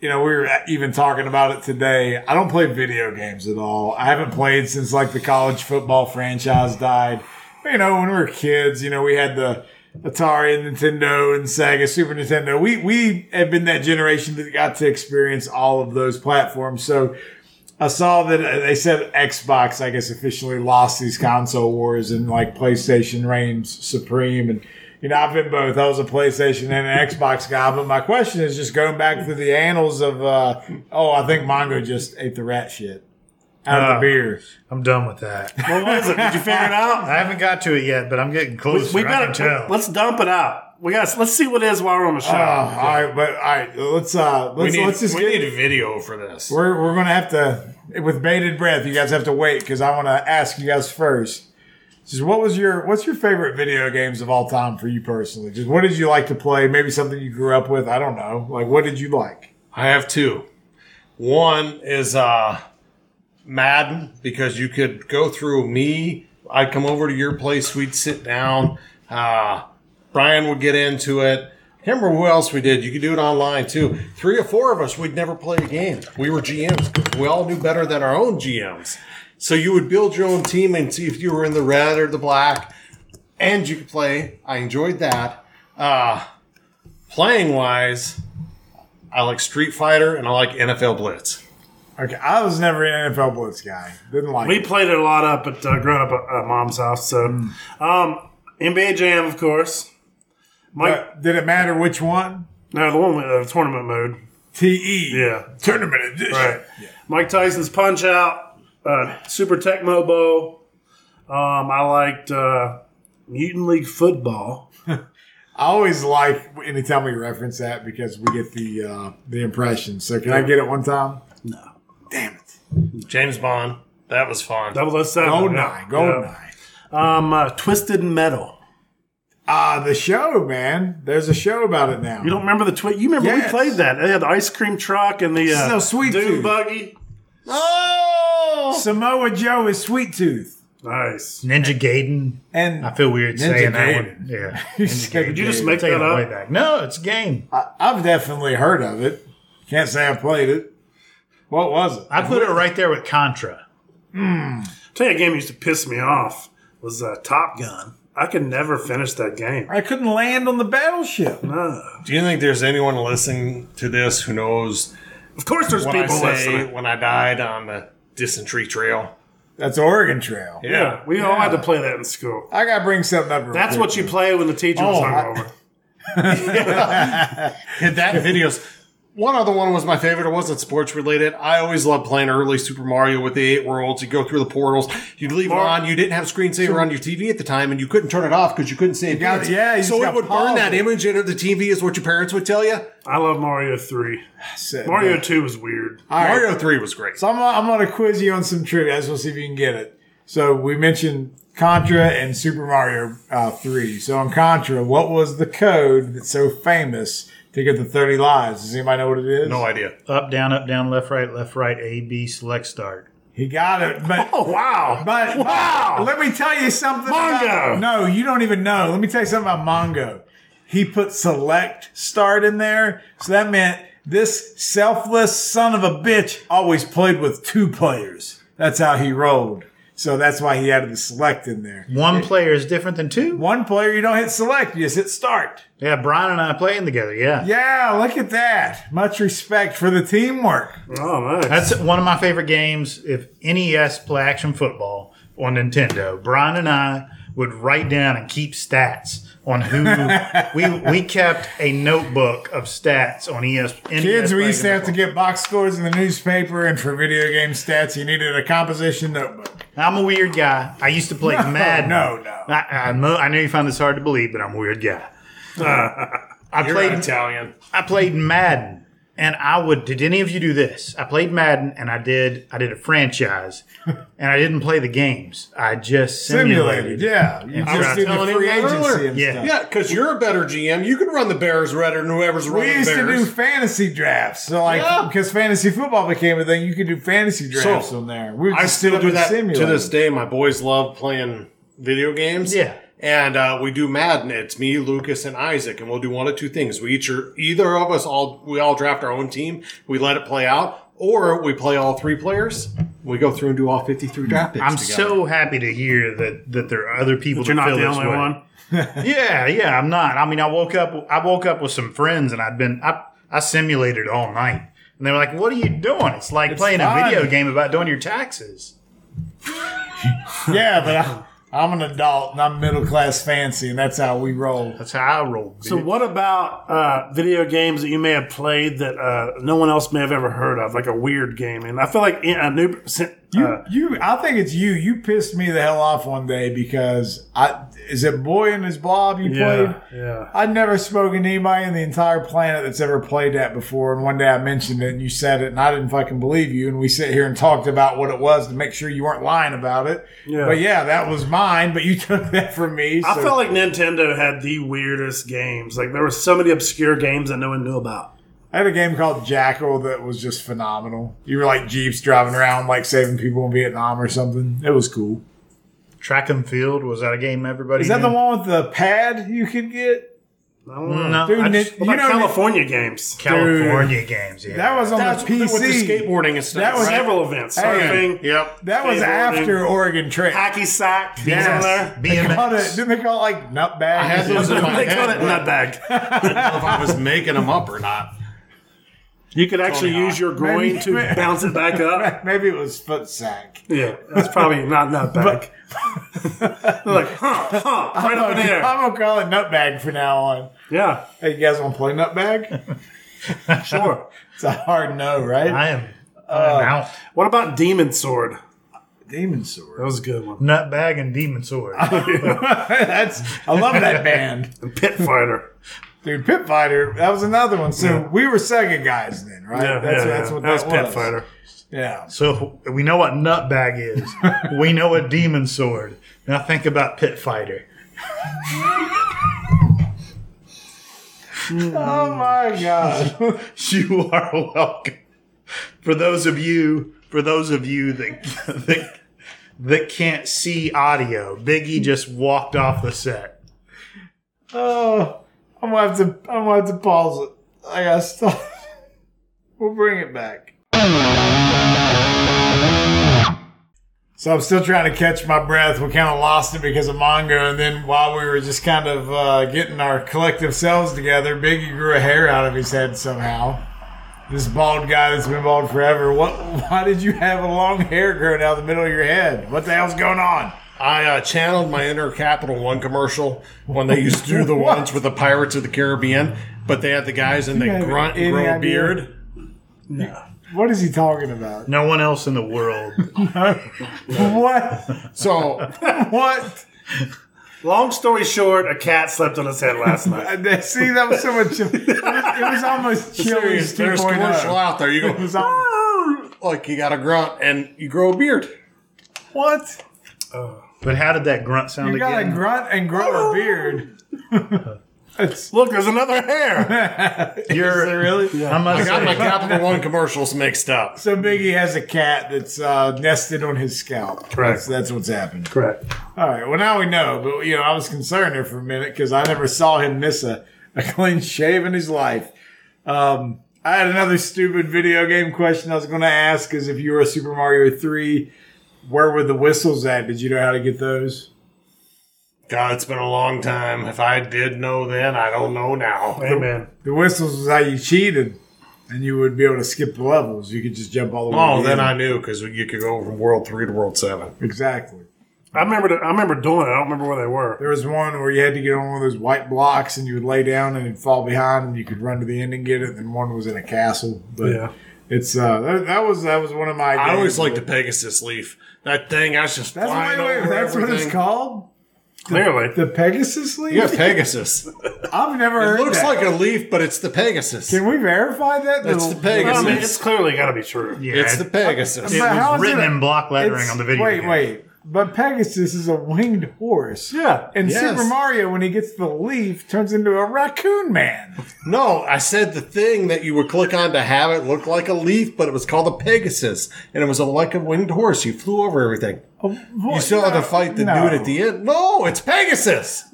[SPEAKER 1] you know, we were even talking about it today. I don't play video games at all. I haven't played since like the college football franchise died. But, you know, when we were kids, you know, we had the Atari and Nintendo and Sega, Super Nintendo. We we have been that generation that got to experience all of those platforms. So I saw that uh, they said Xbox, I guess, officially lost these console wars and like PlayStation reigns supreme. And, you know, I've been both. I was a PlayStation and an Xbox guy. But my question is just going back through the annals of, uh, oh, I think Mongo just ate the rat shit out of
[SPEAKER 4] Oh.
[SPEAKER 2] Uh,
[SPEAKER 1] the beer.
[SPEAKER 4] I'm done with that.
[SPEAKER 3] What was it? Did you figure it out?
[SPEAKER 4] I haven't got to it yet, but I'm getting close.
[SPEAKER 3] We
[SPEAKER 4] I
[SPEAKER 3] better
[SPEAKER 4] can tell.
[SPEAKER 3] Let's dump it out. We got. Let's see what it is while we're on the show.
[SPEAKER 1] Oh, all right. But all right, let's, uh,
[SPEAKER 2] We
[SPEAKER 1] let's,
[SPEAKER 2] need,
[SPEAKER 1] let's just
[SPEAKER 2] we
[SPEAKER 1] get
[SPEAKER 2] need a video for this.
[SPEAKER 1] We're, we're going to have to, with bated breath, you guys have to wait because I want to ask you guys first. Just what was your what's your favorite video games of all time for you personally? Just what did you like to play? Maybe something you grew up with. I don't know. Like what did you like?
[SPEAKER 2] I have two. One is uh, Madden because you could go through me. I'd come over to your place. We'd sit down. Uh, Brian would get into it. I can't remember who else we did. You could do it online too. Three or four of us, we'd never play a game. We were GMs. We all knew better than our own GMs. So you would build your own team and see if you were in the red or the black, and you could play. I enjoyed that. Uh, playing wise, I like Street Fighter and I like NFL Blitz.
[SPEAKER 1] Okay, I was never an NFL Blitz guy. Didn't like.
[SPEAKER 3] We
[SPEAKER 1] it.
[SPEAKER 3] played it a lot up at uh, growing up at uh, mom's house. So,
[SPEAKER 1] Hmm.
[SPEAKER 3] um, NBA Jam, of course. Mike,
[SPEAKER 1] But did it matter which one?
[SPEAKER 3] no, the one with uh, tournament mode.
[SPEAKER 1] T E
[SPEAKER 3] Yeah,
[SPEAKER 1] tournament edition.
[SPEAKER 3] right. Mike Tyson's Punch Out, uh, Super Tecmo Bowl. Um, I liked uh, Mutant League Football.
[SPEAKER 1] I always like anytime we reference that because we get the uh, the impression. So can I get it one time?
[SPEAKER 3] No,
[SPEAKER 1] Damn it!
[SPEAKER 2] James Bond, that was fun.
[SPEAKER 3] 007.
[SPEAKER 1] Gold
[SPEAKER 3] yeah.
[SPEAKER 1] nine, gold
[SPEAKER 3] Yeah.
[SPEAKER 1] nine.
[SPEAKER 3] Um, uh, Twisted Metal.
[SPEAKER 1] Ah, the show, man. There's a show about it now.
[SPEAKER 3] You don't remember the twist? You remember we
[SPEAKER 1] Yes.
[SPEAKER 3] played that? They had the ice cream truck and the uh,
[SPEAKER 1] No, Sweet
[SPEAKER 3] Doom
[SPEAKER 1] Tooth.
[SPEAKER 3] buggy.
[SPEAKER 2] Oh!
[SPEAKER 1] Samoa Joe is Sweet Tooth,
[SPEAKER 3] Nice.
[SPEAKER 4] Ninja Gaiden.
[SPEAKER 1] and
[SPEAKER 4] I feel weird
[SPEAKER 1] Ninja
[SPEAKER 4] saying that
[SPEAKER 1] Gaiden.
[SPEAKER 4] one. Yeah.
[SPEAKER 1] You said-
[SPEAKER 3] Did you just make
[SPEAKER 4] Take
[SPEAKER 3] that
[SPEAKER 4] it way
[SPEAKER 3] up?
[SPEAKER 4] back. No, it's a game.
[SPEAKER 1] I, I've definitely heard of it. Can't say I played it. What was it?
[SPEAKER 4] I put it right there with Contra.
[SPEAKER 3] Tell you a game that used to piss me off was uh, Top Gun. I could never finish that game.
[SPEAKER 1] I couldn't land on the battleship.
[SPEAKER 3] No.
[SPEAKER 2] Do you think there's anyone listening to this who knows
[SPEAKER 3] Of course, there's
[SPEAKER 2] what I
[SPEAKER 3] people
[SPEAKER 2] say
[SPEAKER 3] listening.
[SPEAKER 2] when I died on the dysentery trail?
[SPEAKER 1] That's Oregon Trail.
[SPEAKER 2] Yeah.
[SPEAKER 3] Yeah, we all had to play that in school.
[SPEAKER 1] I gotta bring something up. real
[SPEAKER 3] That's
[SPEAKER 1] quick.
[SPEAKER 3] what you play when the teacher was
[SPEAKER 1] Oh, I-
[SPEAKER 3] hungover.
[SPEAKER 2] Hit that videos. One other one was my favorite. It wasn't sports related. I always loved playing early Super Mario with the eight worlds. You go through the portals. You'd leave it on. You didn't have screensaver on your TV at the time, and you couldn't turn it off because you couldn't save.
[SPEAKER 1] got-
[SPEAKER 2] it.
[SPEAKER 1] yeah, you just
[SPEAKER 2] so it
[SPEAKER 1] got
[SPEAKER 2] would burn
[SPEAKER 1] paused.
[SPEAKER 2] that image into the TV, is what your parents would tell you.
[SPEAKER 3] I love Mario 3.
[SPEAKER 1] said.
[SPEAKER 3] Mario 2 was weird.
[SPEAKER 1] All right.
[SPEAKER 2] Mario Three was great.
[SPEAKER 1] So I'm, I'm gonna quiz you on some trivia. I just want to see if you can get it. So we mentioned Contra and Super Mario uh, Three. So on Contra, what was the code that's so famous to get the 30 lives? Does anybody know what it is?
[SPEAKER 2] No idea.
[SPEAKER 4] Up, down, up, down, left, right, left, right, A, B, select, start.
[SPEAKER 1] He got it, but
[SPEAKER 3] Oh, wow.
[SPEAKER 1] But
[SPEAKER 3] wow.
[SPEAKER 1] let me tell you something.
[SPEAKER 3] Mongo.
[SPEAKER 1] About, no, you don't even know. Let me tell you something about Mongo. He put select start in there, so that meant this selfless son of a bitch always played with two players. That's how he rolled. So that's why he added the select in there.
[SPEAKER 4] One player is different than two.
[SPEAKER 1] One player, you don't hit select, you just hit start.
[SPEAKER 4] Yeah, Brian and I playing together. Yeah.
[SPEAKER 1] Yeah, look at that. Much respect for the teamwork.
[SPEAKER 3] Oh, nice.
[SPEAKER 4] That's one of my favorite games, if NES play action football on Nintendo. Brian and I would write down and keep stats on who we we kept a notebook of stats on E ES.
[SPEAKER 1] Kids,
[SPEAKER 4] NES
[SPEAKER 1] we used to
[SPEAKER 4] play
[SPEAKER 1] have to
[SPEAKER 4] football.
[SPEAKER 1] get box scores in the newspaper, and for video game stats, you needed a composition notebook.
[SPEAKER 4] I'm a weird guy. I used to play Madden.
[SPEAKER 1] no, no.
[SPEAKER 4] I, I, know, I know you find this hard to believe, but I'm a weird guy. Uh, I played
[SPEAKER 2] Italian.
[SPEAKER 4] I played Madden, and I would. Did any of you do this? I played Madden, and I did. I did a franchise, and I didn't play the games. I just
[SPEAKER 1] simulated.
[SPEAKER 4] simulated.
[SPEAKER 1] Yeah, you
[SPEAKER 4] I was
[SPEAKER 1] just do the
[SPEAKER 2] telling him
[SPEAKER 1] free
[SPEAKER 2] that
[SPEAKER 1] agency
[SPEAKER 2] earlier.
[SPEAKER 1] and
[SPEAKER 4] Yeah.
[SPEAKER 1] stuff.
[SPEAKER 2] Yeah, because you're a better GM. You can run the Bears redder than whoever's running
[SPEAKER 1] We used
[SPEAKER 2] the
[SPEAKER 1] to
[SPEAKER 2] Bears.
[SPEAKER 1] do fantasy drafts, so like
[SPEAKER 2] Yeah.
[SPEAKER 1] because fantasy football became a thing, you could do fantasy drafts on there. We would
[SPEAKER 2] I
[SPEAKER 1] just
[SPEAKER 2] still
[SPEAKER 1] do
[SPEAKER 2] do that
[SPEAKER 1] simulated.
[SPEAKER 2] to this day. My boys love playing video games.
[SPEAKER 4] Yeah.
[SPEAKER 2] And uh, we do Madden. It's me, Lucas, and Isaac, and we'll do one of two things. We each are either of us all we all draft our own team. We let it play out, or we play all three players. We go through and do all fifty-three draft picks.
[SPEAKER 4] I'm
[SPEAKER 2] together.
[SPEAKER 4] so happy to hear that that there are other people. That
[SPEAKER 3] You're not
[SPEAKER 4] feel
[SPEAKER 3] the
[SPEAKER 4] this
[SPEAKER 3] only
[SPEAKER 4] way.
[SPEAKER 3] one.
[SPEAKER 4] Yeah, yeah, I'm not. I mean, I woke up. I woke up with some friends, and I'd been. I, I simulated all night, and they were like, "What are you doing? It's like playing a
[SPEAKER 1] fun.
[SPEAKER 4] video game about doing your taxes."
[SPEAKER 1] Yeah, but I, I'm an adult and I'm middle class fancy, and that's how we roll.
[SPEAKER 4] That's how I roll.
[SPEAKER 3] So,
[SPEAKER 4] dude.
[SPEAKER 3] what about uh, video games that you may have played that uh, no one else may have ever heard of, like a weird game? And I feel like in- a new percent.
[SPEAKER 1] You,
[SPEAKER 3] Uh,
[SPEAKER 1] you, I think it's you. You pissed me the hell off one day because I is it boy and his blob you played.
[SPEAKER 3] yeah, yeah.
[SPEAKER 1] I'd never spoken to anybody on the entire planet that's ever played that before. And one day I mentioned it and you said it and I didn't fucking believe you. And we sat here and talked about what it was to make sure you weren't lying about it.
[SPEAKER 3] Yeah.
[SPEAKER 1] But yeah, that was mine, but you took that from me.
[SPEAKER 3] I
[SPEAKER 1] so-
[SPEAKER 3] felt like Nintendo had the weirdest games. Like there were so many obscure games that no one knew about.
[SPEAKER 1] I had a game called Jackal that was just phenomenal. You were like Jeeps driving around, like saving people in Vietnam or something. It was cool.
[SPEAKER 4] track and field was that a game? Everybody
[SPEAKER 1] Is that the
[SPEAKER 4] knew? Mm,
[SPEAKER 1] one with the pad you could get?
[SPEAKER 3] I don't know.
[SPEAKER 4] No,
[SPEAKER 1] Dude,
[SPEAKER 4] I
[SPEAKER 1] Nin-
[SPEAKER 4] just-
[SPEAKER 3] What
[SPEAKER 1] you
[SPEAKER 3] about
[SPEAKER 1] know,
[SPEAKER 3] California games?
[SPEAKER 4] California games. Yeah,
[SPEAKER 1] that was on
[SPEAKER 2] that's
[SPEAKER 1] the PC.
[SPEAKER 2] with the skateboarding and stuff.
[SPEAKER 1] That was-
[SPEAKER 2] right?
[SPEAKER 3] Several events.
[SPEAKER 1] Hey.
[SPEAKER 3] Surfing.
[SPEAKER 2] Yep.
[SPEAKER 1] that was
[SPEAKER 3] skateboarding.
[SPEAKER 1] after Oregon Trail.
[SPEAKER 3] Hacky sack. Yes.
[SPEAKER 1] Yes.
[SPEAKER 3] there.
[SPEAKER 1] They called it,
[SPEAKER 4] BMX.
[SPEAKER 1] didn't they call it like nutbag? I
[SPEAKER 2] had those in my
[SPEAKER 3] They called
[SPEAKER 2] head.
[SPEAKER 3] it nutbag.
[SPEAKER 2] I didn't know if I was making them up or not.
[SPEAKER 3] You could actually
[SPEAKER 2] Tony Hawk.
[SPEAKER 3] use your groin
[SPEAKER 1] Maybe-
[SPEAKER 3] to bounce it back up.
[SPEAKER 1] Maybe it was foot sack.
[SPEAKER 3] Yeah, that's probably not nutbag. They're like, huh, huh, right up in the
[SPEAKER 1] I'm
[SPEAKER 3] air.
[SPEAKER 1] gonna call it nutbag from now on.
[SPEAKER 3] Yeah,
[SPEAKER 1] Hey, you guys want to play nutbag?
[SPEAKER 3] sure.
[SPEAKER 1] It's a hard no, right?
[SPEAKER 4] I am. I'm out.
[SPEAKER 3] What about Demon Sword?
[SPEAKER 1] Demon
[SPEAKER 3] That
[SPEAKER 1] sword.
[SPEAKER 3] was a good one.
[SPEAKER 4] Nutbag and Demon Sword.
[SPEAKER 1] That's I love that band.
[SPEAKER 3] And Pit Fighter.
[SPEAKER 1] Dude, Pit Fighter, that was another one. So we were Sega guys then, right?
[SPEAKER 3] Yeah,
[SPEAKER 1] that's
[SPEAKER 3] yeah,
[SPEAKER 1] that's
[SPEAKER 3] yeah.
[SPEAKER 1] what
[SPEAKER 3] that was. Pit
[SPEAKER 1] was.
[SPEAKER 3] Fighter.
[SPEAKER 1] Yeah.
[SPEAKER 4] so we know what Nutbag is. we know what Demon Sword. Now think about Pit Fighter.
[SPEAKER 1] Oh my god.
[SPEAKER 4] You are welcome. For those of you, for those of you that that, that can't see audio, Biggie just walked off the set.
[SPEAKER 1] oh, I'm gonna have to I'm gonna have to pause it. I gotta stop. We'll bring it back. So I'm still trying to catch my breath. We kind of lost it because of Mongo, and then while we were just kind of uh, getting our collective selves together, Biggie grew a hair out of his head somehow. This bald guy that's been bald forever. What? Why did you have a long hair growing out of the middle of your head? What the hell's going on?
[SPEAKER 2] I uh, channeled my inner Capital One commercial when they used to do the ones with the Pirates of the Caribbean, but they had the guys and they
[SPEAKER 1] have
[SPEAKER 2] grunt and
[SPEAKER 1] any
[SPEAKER 2] grow a
[SPEAKER 1] idea?
[SPEAKER 2] beard.
[SPEAKER 1] What is he talking about?
[SPEAKER 4] No one else in the world.
[SPEAKER 1] What?
[SPEAKER 2] So
[SPEAKER 1] What?
[SPEAKER 3] Long story short, a cat slept on his head last night.
[SPEAKER 1] And then- See, that was so much. It was, it was almost
[SPEAKER 2] serious,
[SPEAKER 1] Chili's
[SPEAKER 2] there's commercial
[SPEAKER 1] 2.0.
[SPEAKER 2] out there. You
[SPEAKER 1] oh. It
[SPEAKER 2] go
[SPEAKER 1] was almost,
[SPEAKER 2] like you got a grunt and you grow a beard.
[SPEAKER 1] what?
[SPEAKER 4] but how did that grunt sound
[SPEAKER 1] You got to
[SPEAKER 4] again?
[SPEAKER 1] grunt and grow a beard. It's,
[SPEAKER 3] Look, there's another hair.
[SPEAKER 1] is it really?
[SPEAKER 4] I must
[SPEAKER 2] I got
[SPEAKER 4] say-
[SPEAKER 2] my Capital One commercials mixed up.
[SPEAKER 1] So Biggie has a cat that's uh, nested on his scalp. That's,
[SPEAKER 3] Correct.
[SPEAKER 1] that's what's happened.
[SPEAKER 3] Correct.
[SPEAKER 1] All right. Well, now we know. But you know, I was concerned there for a minute because I never saw him miss a, a clean shave in his life. Um, I had another stupid video game question I was going to ask: is if you were a Super Mario three, where were the whistles at? Did you know how to get those?
[SPEAKER 2] God, it's been a long time. If I did know then, I don't know now.
[SPEAKER 3] Amen.
[SPEAKER 1] The whistles was how you cheated, and you would be able to skip the levels. You could just jump all the way.
[SPEAKER 2] Oh,
[SPEAKER 1] to the
[SPEAKER 2] then
[SPEAKER 1] end.
[SPEAKER 2] I knew because you could go from World Three to World Seven.
[SPEAKER 1] exactly.
[SPEAKER 3] I remember. The, I remember doing it. I don't remember where they were.
[SPEAKER 1] There was one where you had to get on one of those white blocks, and you would lay down and it'd fall behind, and you could run to the end and get it. And then one was in a castle, but.
[SPEAKER 3] Yeah.
[SPEAKER 1] It's uh that, that was that was one of my.
[SPEAKER 2] I
[SPEAKER 1] games.
[SPEAKER 2] always liked the Pegasus leaf. That thing, I was just
[SPEAKER 1] That's
[SPEAKER 2] flying
[SPEAKER 1] wait, wait,
[SPEAKER 2] over
[SPEAKER 1] that's what it's
[SPEAKER 2] everything.
[SPEAKER 1] called.
[SPEAKER 3] Clearly.
[SPEAKER 1] The Pegasus League.
[SPEAKER 2] Yeah, Pegasus.
[SPEAKER 1] I've never
[SPEAKER 2] It
[SPEAKER 1] heard.
[SPEAKER 2] looks
[SPEAKER 1] that.
[SPEAKER 2] like a leaf, but it's the Pegasus.
[SPEAKER 1] Can we verify that?
[SPEAKER 2] That's the Pegasus.
[SPEAKER 3] I mean, it's clearly got to be true.
[SPEAKER 4] Yeah,
[SPEAKER 2] it's
[SPEAKER 4] it-
[SPEAKER 2] the Pegasus.
[SPEAKER 1] But
[SPEAKER 4] it
[SPEAKER 1] how is
[SPEAKER 4] was written
[SPEAKER 1] it a-
[SPEAKER 4] in block lettering
[SPEAKER 1] it's-
[SPEAKER 4] on the video.
[SPEAKER 1] Wait,
[SPEAKER 4] game.
[SPEAKER 1] wait. But Pegasus is a winged horse.
[SPEAKER 3] Yeah.
[SPEAKER 1] And
[SPEAKER 2] Yes.
[SPEAKER 1] Super Mario, when he gets the leaf, turns into a raccoon man.
[SPEAKER 2] No, I said the thing that you would click on to have it look like a leaf, but it was called a Pegasus, and it was a, like a winged horse. You flew over everything. You still have to fight the dude at the end. No, it's Pegasus.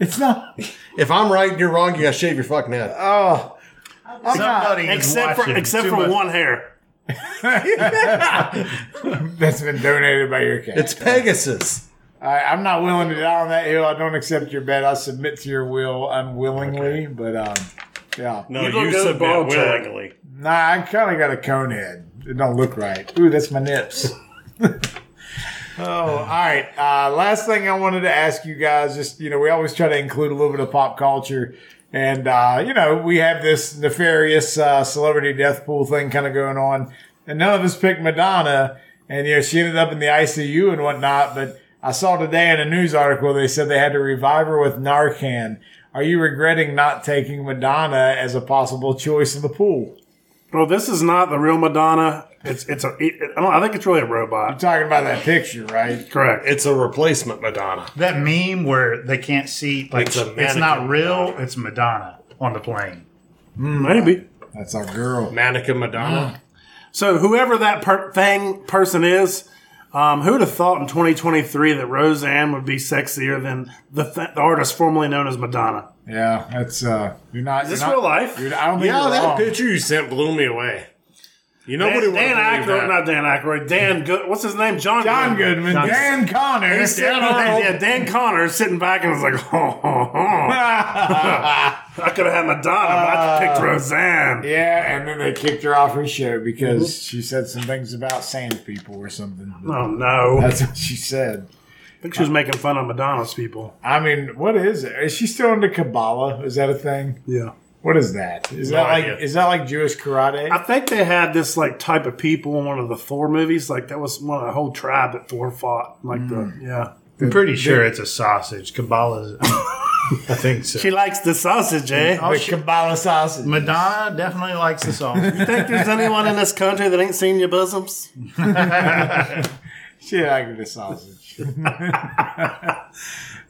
[SPEAKER 1] It's not.
[SPEAKER 2] If I'm right and you're wrong, you gotta shave your fucking head.
[SPEAKER 1] Oh, I'm not.
[SPEAKER 4] Somebody is
[SPEAKER 3] Except for
[SPEAKER 4] watching
[SPEAKER 3] except
[SPEAKER 4] too
[SPEAKER 3] for
[SPEAKER 4] much.
[SPEAKER 3] one hair.
[SPEAKER 1] That's been donated by your cat.
[SPEAKER 2] It's Pegasus.
[SPEAKER 1] All right, I'm not willing to die on that hill. I don't accept your bet. I submit to your will unwillingly. But um, yeah,
[SPEAKER 2] No,
[SPEAKER 3] You don't you go to submit ball check.
[SPEAKER 1] nah, I kind of got a cone head. It don't look right. Ooh, that's my nips. oh, all right. Uh, last thing I wanted to ask you guys, just you know, we always try to include a little bit of pop culture, and uh, you know, we have this nefarious uh, celebrity death pool thing kind of going on, and none of us picked Madonna, and you know, she ended up in the ICU and whatnot, but. I saw today in a news article they said they had to revive her with Narcan. Are you regretting not taking Madonna as a possible choice in the pool?
[SPEAKER 3] Bro, this is not the real Madonna. It's it's a it, I, don't, I think it's really a robot.
[SPEAKER 1] talking about that picture, right?
[SPEAKER 3] Correct.
[SPEAKER 2] It's a replacement Madonna.
[SPEAKER 4] That meme where they can't see, like,
[SPEAKER 2] It's
[SPEAKER 4] it's,
[SPEAKER 2] a
[SPEAKER 4] not
[SPEAKER 2] mannequin.
[SPEAKER 4] real, it's Madonna on the plane.
[SPEAKER 3] Maybe.
[SPEAKER 1] That's our girl.
[SPEAKER 2] Mannequin Madonna.
[SPEAKER 3] So whoever that per- thing person is, um, who would have thought in 2023 that Roseanne would be sexier than the, th- the artist formerly known as Madonna?
[SPEAKER 1] Yeah, that's uh you're not
[SPEAKER 3] Is this
[SPEAKER 1] you're not-
[SPEAKER 3] real life?
[SPEAKER 1] You're, I don't think
[SPEAKER 2] yeah,
[SPEAKER 1] you're
[SPEAKER 2] that
[SPEAKER 1] wrong.
[SPEAKER 2] picture you sent blew me away. You nobody
[SPEAKER 3] Dan,
[SPEAKER 2] would
[SPEAKER 3] Dan
[SPEAKER 2] have
[SPEAKER 3] Aykroyd,
[SPEAKER 2] believed that.
[SPEAKER 3] not Dan Aykroyd. Dan, Good, what's his name? John.
[SPEAKER 1] John Goodman,
[SPEAKER 4] John-
[SPEAKER 1] Dan Connor.
[SPEAKER 3] He's sitting there- yeah, Dan Connor is sitting back and was like, oh, I could have had Madonna, but I picked Roseanne.
[SPEAKER 1] Uh, yeah, and then they kicked her off her show because she said some things about sand people or something.
[SPEAKER 3] Mm-hmm. Oh no! I
[SPEAKER 1] That's what she said.
[SPEAKER 3] think she was making fun of Madonna's people.
[SPEAKER 1] I mean, what is it? Is she still into Kabbalah? Is that a thing?
[SPEAKER 3] Yeah.
[SPEAKER 1] What is that? Is that like
[SPEAKER 2] idea.
[SPEAKER 1] is that like Jewish karate?
[SPEAKER 3] I think they had this like type of people in one of the Thor movies. Like that was one of the whole tribe that Thor fought. Like
[SPEAKER 1] Mm.
[SPEAKER 3] the yeah.
[SPEAKER 4] I'm pretty sure it's a sausage. Kabbalah's. I think so.
[SPEAKER 3] She likes the sausage, eh?
[SPEAKER 1] the Kabbalah sausage.
[SPEAKER 4] Madonna definitely likes the song.
[SPEAKER 3] You think there's anyone in this country that ain't seen your bosoms?
[SPEAKER 1] Shit, I give a sausage. That's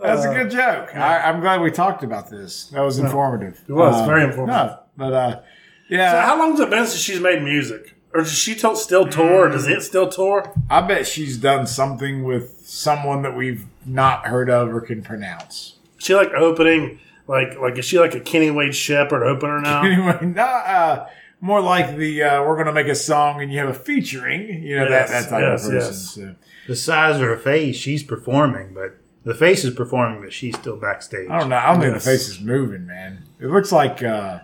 [SPEAKER 1] a good
[SPEAKER 3] Uh,
[SPEAKER 1] joke. I, I'm glad we talked about this. That was informative. It
[SPEAKER 3] was very informative.
[SPEAKER 1] but uh,
[SPEAKER 3] So
[SPEAKER 1] yeah,
[SPEAKER 3] how long has it been since she's made music? Or does she to- still tour? Does
[SPEAKER 1] Mm.
[SPEAKER 3] it still tour?
[SPEAKER 1] I bet she's done something with someone that we've not heard of or can pronounce.
[SPEAKER 3] Is she like opening like like is she like a Kenny Wade Shepherd opener now?
[SPEAKER 1] Anyway, no, uh, more like the uh, we're going to make a song and you have a featuring. You know
[SPEAKER 3] Yes,
[SPEAKER 1] that that type
[SPEAKER 3] yes,
[SPEAKER 1] of person.
[SPEAKER 3] yes.
[SPEAKER 1] So.
[SPEAKER 4] the size of her face, she's performing, but the face is performing, but she's still backstage.
[SPEAKER 1] I don't know. I don't think
[SPEAKER 3] Yes.
[SPEAKER 1] the face is moving, man. It looks like uh,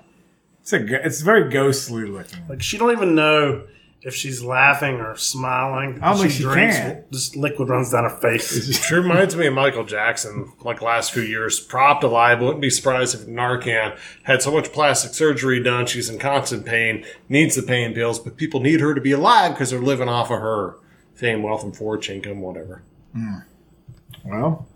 [SPEAKER 1] it's a go- it's very ghostly looking.
[SPEAKER 3] Like she don't even know if she's laughing or smiling.
[SPEAKER 1] I don't think she can.
[SPEAKER 3] Just liquid runs down her face.
[SPEAKER 2] She reminds me of Michael Jackson, like last few years, propped alive. Wouldn't be surprised if Narcan had so much plastic surgery done. She's in constant pain, needs the pain pills, but people need her to be alive because they're living off of her fame, wealth, and fortune, income, whatever.
[SPEAKER 1] Well,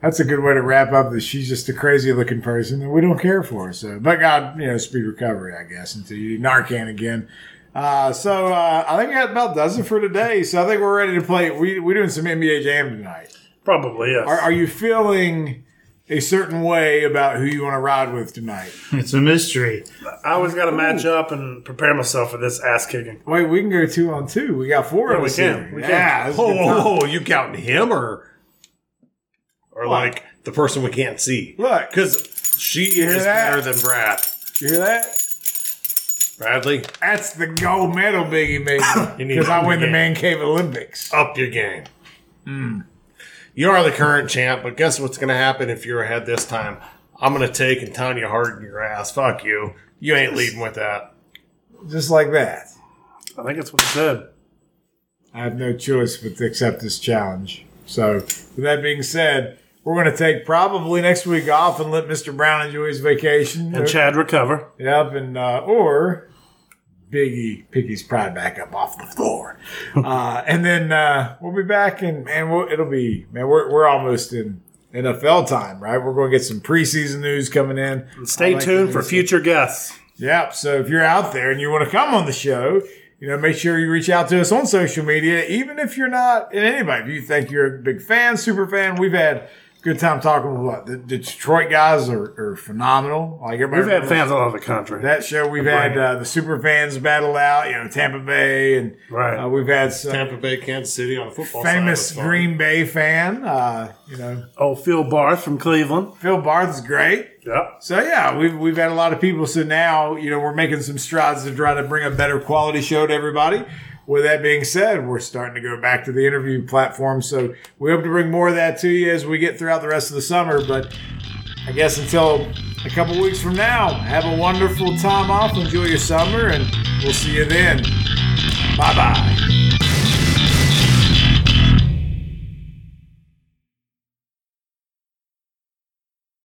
[SPEAKER 1] that's a good way to wrap up that she's just a crazy looking person that we don't care for. So, but God, you know, speed recovery, I guess, until you Narcan again. Uh, so uh, I think that about does it for today. So I think we're ready to play. We we're doing some NBA Jam tonight.
[SPEAKER 3] Probably, yes.
[SPEAKER 1] Are, are you feeling a certain way about who you want to ride with tonight?
[SPEAKER 4] It's a mystery.
[SPEAKER 3] I always got to match up and prepare myself for this ass kicking.
[SPEAKER 1] Wait, we can go two on two. We got four
[SPEAKER 3] Yeah,
[SPEAKER 1] of
[SPEAKER 3] we
[SPEAKER 1] us
[SPEAKER 3] can.
[SPEAKER 1] here.
[SPEAKER 3] We can.
[SPEAKER 1] yeah, that's a
[SPEAKER 2] Whoa,
[SPEAKER 1] good time.
[SPEAKER 2] whoa, whoa! You counting him or, or like the person we can't see?
[SPEAKER 1] Look.
[SPEAKER 2] because she
[SPEAKER 1] hear
[SPEAKER 2] is
[SPEAKER 1] that?
[SPEAKER 2] better than Brad.
[SPEAKER 1] You hear that?
[SPEAKER 2] Bradley,
[SPEAKER 1] That's the gold medal, Biggie,
[SPEAKER 2] You
[SPEAKER 1] maybe
[SPEAKER 2] need
[SPEAKER 1] because
[SPEAKER 2] to
[SPEAKER 1] I win the
[SPEAKER 2] get-
[SPEAKER 1] man cave Olympics.
[SPEAKER 2] up your game.
[SPEAKER 1] Hmm.
[SPEAKER 2] You are the current champ, but guess what's going to happen if you're ahead this time? I'm going to take and Tanya Harden your ass. Fuck you. You ain't leading with that.
[SPEAKER 1] Just like that.
[SPEAKER 3] I think that's what it said.
[SPEAKER 1] I have no choice but to accept this challenge. So, with that being said, we're going to take probably next week off and let Mr. Brown enjoy his vacation.
[SPEAKER 3] And Chad recover.
[SPEAKER 1] Yep, and uh, or Biggie pick his pride back up off the floor, uh, and then uh, we'll be back. And man, we'll, it'll be man, we're we're almost in NFL time, right? We're going to get some preseason news coming in.
[SPEAKER 3] Stay
[SPEAKER 1] I like the
[SPEAKER 3] tuned for
[SPEAKER 1] news.
[SPEAKER 3] future guests.
[SPEAKER 1] Yep. So if you're out there and you want to come on the show, you know, make sure you reach out to us on social media, even if you're not in anybody. If you think you're a big fan, super fan, we've had a good time talking with what the, the Detroit guys are, are phenomenal. Like everybody,
[SPEAKER 3] We've had fans all over the country.
[SPEAKER 1] that show. We've had uh, the super fans battle out. You know, Tampa Bay, and
[SPEAKER 3] Right.
[SPEAKER 1] uh, we've had some
[SPEAKER 2] Tampa Bay, Kansas City on the football side
[SPEAKER 1] famous
[SPEAKER 2] was fun.
[SPEAKER 1] Green Bay fan. Uh, you know,
[SPEAKER 3] oh, Phil Barth from Cleveland.
[SPEAKER 1] Phil Barth's great.
[SPEAKER 3] Yep.
[SPEAKER 1] So yeah, we've we've had a lot of people. So now you know we're making some strides to try to bring a better quality show to everybody. With that being said, we're starting to go back to the interview platform. So we hope to bring more of that to you as we get throughout the rest of the summer. But I guess until a couple weeks from now, have a wonderful time off, enjoy your summer, and we'll see you then. Bye bye.